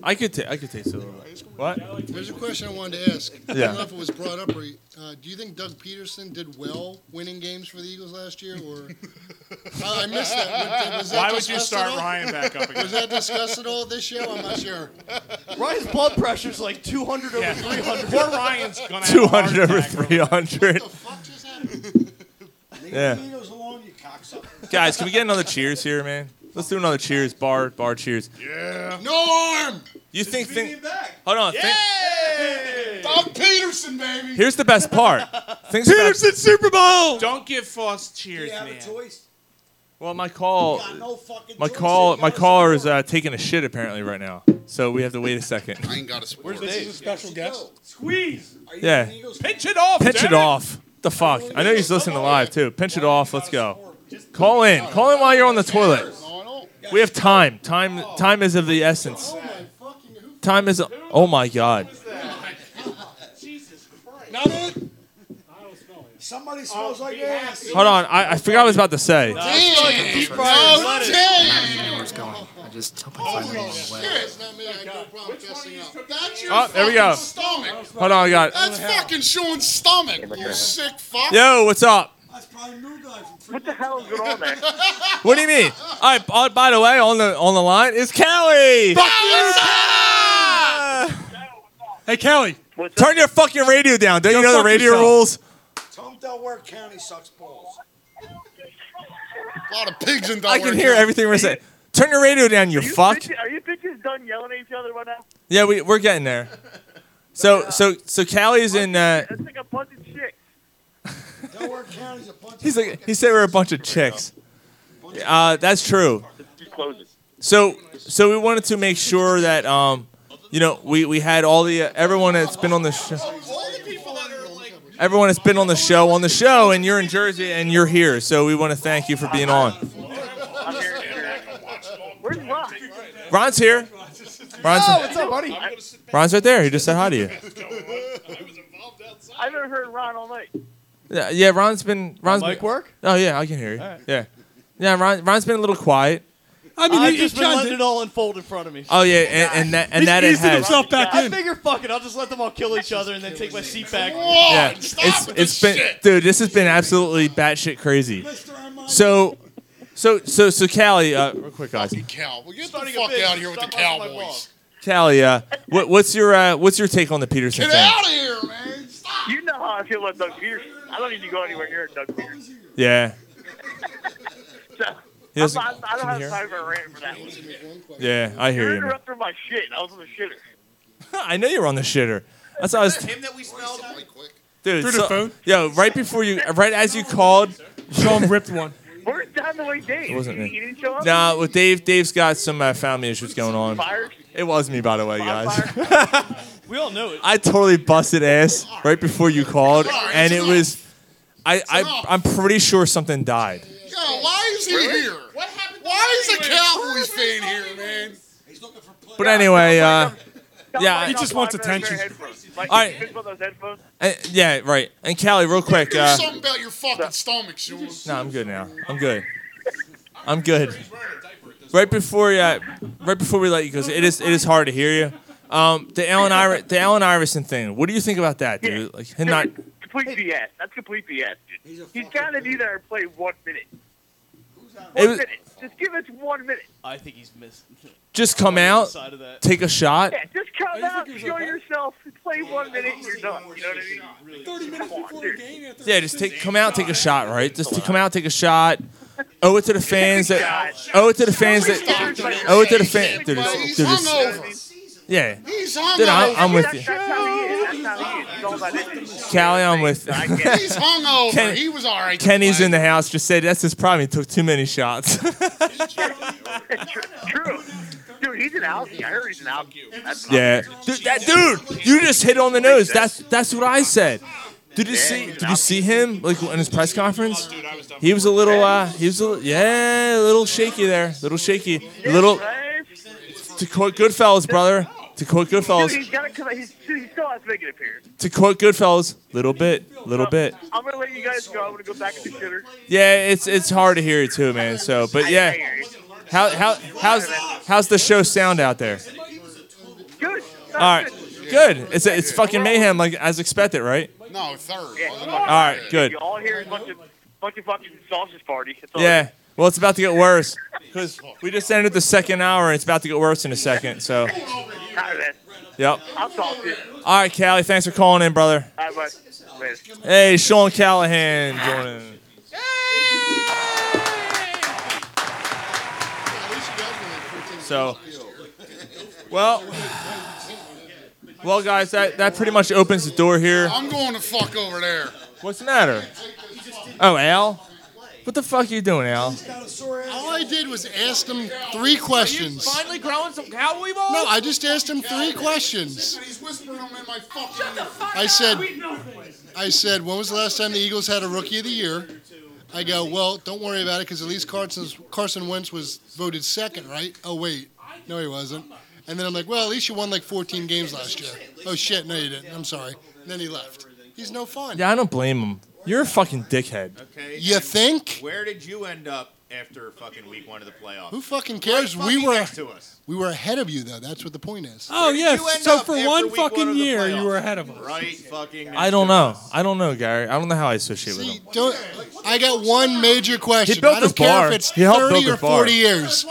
I could ta- I could taste it a little bit. What?
There's a question I wanted to ask. I
Yeah.
don't know if it was brought up. Or, uh, do you think Doug Peterson did well winning games for the Eagles last year? Or I, I missed that. Was that
Why would you
discussed
start
at all?
Ryan back up again?
Was that discussed at all this show? I'm not sure.
Ryan's blood pressure's like 200 over 300.
Poor Ryan's gonna have a
Two
heart
hundred over
attack.
three hundred.
Leave
Yeah.
the needles alone, you cocksucker.
Guys, can we get another cheers here, man? Let's do another cheers, bar bar cheers.
Yeah. No arm.
You think think? Hold on. Think,
Doug Peterson, baby.
here's the best part. Things
Peterson
Super Bowl.
Don't give false cheers,
have a
man.
Well, my call,
got no fucking
my
choice.
call,
You
my
gotta
caller is uh, taking a shit apparently right now, so we have to wait a second.
I ain't got a sport.
This is a special guest. Squeeze. Are you
Yeah.
an Eagles
Pinch it off.
Pinch
damn
it off. The fuck. I know he's listening to live too. Pinch it off. Let's go. Call in. Call in while you're on the toilet. We have time. Time. Time is of the
Oh
essence. Time is. Oh my god.
Not it. Somebody smells like ass.
Hold on. I, I forgot what I was about to say.
No,
I just hope I find the wrong way.
It's not me. I have no problem fessing up.
That's your
Oh, there we go.
fucking Stomach.
Hold on. I got.
That's fucking Sean's stomach. You sick fuck.
Yo, what's up?
What the hell is going on there?
What do you mean? All right. uh, by the way, on the on the line is Kelly.
Hey, Kelly.
Turn your fucking radio down. Don't
Go
you know the
fuck
radio
yourself.
rules?
Tom Delaware County sucks balls.
A lot of pigs in
I
Delaware
can hear
County.
everything we're saying. Turn your radio down, you fuck.
Are you bitches done yelling at each other by now?
Yeah, we we're getting there. So so so Callie's in. Uh,
That's like a bunch of chicks.
Delaware County's a bunch
he's
of
like he said we're a bunch of chicks. Uh, that's true. So so we wanted to make sure that um you know we we had all the uh, everyone that's been on the show. Everyone that's been on the show on the show, and you're in Jersey and you're here. So we want to thank you for being on.
Where's Rock?
Ron's here. Ron's,
Oh, what's up, buddy?
Ron's right there. He just said hi to you.
I haven't heard Ron all night.
Yeah, yeah Ron's been. Ron's
mic
been-
work?
Oh yeah, I can hear you.
All right.
Yeah. Yeah, Ron, Ron's been a little quiet.
I mean,
he-
I've
he
just been
tried
letting
to-
it all unfold in front of me.
Oh yeah, and, and that and
He's
that it
easing
has.
himself I figure, fuck it, I'll just let them all kill each other and then take my seat back.
yeah, it's it's been dude. This has been absolutely batshit crazy. So, so so so Callie, uh, real quick guys.
Cow. Well, get the fuck out of here with the Cowboys.
Callie, uh, what, what's your uh, what's your take on the Peterson
Get
thing?
out of here, man! Stop. You know how I feel about Doug Peterson. I don't need to go anywhere near Doug Peterson.
Yeah,
So,
He doesn't-
I'm, I don't
can
have
you hear?
time for a rant for that one.
yeah, I hear
You're
you. man.
interrupting my shit. I was on the shitter.
I know you're on the shitter. That's how I was.
him that we smelled?
Dude,
Through the
so-
phone?
Yo, right before you, right as you called,
Sean ripped one.
Where's down the way, Dave?
It wasn't
You-
me.
You didn't show up?
Nah, well, Dave, Dave's got some uh, family issues going on.
Fired?
It was me, by the way, guys.
we all know it.
I totally busted ass right before you called, and it was, I, I, I'm pretty sure something died.
Yo, why is he here? What happened? Why is a Cowboys fan here, man?
But anyway, uh, yeah,
He just wants attention. Like,
All right.
you about those headphones?
uh, yeah, right. And Callie, real quick.
Do
Uh,
something about your fucking stomach, Sean.
No, I'm good now. I'm good. I'm good. Right before yeah, right before we let you go, it is it is hard to hear you. Um, the Allen Ir- the Allen Iverson thing. What do you think about that, dude? Like him not
Complete BS. That's complete BS, dude. He's got to be there and play one minute.
It
One
was-
minute. Just give us one minute.
I think he's missed.
just come out, take a shot.
Yeah, just come out, show yourself, play one minute, and you're done. You know what I mean? Thirty minutes before the game.
Yeah, just take come out, take a shot, right? Just to come out, take a shot. Owe it to the fans that owe it to the fans that owe it to the fans, dude. It's, dude it's, yeah,
He's
dude, I, I'm with you.
That's how he is. That's how he is. He's all about it.
Callie, I'm with.
He's hungover. He was all right to
Kenny's
play.
in the house. Just said that's his problem. He took too many shots.
True. Dude, he's an alky. I heard he's an alky. That's
yeah, dude, that dude, you just hit on the nose. That's that's what I said. Did you see? Did you see him like in his press conference? He was a little, uh, he was a, yeah, a little shaky there, little shaky, a little. To quote Goodfellas, brother. To quote
Dude,
Goodfellas.
he's got to come. He's, dude, he still has to make an appearance.
To quote Goodfellas, little bit, little bit.
I'm gonna let you guys go. I'm gonna go back to the shitter.
Yeah, it's it's hard to hear you too, man. So, but yeah, how how how's how's the show sound out there?
Good.
All right, good. It's it's fucking mayhem, like as expected, right?
No, third. wasn't it?
All right, good.
You all hear a bunch of, bunch of fucking sausage party. It's all
Yeah. Well, it's about to get worse because we just ended the second hour and it's about to get worse in a second. So,
Tired of
yep.
that. I'll talk to you.
All right, Callie, thanks for calling in, brother.
All right, bud. Later.
Hey, Sean Callahan joining. So, well, well, guys, that, that pretty much opens the door here.
I'm going to fuck over there.
What's the matter? Oh, Al, what the fuck are you doing, Al?
All I did was ask him three questions.
finally growing some cowboy balls?
No, I just asked him three questions.
He's whispering them in my fucking
I said, I said, when was the last time the Eagles had a Rookie of the Year? I go, well, don't worry about it because at least Carson's, Carson Wentz was voted second, right? Oh wait, no, he wasn't. And then I'm like, well, at least you won like 14 games last year. Oh shit, no, you didn't. I'm sorry. And then he left. He's no fun.
Yeah, I don't blame him. You're a fucking dickhead.
Okay.
You
and
think?
Where did you end up after fucking week one of the playoffs?
Who fucking cares?
Right
We
fucking
were
next to us.
we were ahead of you though. That's what the point is.
Oh yeah.
You end
So
up
for
after
one
week one
fucking
of the
year, you
playoffs.
were ahead of us.
Right fucking.
I don't know. I don't know, Gary. I don't know how I associate with him.
Don't, I got one major question.
He built
I
his
don't care
bar.
if it's
He helped
30
build
or
his bar.
40 years.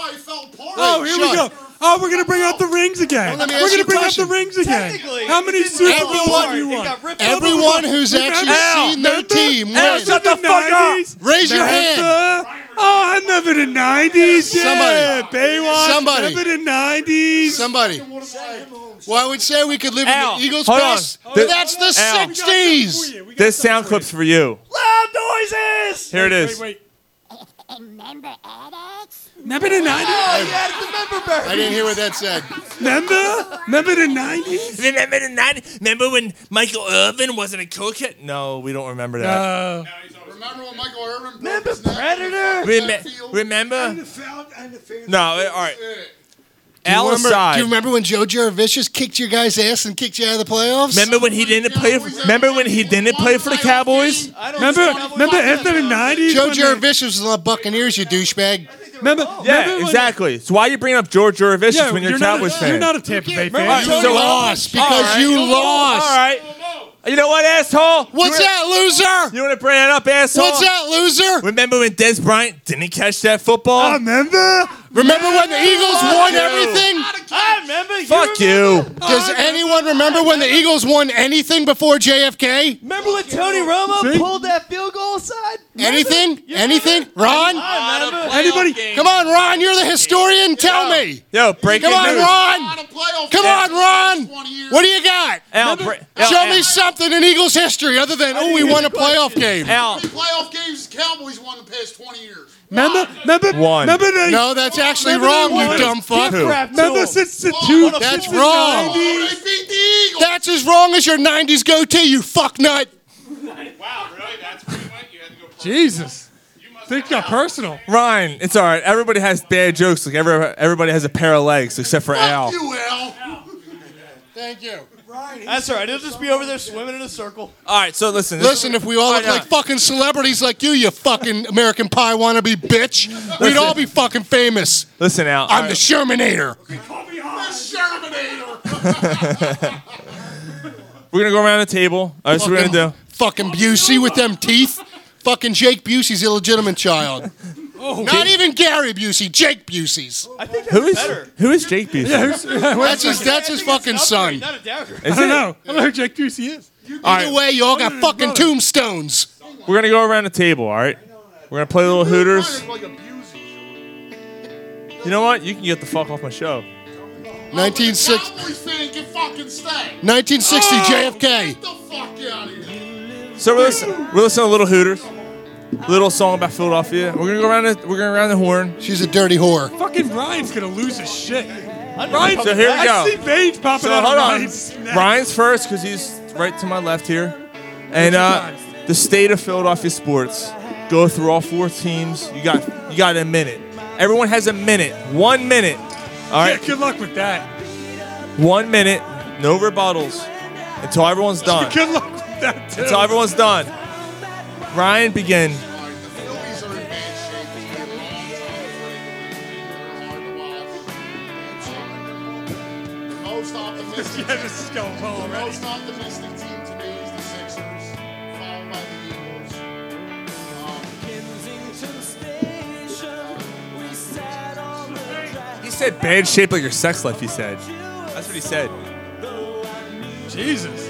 Oh, here we go. Oh, we're gonna bring out the rings again.
Well, let me ask
we're
you
gonna
a
bring out the
question.
rings again. How many Super Bowls have you won?
Everyone who's actually seen their team
Al,
win.
shut the fuck up.
Raise your hand.
Oh, I remember the '90s. Yeah,
Somebody.
Baywatch.
Somebody.
Remember the '90s.
Somebody. Well, I would say we could live
Al,
in the Eagles'
hold
past,
on.
but
Th-
that's the
Al.
60s.
This sound clip's for you.
Loud noises.
Here it is.
Remember the '90s?
I didn't hear what that said.
Remember? Remember the '90s?
Remember the '90s? Remember when Michael Irvin wasn't a coquette? No, we don't remember that.
Uh,
No.
Remember when Michael Irvin?
Remember Predator?
Rem- remember?
I'm the
No, all right.
Do you,
Al
remember,
aside.
do you remember when Joe Jaravicious kicked your guy's ass and kicked you out of the playoffs?
Remember when he didn't play? Remember when he didn't play for the Cowboys?
Remember, remember after the nineties, Joe Jaravicious was on the Buccaneers. You douchebag.
Remember?
Yeah, exactly. so why you bring up George Jurevicius
Yeah,
when you're,
you're
a
not
Cowboys
a-
fan?
you're not
a Tampa
Bay
fan.
All
You lost because
All right.
you lost.
All right. You know what, asshole?
What's that,
loser? You want to bring it up, asshole?
What's that,
loser? Remember when Des Bryant didn't catch that football? I
Ah, remember.
Remember when the Eagles won everything?
I remember.
Fuck you.
Does anyone remember when the Eagles won anything before JFK?
Remember when Tony Romo
See?
pulled that field goal aside?
Anything? Anything? Ron?
I remember.
Anybody? Come on, Ron. You're the historian. Tell me.
Yo, breaking
Come on,
news.
Ron. Come on, Ron. What do you got?
Al, bre- Al,
Show
Al,
me something in Eagles history other than, oh, we won a playoff game.
Al.
playoff games the Cowboys won the past 20 years?
Remember? Remember?
One.
Remember they,
No, that's actually wrong, you dumb fuck.
Remember since the two?
That's
since the
wrong.
90s?
That's as wrong as your 90s goatee, you fuck nut.
Jesus. Think got personal.
Ryan, it's all right. Everybody has bad jokes. Like every, everybody has a pair of legs except for Al.
Thank you.
That's all right. It'll just be over there swimming in a circle.
All right, so listen. this-
Listen, if we all
Why
look
not?
like fucking celebrities like you, you fucking American Pie wannabe bitch, we'd all be fucking famous.
Listen, Al.
I'm the Shermanator.
We're gonna go around the table. All right, so we're gonna do.
Fucking Busey with them teeth. Fucking Jake Busey's illegitimate child.
Oh.
Not even Gary Busey, Jake Busey's.
Who is who is Jake Busey?
Yeah, who's- That's his- that's his fucking son.
Is
I don't
it?
know. I don't know who Jake Busey is.
Either way, y'all got fucking tombstones.
We're gonna go around the table. All right. We're gonna play little Hooters. You know what? You can get the fuck off my show.
1960,
Cowboys fan can fucking stay.
1960
Ah.
JFK.
So we're listening. We're listening to Little Hooters. Little song about Philadelphia. We're gonna go around. The, we're gonna round the horn.
She's a dirty whore.
Fucking Ryan's gonna lose his shit.
Ryan,
Ryan's
so here we go.
I see veins popping
so
out
hold
of
on.
Ryan's neck.
Ryan's first because he's right to my left here, and uh, the state of Philadelphia sports. Go through all four teams. You got you got a minute. Everyone has a minute. One minute. All right.
Yeah, good luck with that.
One minute. No rebuttals until everyone's done.
Good luck with that too.
Until everyone's done. Ryan, begin.
Most optimistic.
Yeah, this is going well already.
Most optimistic team to me is the Sixers, followed by the Eagles. Um,
He said bad shape like your sex life. He said. That's what he said.
Jesus.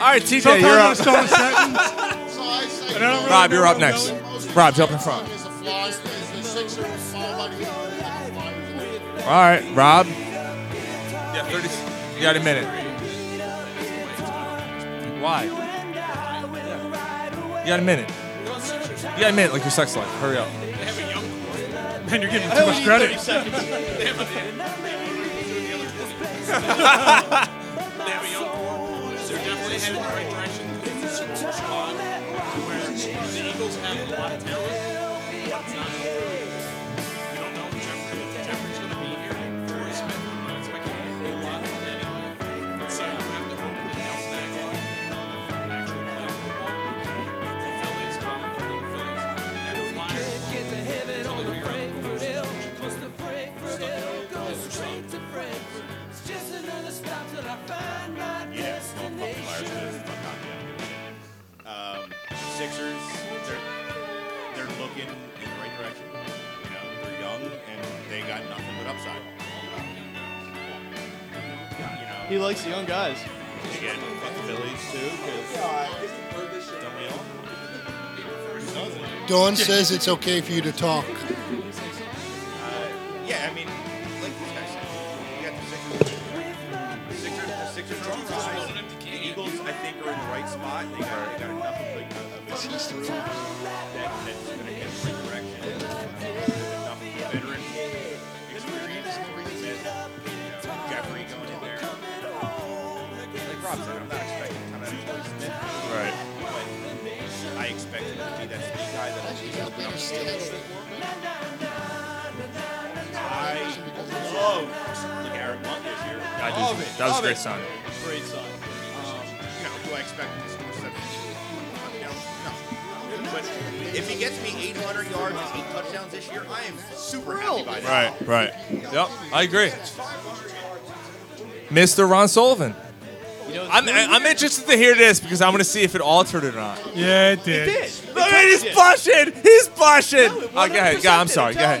All right, TJ,
Sometimes
you're
I
up.
start a sentence.
So I say
And I don't really
Rob, you're
know
up
where I'm
next.
going.
Rob, jump in front.
is the Flyers, is the Sixers, followed by the Eagles. and the Flyers.
All right, Rob. Yeah, 30. You got a minute. Why? You got a minute. You got a minute, like your sex life. Hurry up.
Man, you're giving too much credit.
They're definitely headed in the right direction. It's a spot where the Eagles have a lot of talent. but it's not We don't know if Jeff- Jeffrey's going to be here. Torrey Smith, we're not expecting a whole lot from him. So you have to hope that Nels Nack for an actual play of football. The Phillies come from the Phillies. And the Flyers, it's only gonna be around the first
Yeah, well, fuck the Flyers, but fuck hockey, I don't give a shit. Um, Sixers, they're, they're looking in the right direction. You know, they're young and they got nothing but upside.
He likes the young guys.
Again, fuck the Phillies too, because don't we all?
Dawn says it's okay for you to talk.
Uh, yeah, I mean, like this guy said, you got the Sixers. The Sixers, the Sixers are on the rise. The Eagles, I think, are in the right spot. They got, they got enough of like a, a veteran that, that's going to head in the right direction. Enough of a veteran experience that you know, Jeffrey going in there. Like Rob said, I'm not expecting a ton out of Torrey Smith.
Right.
But I expect him to be that speed guy that'll be helping up the Eagles. I
I do.
Love it,
That was a
love
great
it.
sign.
Great sign. Um, you know, do I expect him to score 70? No, no.
But if he gets me 800 yards and eight touchdowns this year, I am super happy by that.
Right, right. Yep, I agree. Mr. Ron Sullivan. I'm, I'm interested to hear this because I'm going to see if it altered or not.
Yeah, it did.
Look at he's blushing. He's blushing. oh, go ahead. Yeah, I'm
100%
sorry.
did,
Go
I'm
ahead.
telling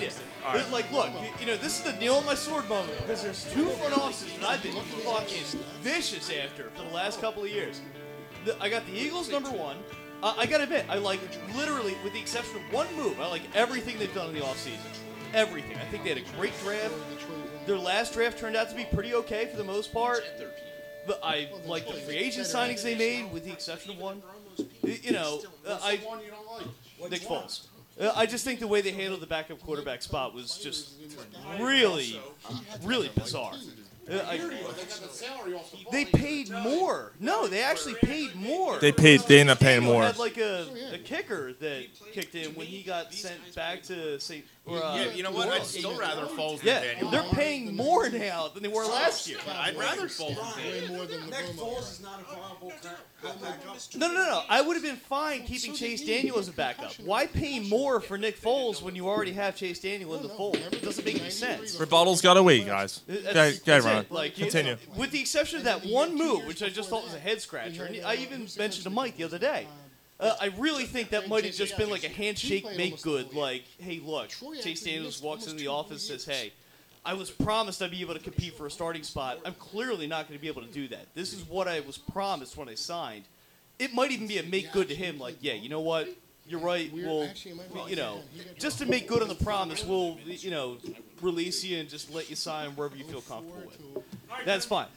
you. It's Like, look, you- you know, this is the nail on my sword moment because there's two front offices that I've been fucking vicious after for the last couple of years. The- I got the Eagles number one. Uh, I gotta admit, I like literally, with the exception of one move, I like everything they've done in the offseason. Everything. I think they had a great draft. Their last draft turned out to be pretty okay for the most part. The, I like the free agent signings they made, with the exception of one. Y- You know, uh, I Nick Foles. Uh, I just think the way they handled the backup quarterback spot was just really, really bizarre. Uh, I- they paid more. No, they actually paid more.
They paid- they ended up paying
Daniel
more.
Had like a, a kicker that kicked in when he got sent back to St. Or, uh,
You- you know what?
New
I'd
Orleans.
still rather Foles than
yeah,
Daniel.
They're paying more now than they were last year.
I'd rather Foles than Daniel.
No, no, no. I would have been fine keeping Chase Daniel as a backup. Why pay more for Nick Foles when you already have Chase Daniel in the fold? It doesn't make any sense.
Rebuttals got away, guys. Go ahead,
That's-
go ahead,
that's
Ron.
it. Like, you-
Continue.
with the exception of that one move, which I just thought was a head scratcher, and I even mentioned to Mike the other day. Uh, I really think that might have just been like a handshake make good. Like, hey, look, Chase Daniels walks into the office and says, hey, I was promised I'd be able to compete for a starting spot. I'm clearly not going to be able to do that. This is what I was promised when I signed. It might even be a make good to him. Like, yeah, you know what? You're right. We'll, you know, just to make good on the promise, we'll, you know, release you and just let you sign wherever you feel comfortable with. That's fine.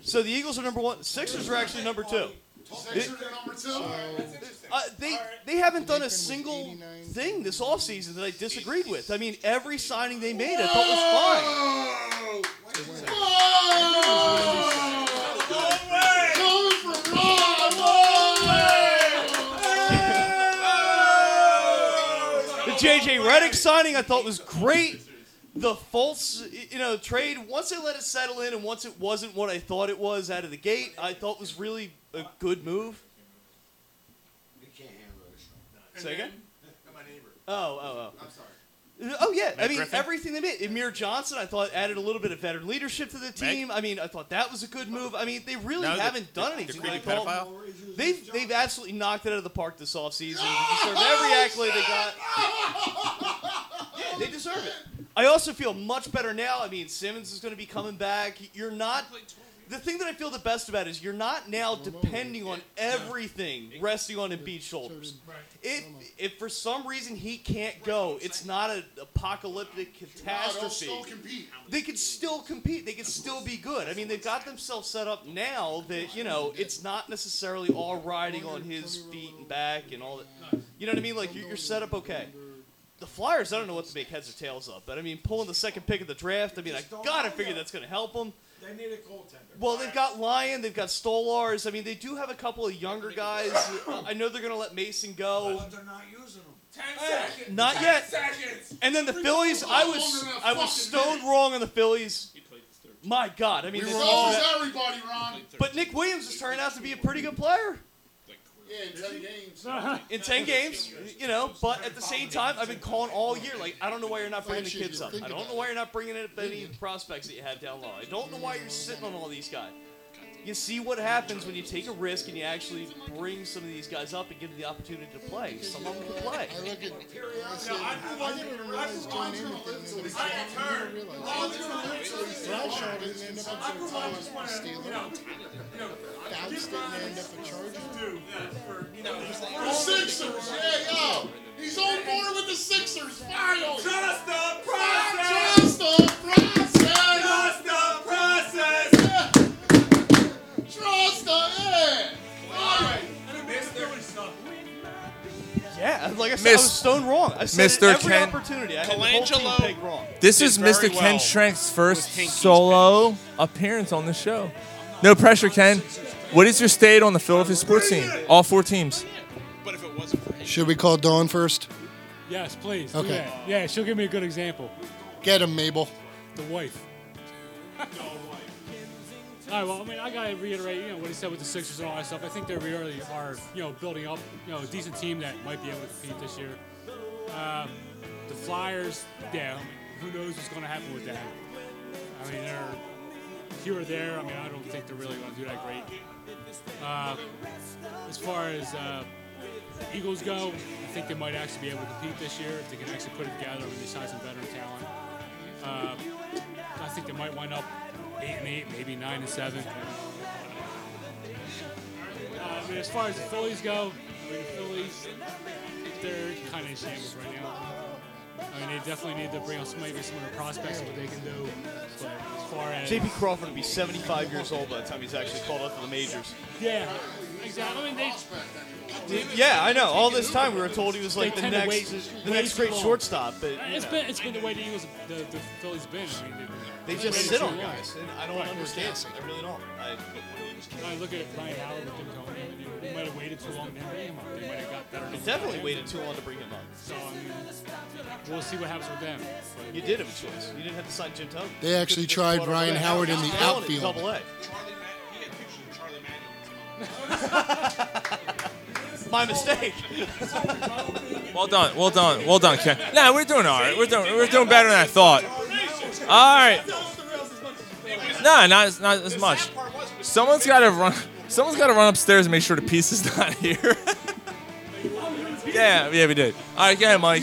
So the Eagles are number one. Sixers are actually number two. It- uh, they they haven't done a single thing this offseason that I disagreed with. I mean, every signing they made I thought was fine. The JJ Reddick signing I thought was great. The false, you know, trade. Once I let it settle in, and once it wasn't what I thought it was out of the gate, I thought was really a good move. Say again? Oh, oh, oh. I'm sorry. Oh yeah, I
Matt
mean
Griffin?
everything they made. Amir Johnson, I thought added a little bit of veteran leadership to the team. I mean, I thought that was a good move. I mean, they really
No, the-
haven't
the-
done
the
anything.
creepy
that I thought- They've they've absolutely knocked it out of the park this offseason. They deserve every accolade they got. Yeah, they deserve it. I also feel much better now. I mean, Simmons is going to be coming back. You're not. The thing that I feel the best about is you're not now depending on everything resting on Embiid's shoulders. If, if for some reason he can't go, it's not an apocalyptic catastrophe. They can still compete. They can still be good. I mean, they've got themselves set up now that, you know, it's not necessarily all riding on his feet and back and all that. You know what I mean? Like, you're, you're set up okay. The Flyers, I don't know what to make heads or tails of, but I mean, pulling the second pick of the draft, I mean, I gotta figure that's gonna help them.
They need a goaltender.
Well, they've got Lyon, they've got Stolars. I mean, they do have a couple of younger guys. Uh, I know they're gonna let Mason go. Eh,
They're not using them. Ten seconds.
Not yet. And then the Phillies, I was I was stoned wrong on the Phillies. My God, I mean,
we
this-
were all everybody, Ron.
but Nick Williams has turned out to be a pretty good player.
Yeah, in ten games.
in 10 games, you know, but at the same time, I've been calling all year, like, I don't know why you're not bringing the kids up. I don't know why you're not bringing up any of the prospects that you have down low. I don't know why you're sitting on all these guys. You see what happens when you take a risk and you actually bring some of these guys up and give them the opportunity to play. Some of them can play.
The Sixers, yeah, yo. He's on board with the Sixers. Finally. Trust the process. Trust the process. Trust the process. Trust the yeah. All right.
Yeah, like I said, I
Miss-
was stone wrong. I said it
Mr.
every
Ken-
opportunity. I had the whole team
Colangelo-
picked wrong.
This
Did
is
very
Mr. Ken
well
Schrank's first
with Hinkie's
solo appearance on the show. No pressure, Ken. What is your state on the Philadelphia sports scene? All four teams.
Should we call Dawn first?
Yes, please.
Okay.
Do that. Yeah, she'll give me a good example.
Get him, Mabel.
The wife. All right, well, I mean, I gotta reiterate, you know, what he said with the Sixers and all that stuff. I think they really are, you know, building up, you know, a decent team that might be able to compete this year. Uh, the Flyers, yeah, I mean, who knows what's gonna happen with that? I mean, they're here or there. I mean, I don't think they're really gonna do that great. Uh, as far as uh, the Eagles go, I think they might actually be able to compete this year if they can actually put it together and they sign some veteran talent. Uh, I think they might wind up eight and eight, maybe nine and seven. Uh, I mean, as far as the Phillies go, I mean, the Phillies, they're kind of in shambles right now. I mean, they definitely need to bring on some maybe some of the prospects and what they can do. But as far as
J.P. Crawford will be 75 years old by the time he's actually called up to the majors.
yeah, exactly. I mean, they,
Yeah, I know. All this time we were told he was like
They
the
tend to
next,
wait-
the
wait
next
too
great
long.
shortstop,
Uh,
but you
It's
know,
been it's been the way the Eagles, the, the Phillies been. I mean,
they
they,
just
waited
sit
too
on
long.
guys, and I don't
Right.
understand. I really don't. I,
When I look at Brian Howard with them going, you know, they might have waited too long to bring him up. They might have got better.
They definitely waited too long to bring him up.
So I mean, we'll see what happens with them. But-
you did have a choice. You didn't have to sign Jim Tobin.
They actually tried Ryan Howard in the
Howard at
outfield.
Double A. My mistake.
Well done, well done, well done, Ken. Nah, we're doing all right. We're doing we're doing better than I thought. All right. Nah, not as- not as much. Someone's got to run. Someone's got to run upstairs and make sure the piece is not here. yeah, yeah, we did. All right, go ahead, Mike.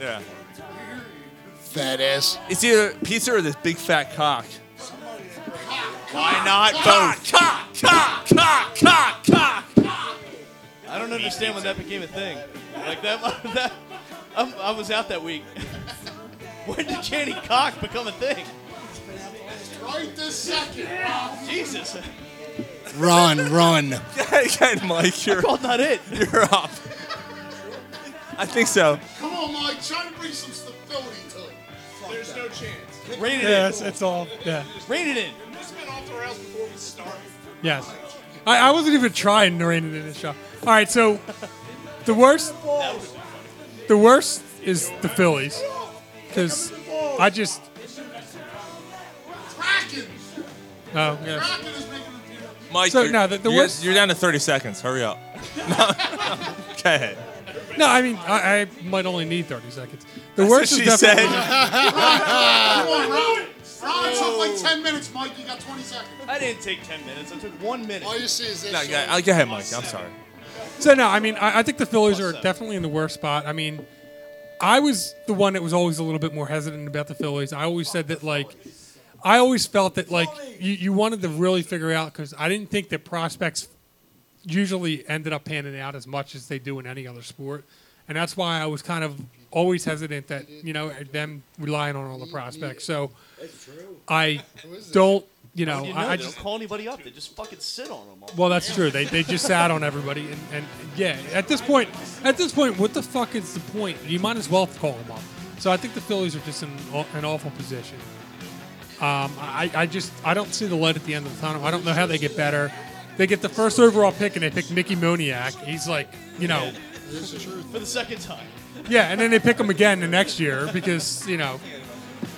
Yeah.
Fat ass.
It's either pizza or this big fat cock.
Why not both? Cock, cock, cock, cock, cock. I don't understand when that became a thing. Like that, that I'm, I was out that week. when did Channing cock become a thing?
Right this second.
Jesus.
Run, run.
Again, Mike, you're
called not it.
You're up. I think so.
Come on, Mike. Try to bring some stability to it. There's no chance.
Rein it
Yeah, that's, that's all. Yeah.
Rein it in.
This been off the rails before we start.
Yes. I, I wasn't even trying to rein it in this show. All right, so the worst, the worst is the Phillies, because I just
Kraken.
oh yeah.
Kraken is making the
Mike,
So,
you're,
no, the- the
you're,
worst-
you're down to 30 seconds. Hurry up. Go ahead.
No, I mean I, I might only need thirty seconds. The
That's
worst
what
is
she
definitely
Come on, Ron. Ron took like 10 minutes, Mike. You got 20 seconds.
I didn't take 10 minutes. I took one minute.
All you see is this.
No, go, I'll- go ahead, Mike. I'm sorry.
So no, I mean, I, I think the Phillies are definitely in the worst spot. I mean, I was the one that was always a little bit more hesitant about the Phillies. I always said that like, I always felt that like you, you wanted to really figure out because I didn't think that prospects usually ended up panning out as much as they do in any other sport, and that's why I was kind of always hesitant that you know them relying on all the prospects. So I don't, you
How
know,
would
Oh, I, I
they
just
don't call anybody up. They just fucking sit on them. All.
well, that's true. They, they just sat on everybody, and, and yeah. At this point, at this point, what the fuck is the point? You might as well call them up. So I think the Phillies are just in aw- an awful position. Um, I, I just I don't see the light at the end of the tunnel. I don't know how they get better. They get the first overall pick, and they pick Mickey Moniak. He's like, you know,
This is true. For the second time.
yeah. And then they pick him again the next year because you know,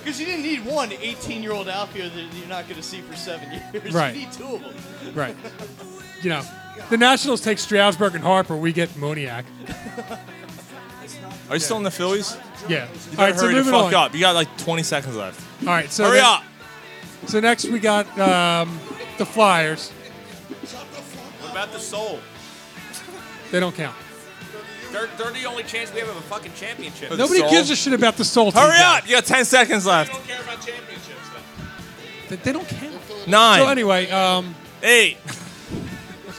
Because you didn't need one 18 year old outfielder that you're not going to see for seven years.
Right.
You need two of them.
right? You know, the Nationals take Strasburg and Harper. We get Moniak.
Are you still in the Phillies?
Yeah.
You better
All right, so
hurry the
moving
fuck
on.
up. You got like 20 seconds left.
All right, so
hurry
then-
up.
So next we got um, the Flyers.
What about the soul?
They don't count.
They're, they're the only chance we have of a fucking championship.
Nobody gives a shit about the Soul. team.
Hurry up. You got 10 seconds left.
care about championships.
They, they don't count.
Nine.
So anyway, um,
eight.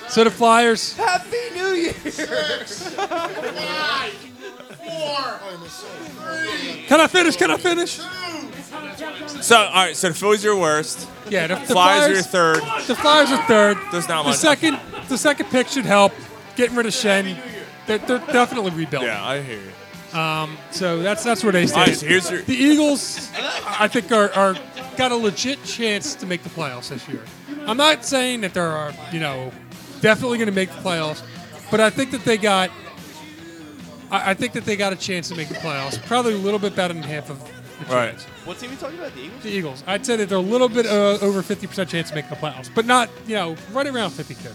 So the Flyers.
Happy New Year.
Six. Five. Four. Three.
Can I finish? Can I finish?
So, all right. So the Phillies are your worst.
Yeah, the, the
Flyers are your third.
The Flyers are third.
There's not
The
much.
second, the second pick should help. Getting rid of Shen. They're, they're definitely rebuilding.
Yeah, I hear you.
Um, so that's that's where they
All
stand.
right, so here's your-
the Eagles, I think, are, are got a legit chance to make the playoffs this year. I'm not saying that there are, you know, definitely going to make the playoffs, but I think that they got, I, I think that they got a chance to make the playoffs. Probably a little bit better than half of
Right.
What team are you talking about? The Eagles?
The Eagles. I'd say that they're a little bit uh, over 50% chance of making the playoffs, but not, you know, right around 50 kid.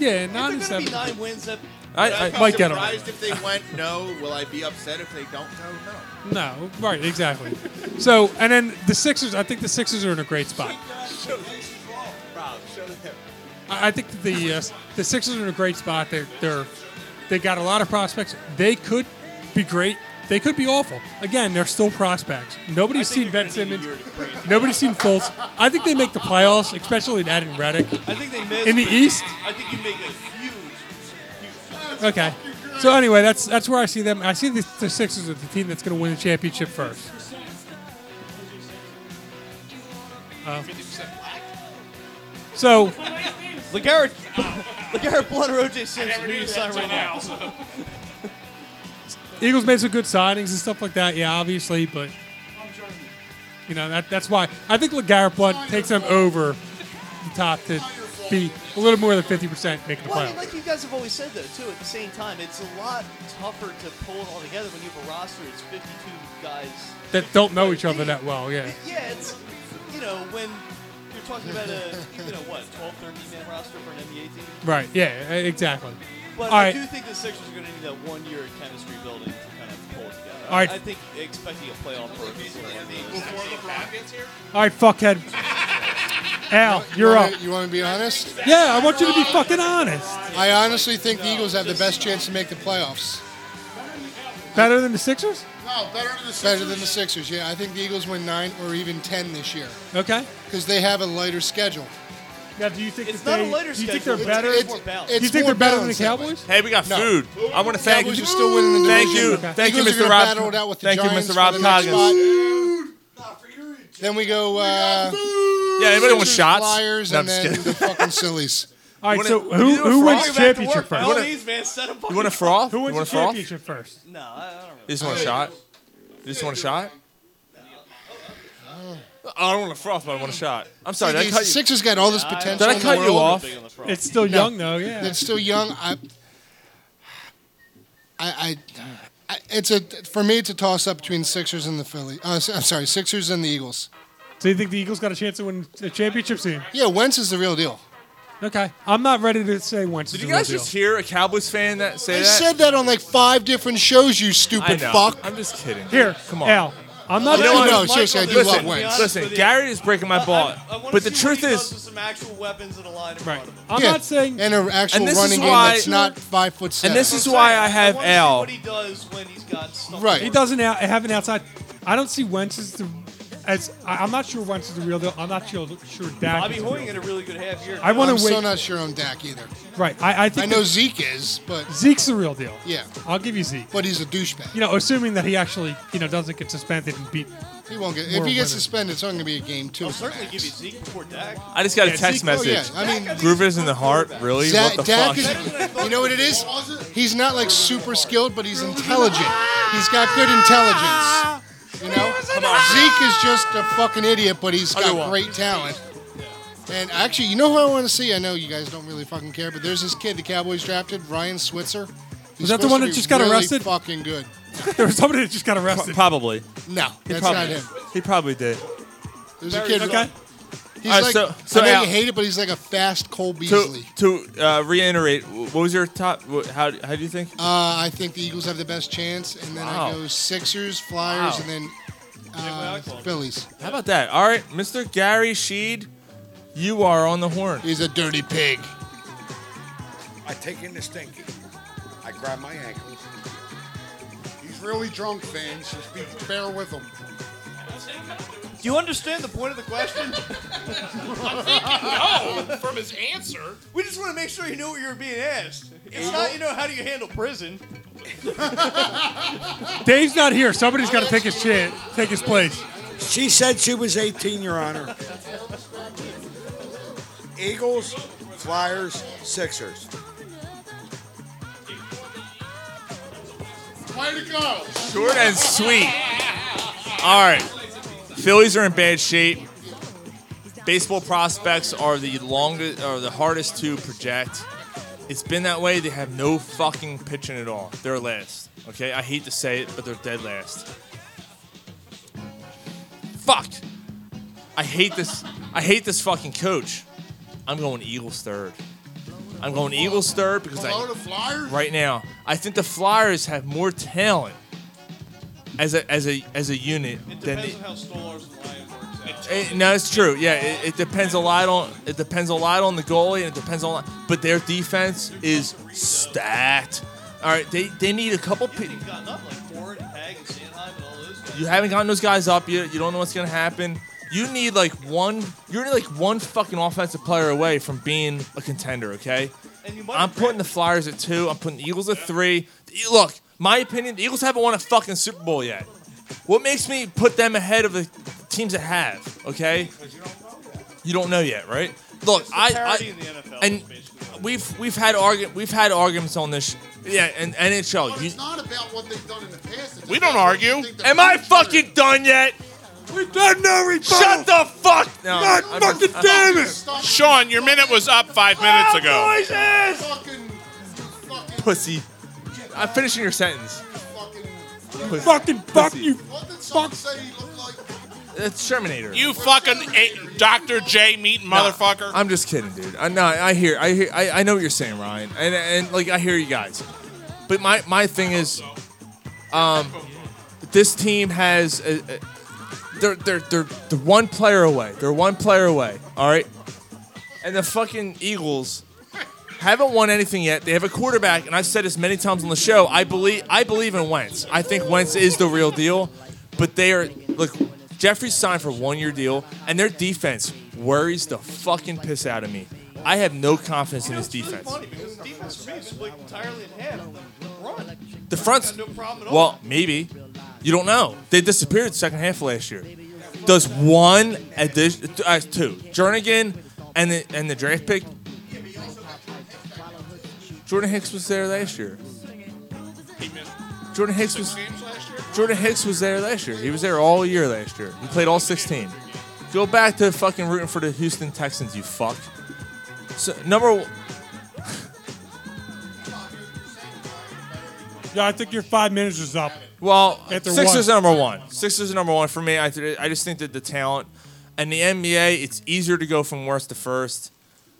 Yeah, 9 and
It's
7.
gonna be nine wins. That
I-
would
I-
be
Mike Gettleman.
surprised if they went no. Will I be upset if they don't go no?
No, right, exactly. so, and then the Sixers, I think the Sixers are in a great spot.
Show Rob, show them.
I I think that the uh, the Sixers are in a great spot. They're they're they got a lot of prospects. They could be great. They could be awful. Again, they're still prospects. Nobody's seen Ben Simmons. Nobody's seen Fultz. I think they make the playoffs, especially that in Reddick.
I think they missed.
in the
but
East.
I think you make a huge.
Okay. So anyway, that's that's where I see them. I see the, the Sixers are the team that's going to win the championship first. Uh, so
LeGarrette, LeGarrette Blunt or OJ Simpson? Who do you sign right now?
Eagles made some good signings and stuff like that. Yeah, obviously, but you know that that's why I think Legarrette Blunt takes them over the top to be a little more than fifty percent making the
Well, I mean,
playoffs.
like you guys have always said, though, too, at the same time, it's a lot tougher to pull it all together when you have a roster that's 52 guys.
That don't know each other that well. Yeah,
Yeah, it's, you know, when you're talking about a, you know, what, 12, 13 man roster for an NBA team?
right. Yeah, e- exactly.
But
All
I
right.
do think the Sixers are going to need that one year of chemistry building to kind of pull it together.
All right.
I think expecting a playoff berth is a little
Before LeBron gets here?
All right, fuckhead. Al, you're
wanna-
up.
You want to be honest?
Yeah, I want you to be fucking honest.
I honestly think the Eagles have the best chance to make the playoffs.
Better than the Sixers?
No, better than the Sixers.
Better than the Sixers, yeah. I think the Eagles win nine or even ten this year
Okay.
because they have a lighter schedule.
Now, do you think
it's
that not a they- lighter do you think schedule. they're better?
It's,
More
it's,
balanced. Do you think
more
they're better than the
balanced that way.
Hey,
Cowboys?
we got
No.
food. I want to thank
Cowboys
you.
are still winning the
thank
division.
you,
Okay.
thank you,
Eagles are
Mr.
gonna
Rob.
battle it out with the
thank you,
Giants
Mr. Rob
for the next spot.
Coggins.
Then we go. Uh,
Yeah, anybody want
Sixers,
shots?
Flyers
No,
and
I'm just
then
kidding.
the fucking Sillies.
All right,
Wanna-
so
you
who,
do a
who
frog? Go
wins the
back to
championship
work.
first?
Wanna-
Please, man, set up.
You want a froth?
Who
you
wins
want a
the
froth? You
championship first?
No, I I don't know.
just want a shot? You just want a shot? I don't want a froth, but I want a shot. I'm sorry.
See,
Did I
the
cut you?
Sixers got all this
Did I
potential. in the
cut you
world.
off?
It's still
No.
young though. Yeah.
It's still young. I, I, I, I, it's a for me. It's a toss up between Sixers and the Philly. Uh, s- I'm sorry, Sixers and the Eagles.
So you think the Eagles got a chance to win the championship soon?
Yeah, Wentz is the real deal.
Okay, I'm not ready to say Wentz.
Did
is
you
the real
guys just hear a Cowboys fan that say
I
that?
said that on like five different shows. You stupid
I know.
fuck.
I'm just kidding.
Here,
come on.
Al, I'm not-
You know what?
No, seriously, I do
listen,
love Wentz.
Listen, Gary is breaking my ball, but the truth is,
Some actual weapons and a line.
Right. I'm
Yeah,
not saying
and an actual
And this is
running game
why-
that's not five foot
and
seven.
this is why I have Al.
What he does when he's got stuff.
Right.
He doesn't out, have an outside. I don't see Wentz as the. As I, I'm not sure Wentz is the real deal. I'm not sure, sure Dak.
Bobby
is the real
Hoying had a really good half year.
I wanna
I'm still
wait-
not sure on Dak either.
deal. Right. I, I think
I know
that
Zeke is, but
Zeke's the real deal.
yeah,
I'll give you Zeke.
but he's a douchebag.
You know, assuming that he actually you know doesn't get suspended and beat.
He won't get.
More
If he gets
winners.
suspended, it's only gonna be a game two.
I'll certainly give you Zeke before Dak.
I just got
Yeah,
a text
Zeke- oh,
message.
yeah, I mean-
Groovers in the heart, really?
Zach,
what the
Dak
fuck?
is, you know what it is? He's not like super skilled, but he's intelligent. He's got good intelligence. You know, Zeke is just a fucking idiot, but he's got great talent. And actually, you know who I want to see? I know you guys don't really fucking care, but there's this kid the Cowboys drafted, Ryan Switzer. He's
Was that
supposed
the one
to
that
be
just got
really
arrested?
Fucking good.
there was somebody that just got arrested.
Probably.
No,
He
that's
probably,
not him.
He probably did.
There's a kid.
Okay.
He's
All right,
like,
so- so
I know
Al-
you hate it, but he's like a fast Cole
To,
Beasley.
to uh, reiterate, what was your top? wh- How, how do you think?
Uh, I think the Eagles have the best chance, and then
Wow.
I go Sixers, Flyers,
Wow.
and then uh, Phillies.
How about that? All right, Mr. Gary Sheed, you are on the horn.
He's a dirty pig.
I take in the stinky. I grab my ankles. He's really drunk, fans. Just be, bear with him.
Do you understand the point of the question?
I
think no, from his answer.
We just want to make sure you knew what you were being asked. It's not, you know, how do you handle prison?
Dave's not here.
Oh,
Somebody's got to take his chance, take his place.
She said she was 18, Your Honor.
Eagles, Flyers, Sixers.
Way to go.
Short and sweet. All right. Phillies are in bad shape. Baseball prospects are the longest or the hardest to project. It's been that way. They have no fucking pitching at all. They're last. Okay, I hate to say it, but they're dead last. fucked. I hate this. I hate this fucking coach. I'm going Eagles third. I'm going Eagles third because
Below
I
the Flyers?
right now. I think the Flyers have more talent as a as a as a unit than the,
Depends on how Stolar's and Lions works out.
Eh, no, it's true. Yeah, it, it depends a lot on it depends a lot on the goalie, and it depends on. But their defense is stacked. All right, they they need a couple. Pe-
Gotten up like Ford, Hag, and Sanheim, and all those guys.
you haven't gotten those guys up yet. You don't know what's gonna happen. You need like one. You're like one fucking offensive player away from being a contender. Okay. I'm putting the Flyers at two. I'm putting the Eagles at three. The- Look, my opinion, the Eagles haven't won a fucking Super Bowl yet. What makes me put them ahead of the teams that have? Okay. You don't know yet, right? Look,
It's the
I,
parity
I
in the NFL
and we've we've had argu- we've had arguments on this. Sh- yeah, and NHL. You,
It's not about what they've done in the past.
we don't argue. Am I fucking done yet? We've done no rebuttal. Shut the fuck. No,
God
I'm-
fucking
I'm-
damn it! Sean, your minute was up five minutes ago.
Pussy. I'm finishing your sentence. Pussy.
Fucking fuck
Pussy.
you.
Fuck. Say he looked like
It's Terminator.
You fucking ate Dr. J meat motherfucker.
I'm just kidding, dude. I, no, I hear, I hear, I, I know what you're saying, Ryan, and and like I hear you guys, but my my thing is, um, this team has, a, a- they're they're they're they're one player away. They're one player away. All right, and the fucking Eagles haven't won anything yet. They have a quarterback, and I've said this many times on the show. I believe I believe in Wentz. I think Wentz is the real deal, but they are look. Jeffrey signed for one year deal, and their defense worries the fucking piss out of me. I have no confidence in this defense.
Funny because the defense for me is split entirely in half. Run.
The front's
Got no problem at all.
well, maybe you don't know. They disappeared the second half last year. Does one addition, uh, two, Jernigan, and the and the draft pick. Jordan Hicks was there last year.
He missed
Jordan Hicks was
games last year.
Jordan Hicks was there last year. He was there all year last year. He played all 16. Go back to fucking rooting for the Houston Texans, you fuck. So number one,
Yeah, I think your five minutes is up.
Well,
After
Sixers
one.
number one. Sixers number one for me. I, th- I just think that the talent and the NBA, it's easier to go from worst to first.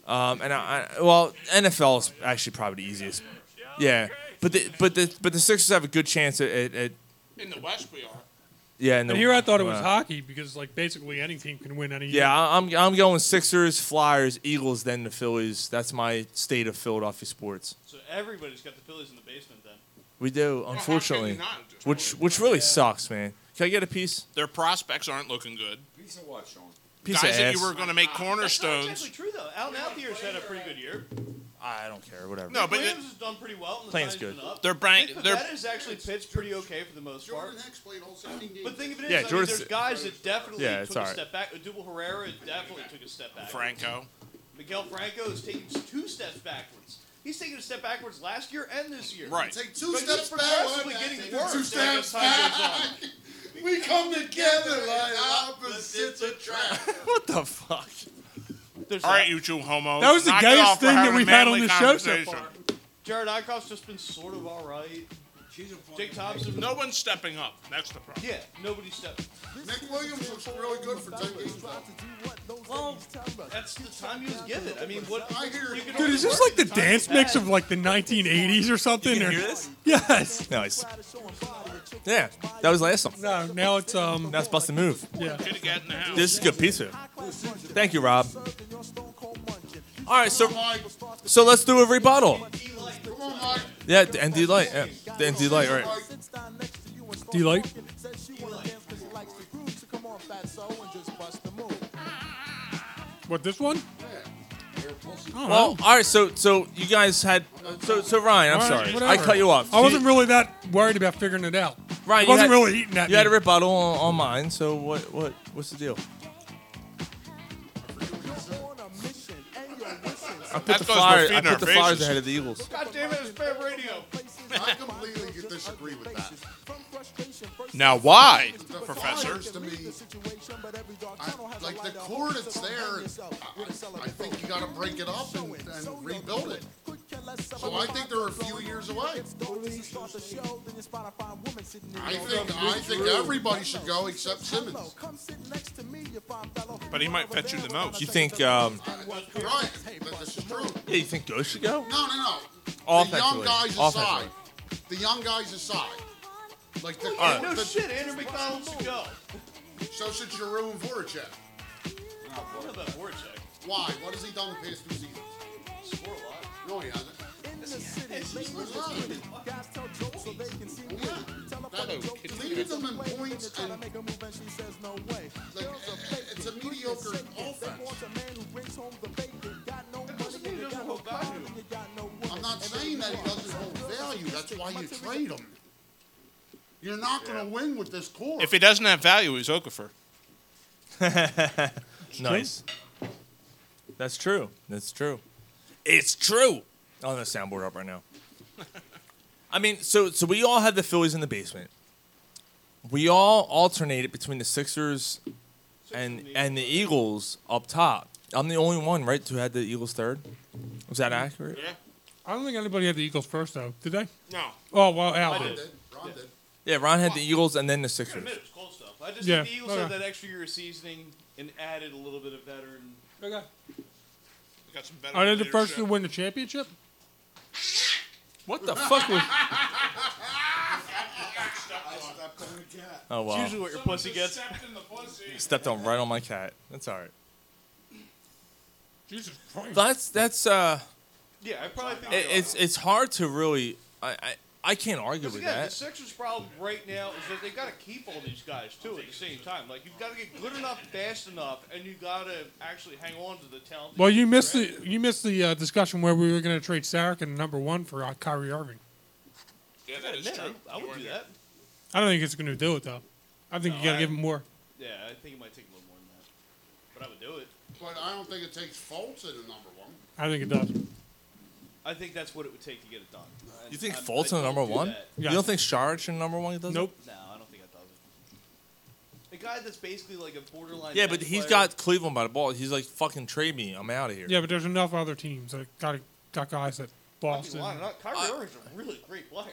Um, and I, I well, NFL is actually probably the easiest. Yeah, but the but the but the Sixers have a good chance at, at, at
In the West, we are.
yeah. in
And
the-
here I thought it was
uh,
hockey because like basically any team can win any.
Yeah, I- I'm I'm going Sixers, Flyers, Eagles, then the Phillies. That's my state of Philadelphia sports.
So everybody's got the Phillies in the basement then.
We do, unfortunately, which which really sucks, man. Can I get a piece?
Their prospects aren't looking good. Piece of what, Sean?
Piece
Guys
of
that
ass.
you were going to make
That's
cornerstones.
actually true though. Alan Althier's had a pretty good year.
I don't care, whatever.
No, but
Williams has done pretty well. and the
Playing's
side's been
good.
Up.
They're blank-
Nick
they're-
Pavetta's actually pitched pretty okay for the most part. But think of it as,
Yeah,
I mean,
Jordan's-
there's guys that definitely
Yeah, it's
took a
alright.
step back. Odubel Herrera definitely took a step back.
Franco.
Miguel Franco is taking two steps backwards. He's taking a step backwards last year and this year.
Right.
Take
two steps back,
progressively
one
getting
back,
worse.
two
as
steps
time goes on.
We come together like opposites attract.
What the fuck?
All right, you two homos.
That was the
Knock it
gayest
off. We're
thing that
having a
we've had on
manly
this show so
conversation.
far.
Jared Eichhoff's just been sort of all right. Jake Thompson.
No one's stepping up. That's the problem.
Yeah, nobody stepped.
Nick Williams looks really good for ten games.
Well, that's the time he was given. I mean, what? I hear you
Dude, is this like the dance mix of like the 1980s or something?
You can
or-
hear this?
Yes.
Nice. Yeah, that was last time.
No, now it's um.
That's busted move.
Yeah.
This is good pizza. Thank you, Rob. All right, so so let's do a rebuttal. Yeah, and D light, yeah, and D light, right?
Do you like? What this one? Oh,
Well, all right, so so you guys had so so Ryan, I'm
All right,
sorry, I
whatever.
cut you off.
I wasn't really that worried about figuring it out.
Ryan,
I
you had-
wasn't really eating that.
You had a rebuttal on, on mine, so what what what's the deal? I put
That
the
goes with
Flyers. I
feeding our
put the Flyers
faces.
ahead of the Eagles.
God damn it, it's bad radio.
I completely disagree with that.
Now, why,
The
Professor?
Flyers, to me, I- like the core that's there, I, I think you got to break it up and, and rebuild it.
So I think they're a few years away. I think I think everybody should go except Simmons.
But he might feature the most.
You think? Um,
Right, but this is true.
yeah, you think Ghost should go?
No, no, no. The young
Offensively.
guys
Offensively.
aside. The young guys aside. Like the,
All right.
the,
No
shit, Andrew McDonald should go. Oh, So should Giroux and Voracek. Why? What has he done the past two seasons? Score a lot. No, he hasn't. Oh, Leading them in points and like, uh, it's a mediocre offense. I'm not saying that he doesn't hold value. That's why you trade him. You're not going to win with this core.
If he doesn't have value, he's Okafor.
nice. That's true. That's true. It's true. On the soundboard up right now. I mean, so so we all had the Phillies in the basement. We all alternated between the Sixers and and the Eagles up top. I'm the only one, right, who had the Eagles third. Was that accurate?
I don't think anybody had the Eagles first, though. Did they?
No.
Oh, well, Al
I
did.
did.
Ron did.
Yeah, Ron had the Eagles and then the Sixers.
It was close though. I just
Yeah.
think the Eagles had
Okay.
that extra year of seasoning and added a little bit of veteran.
Okay.
Got some
Are they the first to win the championship?
What the fuck was? Oh wow!
usually what your pussy gets.
Stepped on right on my cat. That's all right.
Jesus Christ.
That's that's uh.
Yeah, I probably think
It,
they
it's
are.
it's hard to really. I I, I can't argue
'Cause
with
again, the
that.
Sixers' problem right now is that they got to keep all these guys too at the same time. Like you've got to get good enough, fast enough, and you got to actually hang on to the talent. that
Well, you
have
missed
drafted.
the you missed the uh, discussion where we were going to trade Sarek and number one for uh, Kyrie Irving.
Yeah, that is true. I would do that.
I don't think it's going to do it though. I think
No,
you got to
I-
give him more.
Yeah, I think it might take a little more than that, but I would do it.
But I don't think it takes Fultz in the number one.
I think it does.
I think that's what it would take to get it done. And
You think
I'm- I
Fultz in
don't
number
do
one?
that.
You don't think Sharge in number one? Does it?
No, I don't think that does it. A guy that's basically like a borderline.
Yeah, but
bench
he's
player-
got Cleveland by the ball. He's like, fucking trade me. I'm out of here.
Yeah, but there's enough other teams that got got guys that
I mean,
Boston.
why not? Kyrie Irving's a really great player.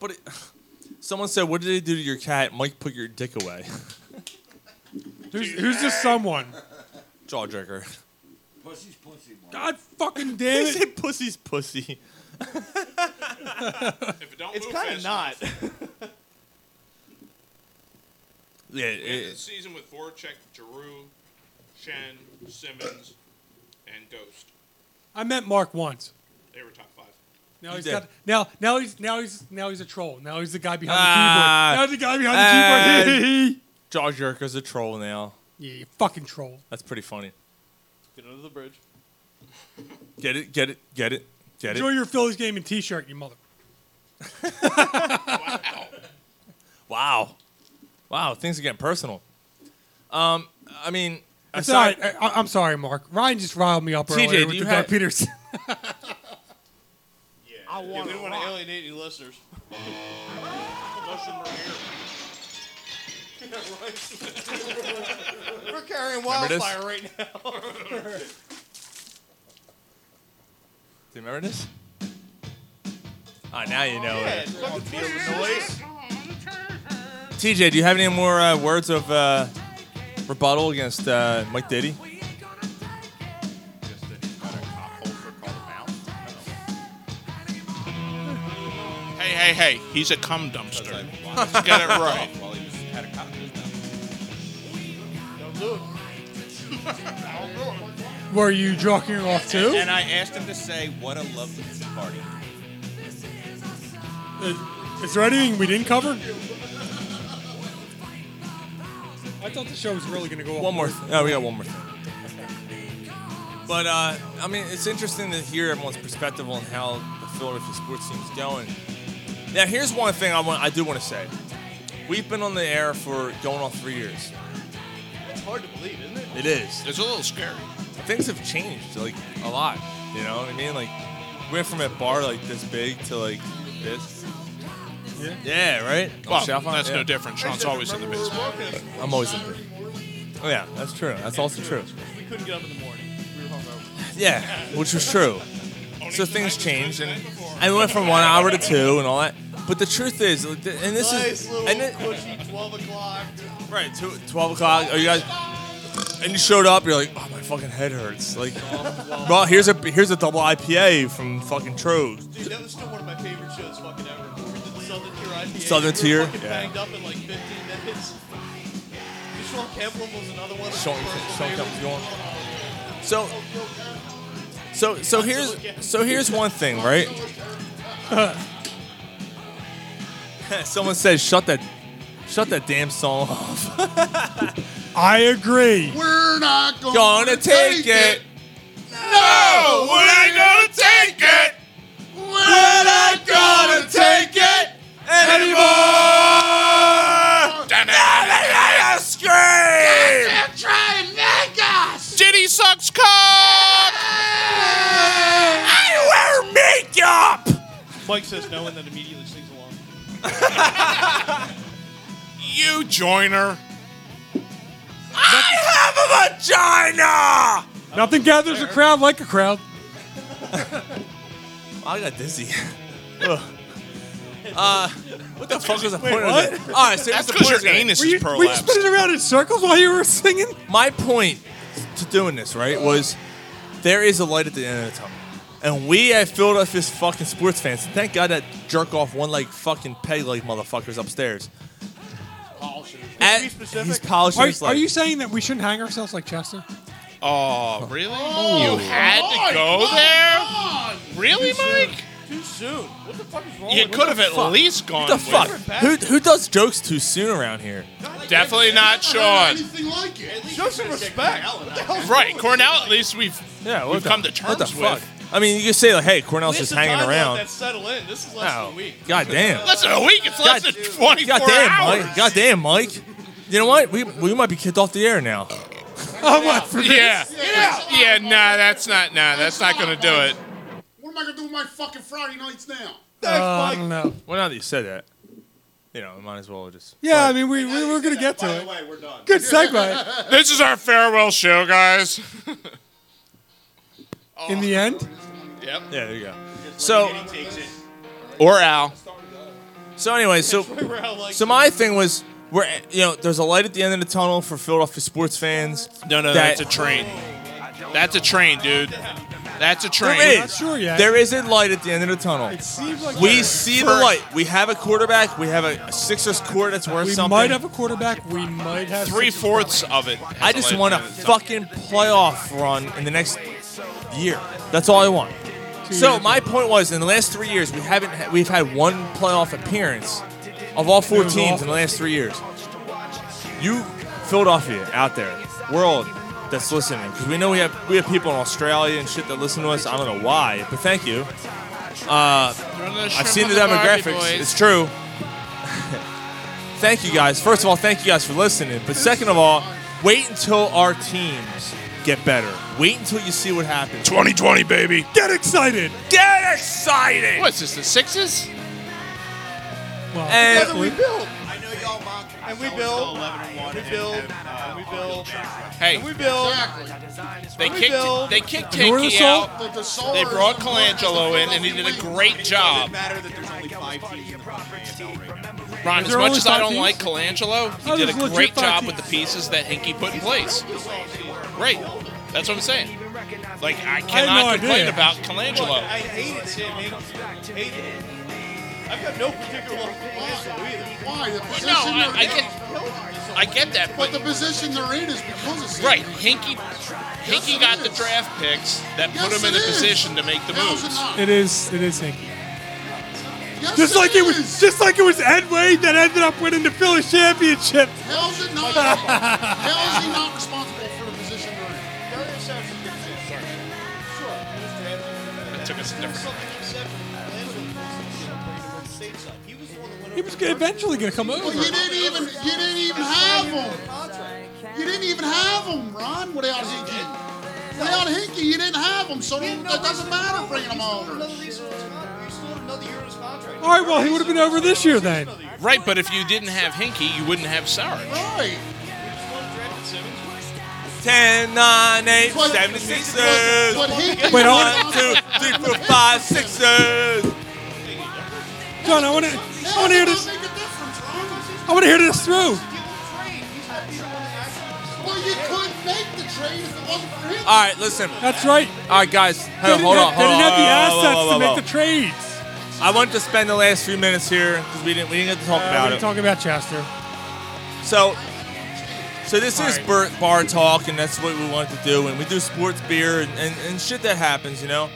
But it, someone said, "What did they do to your cat?" Mike, put your dick away.
Who's, who's this someone?
Jawbreaker.
Pussy's pussy.
God fucking damn
He
it!
said, "Pussy's pussy."
If it don't
It's
move
kinda
fast
not.
enough.
Yeah,
We ended the
it,
season with Voracek, Giroux, Shen, Simmons, and Ghost.
I met Mark once.
They were top five.
Now
You
he's
did.
got now now he's now he's now he's a troll. Now he's the guy behind
Ah.
the keyboard. Now he's the guy behind the keyboard.
And Jawbreaker's a troll now.
yeah, you fucking troll.
That's pretty funny.
Get under the bridge.
Get it, get it, get it, get
Enjoy
it.
your Phillies game in t-shirt, you mother.
Wow, wow, things are getting personal. Um, I mean,
That's
aside-
all right. I, I- I'm sorry, Mark. Ryan just riled me up
TJ,
earlier
do
with
you
the
have-
Doug Peters.
I want. we don't want to alienate any listeners. Most of them are here. We're carrying
Remember this?
wildfire right now.
Do you remember this? Ah, now you know
yeah,
it.
it's fucking Twitter noise.
TJ, do you have any more uh, words of uh, rebuttal against uh, Mike Diddy?
Hey, hey, hey. He's a cum dumpster. Let's get it right.
Were you jocking off too?
And, and I asked him to say, "What a lovely party."
Uh, Is there anything we didn't cover? I thought the show was really going to go
One more. Th- oh, we got one more thing. But uh, I mean, it's interesting to hear everyone's perspective on how the Philadelphia sports team's going. Now, here's one thing I want. I do want to say. We've been on the air for going on three years.
It's hard to believe, isn't it?
It is.
It's a little scary.
Things have changed like a lot. You know what I mean? Like we went from a bar like this big to like this.
Yeah.
right. On
Well,
Chalfont,
that's
yeah.
no different. Sean's always in the basement.
I'm always in the. Oh yeah, that's true. That's also true.
We couldn't get up in the morning. We were
well, though.
Yeah, which was true. So things changed, and I went from one hour to two, and all that. But the truth is, like, th- and this
nice
is,
little
and it,
cushy 12 o'clock.
Right, two, 12 o'clock. Are you guys? And you showed up. You're like, oh, my fucking head hurts. Like, well, here's a here's a double IPA from fucking Trogs.
Dude, that was still one of my favorite shows fucking ever. We did the
Southern
Southern Tier IPA. We were
Tier?
fucking
Yeah.
banged up in like 15 minutes. The Sean Kemplin was another one. of my
Sean-
personal
Sean
favorites.
Kemplin's going. So, so, so here's so here's one thing, right? Someone says, shut that, shut that damn song off.
I agree.
We're not gonna,
Gonna take it.
No,
we're not gonna take it. We're not gonna take it anymore. Scream! Try and make us. Diddy sucks cock. I wear makeup.
Mike says no and then immediately sings along.
You joiner. I have a vagina.
Nothing gathers a crowd like a crowd.
Oh, I got dizzy. Ugh. uh, what the fuck was the
Wait,
point
what?
of that? All right, so here's
That's
the
'cause
point
your
of that.
anus Were is you- were you prolapsed. spinning around in circles while you were singing?
My point to doing this right was there is a light at the end of the tunnel, and we at Philadelphia's fucking sports fans. Thank God that jerk off one leg fucking peg leg motherfuckers upstairs. At- he's polishing
Are,
his
are
leg.
you saying that we shouldn't hang ourselves like Chester?
Oh, really?
Oh.
You had
Mike,
to go
come
there? Really,
Too soon.
Mike?
Too soon. What the fuck is wrong
You
with
could have
what
at
the fuck?
least gone.
What the
with-
fuck? Who, who does jokes too soon around here?
Definitely not Sean.
like it.
Show some respect. What the hell?
Right, Cornell. At least we've
Yeah, what
we've
the-
come to
what
terms
the
with.
fuck? I mean, you can say like, "Hey, Cornell's just
Listen,
hanging
time let
around."
That settle in. This is less than
Wow.
a week.
God damn.
Oh. Less than a week. It's less than 24
Goddamn,
hours.
Mike. God damn, Mike. You know what? We, we might be kicked off the air now.
Oh, what? yeah. Yeah, nah, that's not, nah, that's not going to do it.
What am I gonna do with my fucking Friday nights now?
I
Um,
don't know. Well, now that you said that, you know, might as well just.
Yeah, I mean, we, we were going to get to it. Good segue.
This is our farewell show, guys.
In the end,
Yep.
Yeah, there you go. So,
takes it.
or Al. So anyway, so
where Al likes
so my thing was, we're you know, there's a light at the end of the tunnel for Philadelphia sports fans.
No, no,
that-
that's a train. That's a train, dude. That's a train.
There is. There is a light at the end of the tunnel. we see the
First-
light. We have a quarterback. We have a Sixers core that's worth
we
something.
might have a quarterback. We might have
Three fourths of it.
I just want a fucking playoff run in the next year. That's all I want. So my point was, in the last three years, we haven't ha- we've had one playoff appearance of all
It
four
was
teams in the
awful.
last three years. You, Philadelphia, out there, world that's listening, because we know we have we have people in Australia and shit that listen to us. I don't know why, but thank you. Uh, I've seen the demographics. It's true. thank you guys. First of all, thank you guys for listening. But second of all, wait until our teams get better. Wait until you see what happens.
2020, baby.
Get excited.
Get excited. What's this, the Sixes?
And-
we build. I know y'all mock. And we build. And uh, we build. And we build.
Hey.
And we build.
They
And we
kicked,
build.
they kicked
Ignore the
Tinky
soul.
out. They brought Colangelo in, and he did a great job. Ron,
Is
as much
there only
as I
five
don't
teams?
like Colangelo,
Oh,
he did
there's
a
legit
great
five
job with the pieces that Hinkie put in place. Great. That's what I'm saying. Like, I cannot
no
complain
idea.
about
Look,
Colangelo.
I hated Sam Hinkie. Hated it. I've got no particular love for Colangelo either.
Why? The
Well,
position
no,
they're
I- I
in-
I get that,
but the position they're in is because of Sam.
Right. Hinkie, Hinkie got the draft picks that put
Yes,
him in
it
a
is.
position to make the moves.
it is it is Hinky. just like it was just like it was Ed Wade that ended up winning the Philly championship.
How's it not? How is he not responsible for the position they're in?
That took us a different.
He was gonna- eventually going to come over.
Well, you didn't even you didn't even have him. You didn't even have him, Ron. Without Hinkie, without Hinkie, you didn't have him. So that doesn't matter bringing him over.
All right, well he would have been over this year then.
Right, but if you didn't have Hinkie, you wouldn't have Sauer.
Right.
10, 9, 8, 7, 6ers.
but he-
Wait, one, two, three, four, five, sixers.
John, I want to. I want to hear this. I want to hear this through.
Well, you couldn't make the trade if it wasn't for him.
All right, listen.
That's right.
All right, guys.
They
Hey,
didn't
hold
have-
on.
they
hold
didn't
on,
have the
hold on,
assets
hold on,
to
hold
make the
on.
trades.
I wanted to spend the last few minutes here because we didn't we didn't get to talk
Uh,
about
we're
it.
talking about Chester.
So, so this is
Alright.
bar, bar talk, and that's what we wanted to do. And we do sports beer and, and, and shit that happens, you know.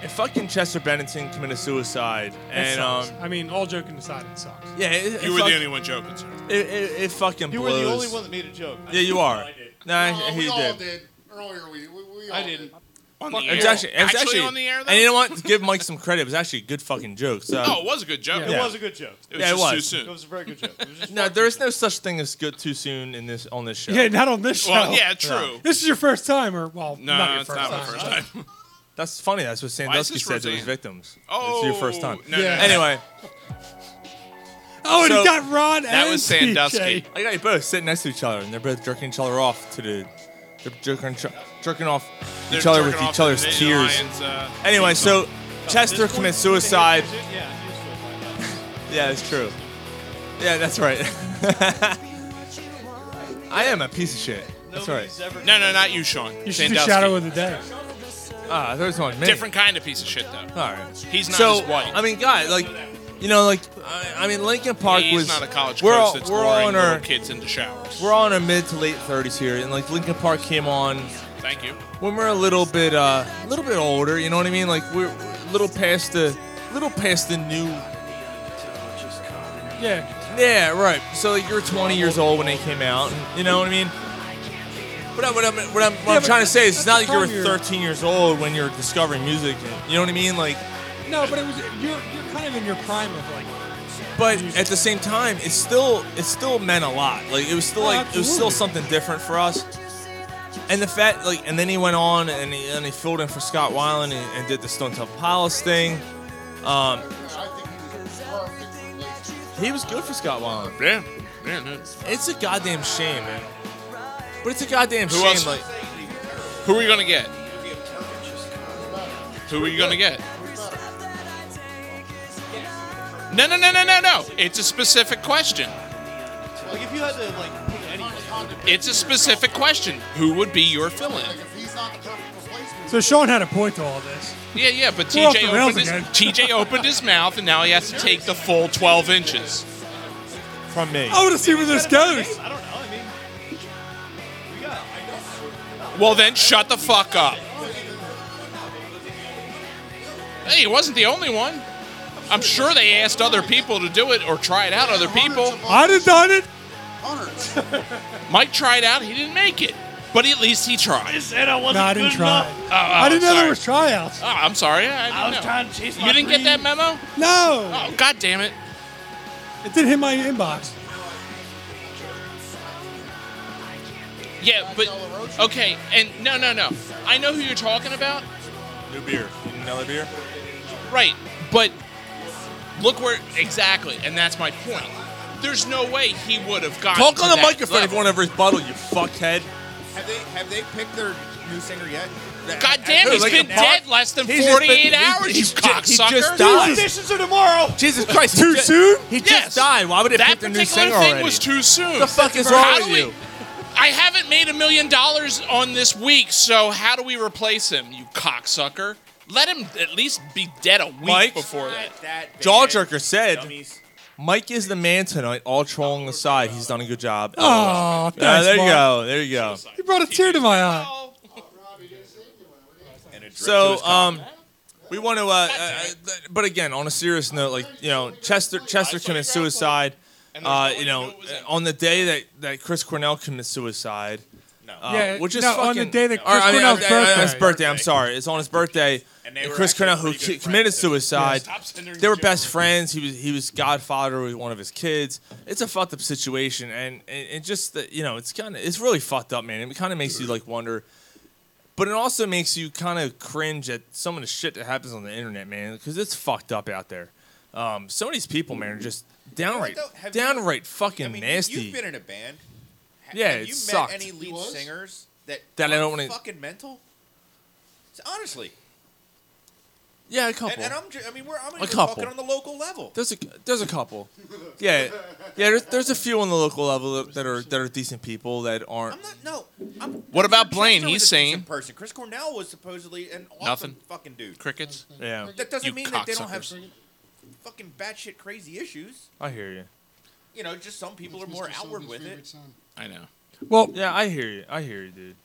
And fucking Chester Bennington committed suicide,
That
and um,
sucks. I mean, all joking aside, it sucks.
yeah, it, it
You were
fuck-
the only one joking, sir.
It, it, it fucking
You were
blows.
the only one that made a joke.
Yeah, you are.
I did.
Nah,
No,
he
we
did.
all
Earlier we, we, we
I
all
didn't.
On the
It was
air.
actually, it was
Actually
actually
on the air, though?
And you know what? Give Mike some credit. It was actually a good fucking joke. So.
No, it was a good joke.
Yeah. It was a
good joke.
It was
Yeah, it
just too
was.
soon.
It was a very good joke. It was just
No, there is no such thing as good too soon in this on this show.
Yeah, not on this show.
Well, yeah,
true.
This is your first time, or well,
No,
not your
it's
first
not my
time.
first time. That's funny. That's what Sandusky
this
said to his
Roseanne?
victims.
Oh,
it's your first time.
no, no, Yeah. no.
Anyway.
Oh, and he got Ron
That was
and
Sandusky.
TJ.
I got you both sitting next to each other, and they're both jerking each other off to the, they're jerking, jerking off
They're
each other
jerking
with
off
each
to the
other's
Vinny
tears.
Lions, uh,
anyway,
theme
so
song.
Chester commits suicide.
Yeah.
Yeah, it's true. Yeah, that's right. I am a piece of shit. That's right.
No, no, not you, Sean.
You should be
Sandusky.
shadow
of the day.
Ah, there's one. Man.
Different kind of piece of shit, though.
All right.
He's not
so,
as white.
I mean, God, like, you know, like, I, I mean, Lincoln Park
He's
was.
not a college
we're
coach
all,
that's
we're all
luring
in our
little kids into showers.
we're all in our mid to late 30s here, and like Lincoln Park came on
Thank you.
when we're a little bit uh, a little bit older. You know what I mean? Like we're, we're a little past the little past the new
Yeah.
Yeah, right. So like you were 20 years old when they came out. You know what I mean? What, I, what, I'm, what, I'm, what
Yeah,
I'm
but
trying to say is it's not
that's
like you were
the
13 years old when you're discovering music. You know what I mean? Like,
No, but it was you're you're kind of in your prime of like.
but at the same time, it still it still meant a lot. Like it was still
Oh,
like it was still
absolutely.
something different for us. And the fact like, and then he went on and he, and he filled in for Scott Weiland and, and did the Stone Temple Pilots thing. Um, he was good for Scott Weiland.
Yeah, yeah. no.
It's a goddamn shame, man. But it's a goddamn
Who
shame.
else-
Like,
Who are you gonna get? Who are you gonna get? No, no, no, no, no, no. It's a specific question.
Like if you had to like pick anything.
It's a specific question. Who would be your fill-in?
So Sean had a point to all this.
Yeah, yeah. But
We're off
TJ
the rails
opened his,
again.
TJ opened his mouth, and now he has to take the full 12 inches
from me.
I want to see where this goes.
Well, then shut the fuck up. Hey, he wasn't the only one. I'm sure they asked other people to do it or tried out other people.
I'd have done it.
Mike tried out, he didn't make it. But at least he tried.
no, I didn't try.
Oh, oh,
I didn't know
sorry.
there was tryouts.
Oh, I'm sorry. I, didn't
I was
know.
trying to chase
You
my
didn't get that memo?
No,
Oh, god damn it.
it didn't hit my inbox.
Yeah, but okay, and no, no, no. I know who you're talking about.
New beer. You need Another beer?
Right, but look where exactly, and that's my point. There's no way he would have gotten
Talk
to
on the
that
microphone if
level.
you want to rebuttal, you fuckhead.
Have they have they picked their new singer yet?
God damn, he's been dead less than 48 hours, you cocksucker.
are tomorrow.
Jesus Christ.
Too
he ju-
soon?
He just
Yes.
died. Why would it
that
pick the new
particular
singer
thing
already?
was too soon.
The fuck is
How
wrong
do
with
we-
you?
I haven't made a million dollars on this week, so how do we replace him, you cocksucker? Let him at least be dead a week
Mike?
before that.
Jawjerker said, Mike is the man tonight, all trolling aside. He's done a good job.
Oh,
Uh,
thanks,
There you
Mark.
go. There you go.
He brought a tear to my eye.
So, um, we want to, uh, uh, uh, but again, on a serious note, like you know, Chester Chester commits suicide. Uh, you know, on the day that, that Chris Cornell commits suicide, uh,
Yeah,
which is
no,
fucking
on the day that
or,
Chris
I mean,
Cornell's
on- on- on his
birthday.
birthday. I'm sorry, it's on his birthday. And, Chris Cornell, who ki- committed suicide, they were best friends. He was he was godfather with one of his kids. It's a fucked up situation, and and, and just that you know, it's kind of it's really fucked up, man. It kind of makes you like wonder but it also makes you kind of cringe at some of the shit that happens on the internet, man, because it's fucked up out there. Um, some of these people, man, are just downright,
though, have you-
downright fucking
I mean,
nasty.
You've been in a band.
Yeah,
have
it
you
sucked.
met any lead singers that
That I don't
aren't
wanna-
fucking mental? S- Honestly,
Yeah, a
and,
couple.
and I'm ju- I mean we're I'm
A
even
couple.
talking on the local level.
There's a there's a couple. Yeah, yeah. There's, there's a few on the local level that are that are decent people that aren't.
No, I'm,
What about
Blaine?
Chester was
He's
a
sane.
decent person. Chris Cornell was supposedly an awesome
Nothing.
fucking dude.
Crickets.
Yeah.
That doesn't
You
mean that they don't have
cocksuckers.
fucking batshit crazy issues.
I hear you.
You know, just some people are more outward with it.
I know.
Well,
yeah, I hear you. I hear you, dude.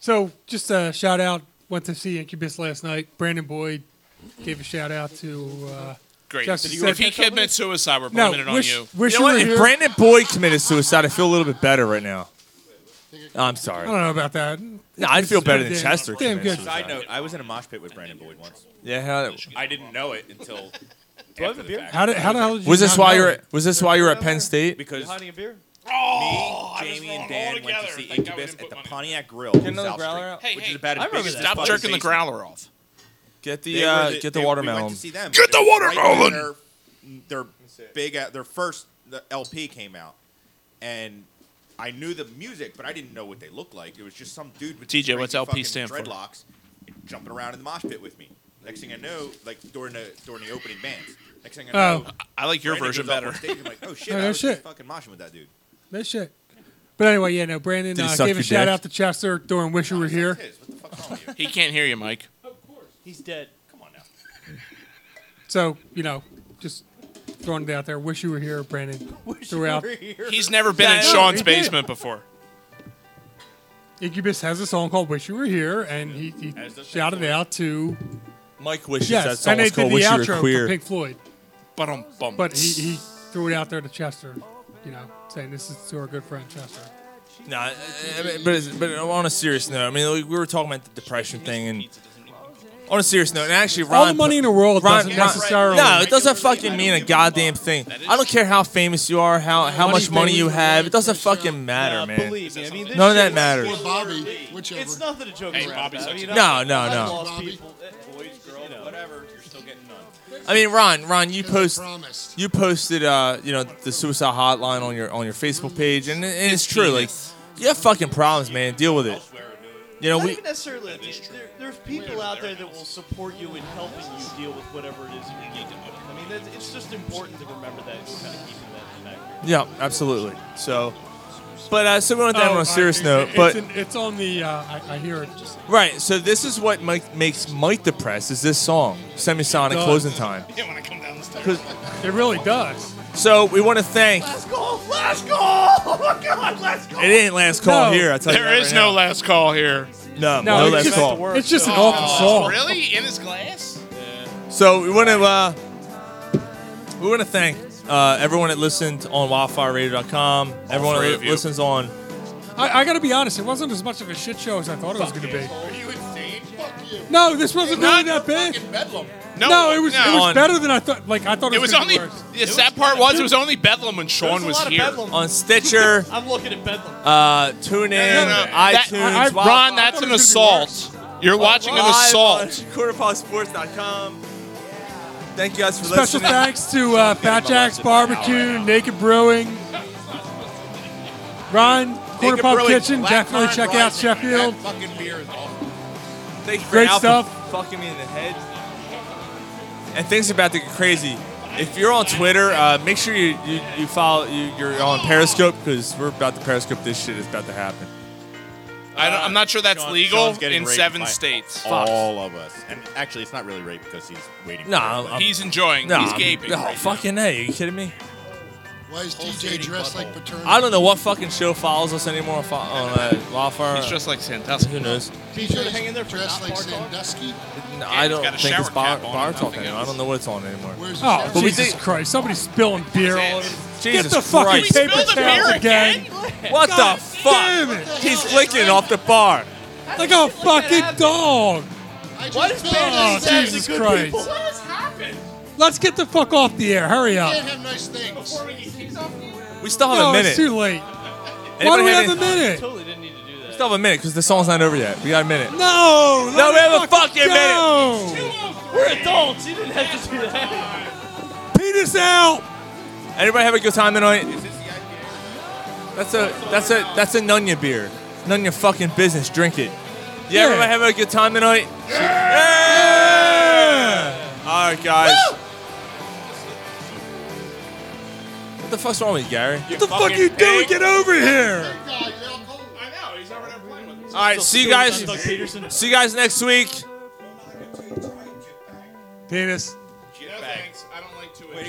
So just a shout out. Went to see Incubus last night. Brandon Boyd gave a shout out to. Uh,
Great.
Justin
If he
Sedgwick.
committed suicide, we're
No,
blaming it on
wish-
you.
wish
you know
you
what?
were
If
here.
Brandon Boyd committed suicide, I feel a little bit better right now. I'm
I
sorry.
don't know about that.
No, I feel better than
Damn-
Chester.
Damn good.
Side note: I was in a mosh pit with Brandon Boyd once.
Yeah. How,
I didn't know it until. after the fact.
How did- how the hell did you
was this
not
why
know
you're
it?
was this why you're at Penn State?
Because
hiding a beer.
Oh, me, Jamie, and Dan went to see Incubus at the Pontiac Grill,
Get
on
another
South
growler
Street,
out?
which is about as big as this
Stop
fucking
jerking the
basement.
growler off.
Get
They
the
were
uh,
the-
get
they-
the
we went
watermelon.
to see them,
Get
but
the
it was right
watermelon.
when Their, their big uh, their first the LP came out, and I knew the music, but I didn't know what they looked like. It was just some dude with
TJ,
these
what's
crazy
LP
fucking
stand for?
dreadlocks jumping around in the mosh pit with me. Next thing I know, like during the during the opening bands. Next thing I know,
Oh.
I like your version
Brandon goes up on
better.
stage, I'm like, oh shit,
No,
I
no
was
shit.
fucking moshing with that dude.
No shit. But anyway, yeah, no. Brandon
Did he
uh,
suck
gave a
your
shout
dick?
out to Chester during Wish You Were Here.
He can't hear you, Mike.
He's dead. Come on now.
So you know, just throwing it out there. Wish you were here, Brandon. throughout
He's never been in Sean's basement before.
Incubus has a song called "Wish You Were Here," and he, he shouted out to
Mike wishes
yes,
that song
and they
was
did
called
the
"Wish You
outro
Were
for
Queer."
Pink Floyd.
But um,
But he, he threw it out there to Chester, you know, saying this is to our good friend Chester.
Nah, I- I mean, but, it's- but on a serious note, I mean, like, we were talking about the depression thing, and on a serious note, and actually, Ron,
All the money in the world doesn't necessarily-
No, it doesn't fucking mean a goddamn thing. I don't care how famous you are, how how much money you have. It doesn't fucking matter, man.
Believe me. I mean, this
None of that
shit is-
matters.
Or Bobby, whichever.
It's nothing to joke
Hey,
around
Bobby's
about.
a-
you know?
No, no,
I've
no.
lost
Bobby.
people. Boys, girls, whatever. You're still getting none.
I mean, Ron, Ron, you
Because I
post,
promised.
you posted, uh, you know, the suicide hotline on your on your Facebook page, and, it- and it's true. Like, you have fucking problems, man. Deal with it. You know,
Not
we
even necessarily. There, there's people out there that will support you in helping you deal with whatever it is you need to do. I mean, that's, it's just important to remember that. It's kind of keeping that in factor.
Yeah, absolutely. So, but uh, so we went down
Oh,
on
I-
a serious
it-
note.
it's
But
in- it's on the uh, I, I hear it. Just,
right, so this is what Mike makes Mike depressed is this song, Semisonic
Duh.
Closing Time.
Yeah, when I come down the stairs. It really does.
So we want to thank. It
Let's go! Let's go! Oh my God! Let's go!
ain't last call
No.
here. I tell you
There
that right
is no
now.
last call here.
No,
No,
Oh,
no,
it's
last
just-
call.
It's just an awful song.
Really? In his glass?
So we want to uh, we want to thank uh, everyone that listened on WildfireRadio.com. Everyone
three
that
of you.
listens on.
I, I got to be honest. It wasn't as much of a shit show as I thought it was going to be.
Are you insane? Fuck you.
No, this wasn't really that bad.
Fucking Bedlam.
No, it was it was better than I thought. Like I thought it,
It was
gonna
only.
Be worse.
Yes, that part was. It was only Bedlam when Sean was here.
on Stitcher.
I'm looking at Bedlam.
Uh, tune in,
That-
iTunes.
Ron, that's an assault. You're watching an assault.
Quarterpawsports.com. Thank you guys for
Special
listening.
thanks to uh, Fat Jack's Barbecue, Naked Brewing, Ryan Quarter
Naked
Pub
Brewing,
Kitchen.
Black
Definitely
Pine
check out
Rising.
Sheffield.
Fucking beer is awful.
Thank you for
Great
Alpha
stuff.
Fucking me in the head. And things are about to get crazy. If you're on Twitter, uh, make sure you, you, you follow. You, you're on Periscope because we're about to Periscope. This shit is about to happen.
I don't, I'm not sure that's
Sean-
legal
Sean's getting
in
raped
seven
by
states.
All of us. And actually, it's not really rape because he's waiting.
No,
for it,
I'm-
but-
I'm-
He's enjoying.
No,
He's
I'm-
gaping
No,
right now.
fucking a. Are you kidding me?
Why is DJ dressed like paternal?
I don't know what fucking show follows us anymore on, fo- on uh, Wildfire.
He's just like Sandusky.
Who knows?
DJ's hanging there dressed like Sandusky.
No, I don't think it's bar, bar talk anymore. I don't know what it's on anymore.
Where's
Oh,
But we
Jesus
did-
Christ. Somebody's spilling beer all over. Get
Jesus
the fucking
Christ.
paper
Spill the
towels
beer
again.
What the fuck? He's flicking it off the bar.
Like a fucking dog.
Why does
Oh, Jesus Christ. Let's get the fuck off the air. Hurry up.
have nice things.
We still have
no,
a minute.
It's too late. Why
Anybody
do we
have
have a
any-
minute?
We still have a minute because the song's not over yet. We got a minute.
No.
No, we have a fucking
minute. We're adults. You didn't have to do that.
Penis out. Anybody have a good time tonight? That's a that's a that's a Nunya beer. None of your fucking business. Drink it. Yeah,
Yeah.
everybody having a good time tonight. Yeah! All right, guys. What the fuck's wrong with you, Gary?
What the fuck you doing? Get over here!
All right, see you guys. See you guys next week.
Penis.
No thanks. I don't like to.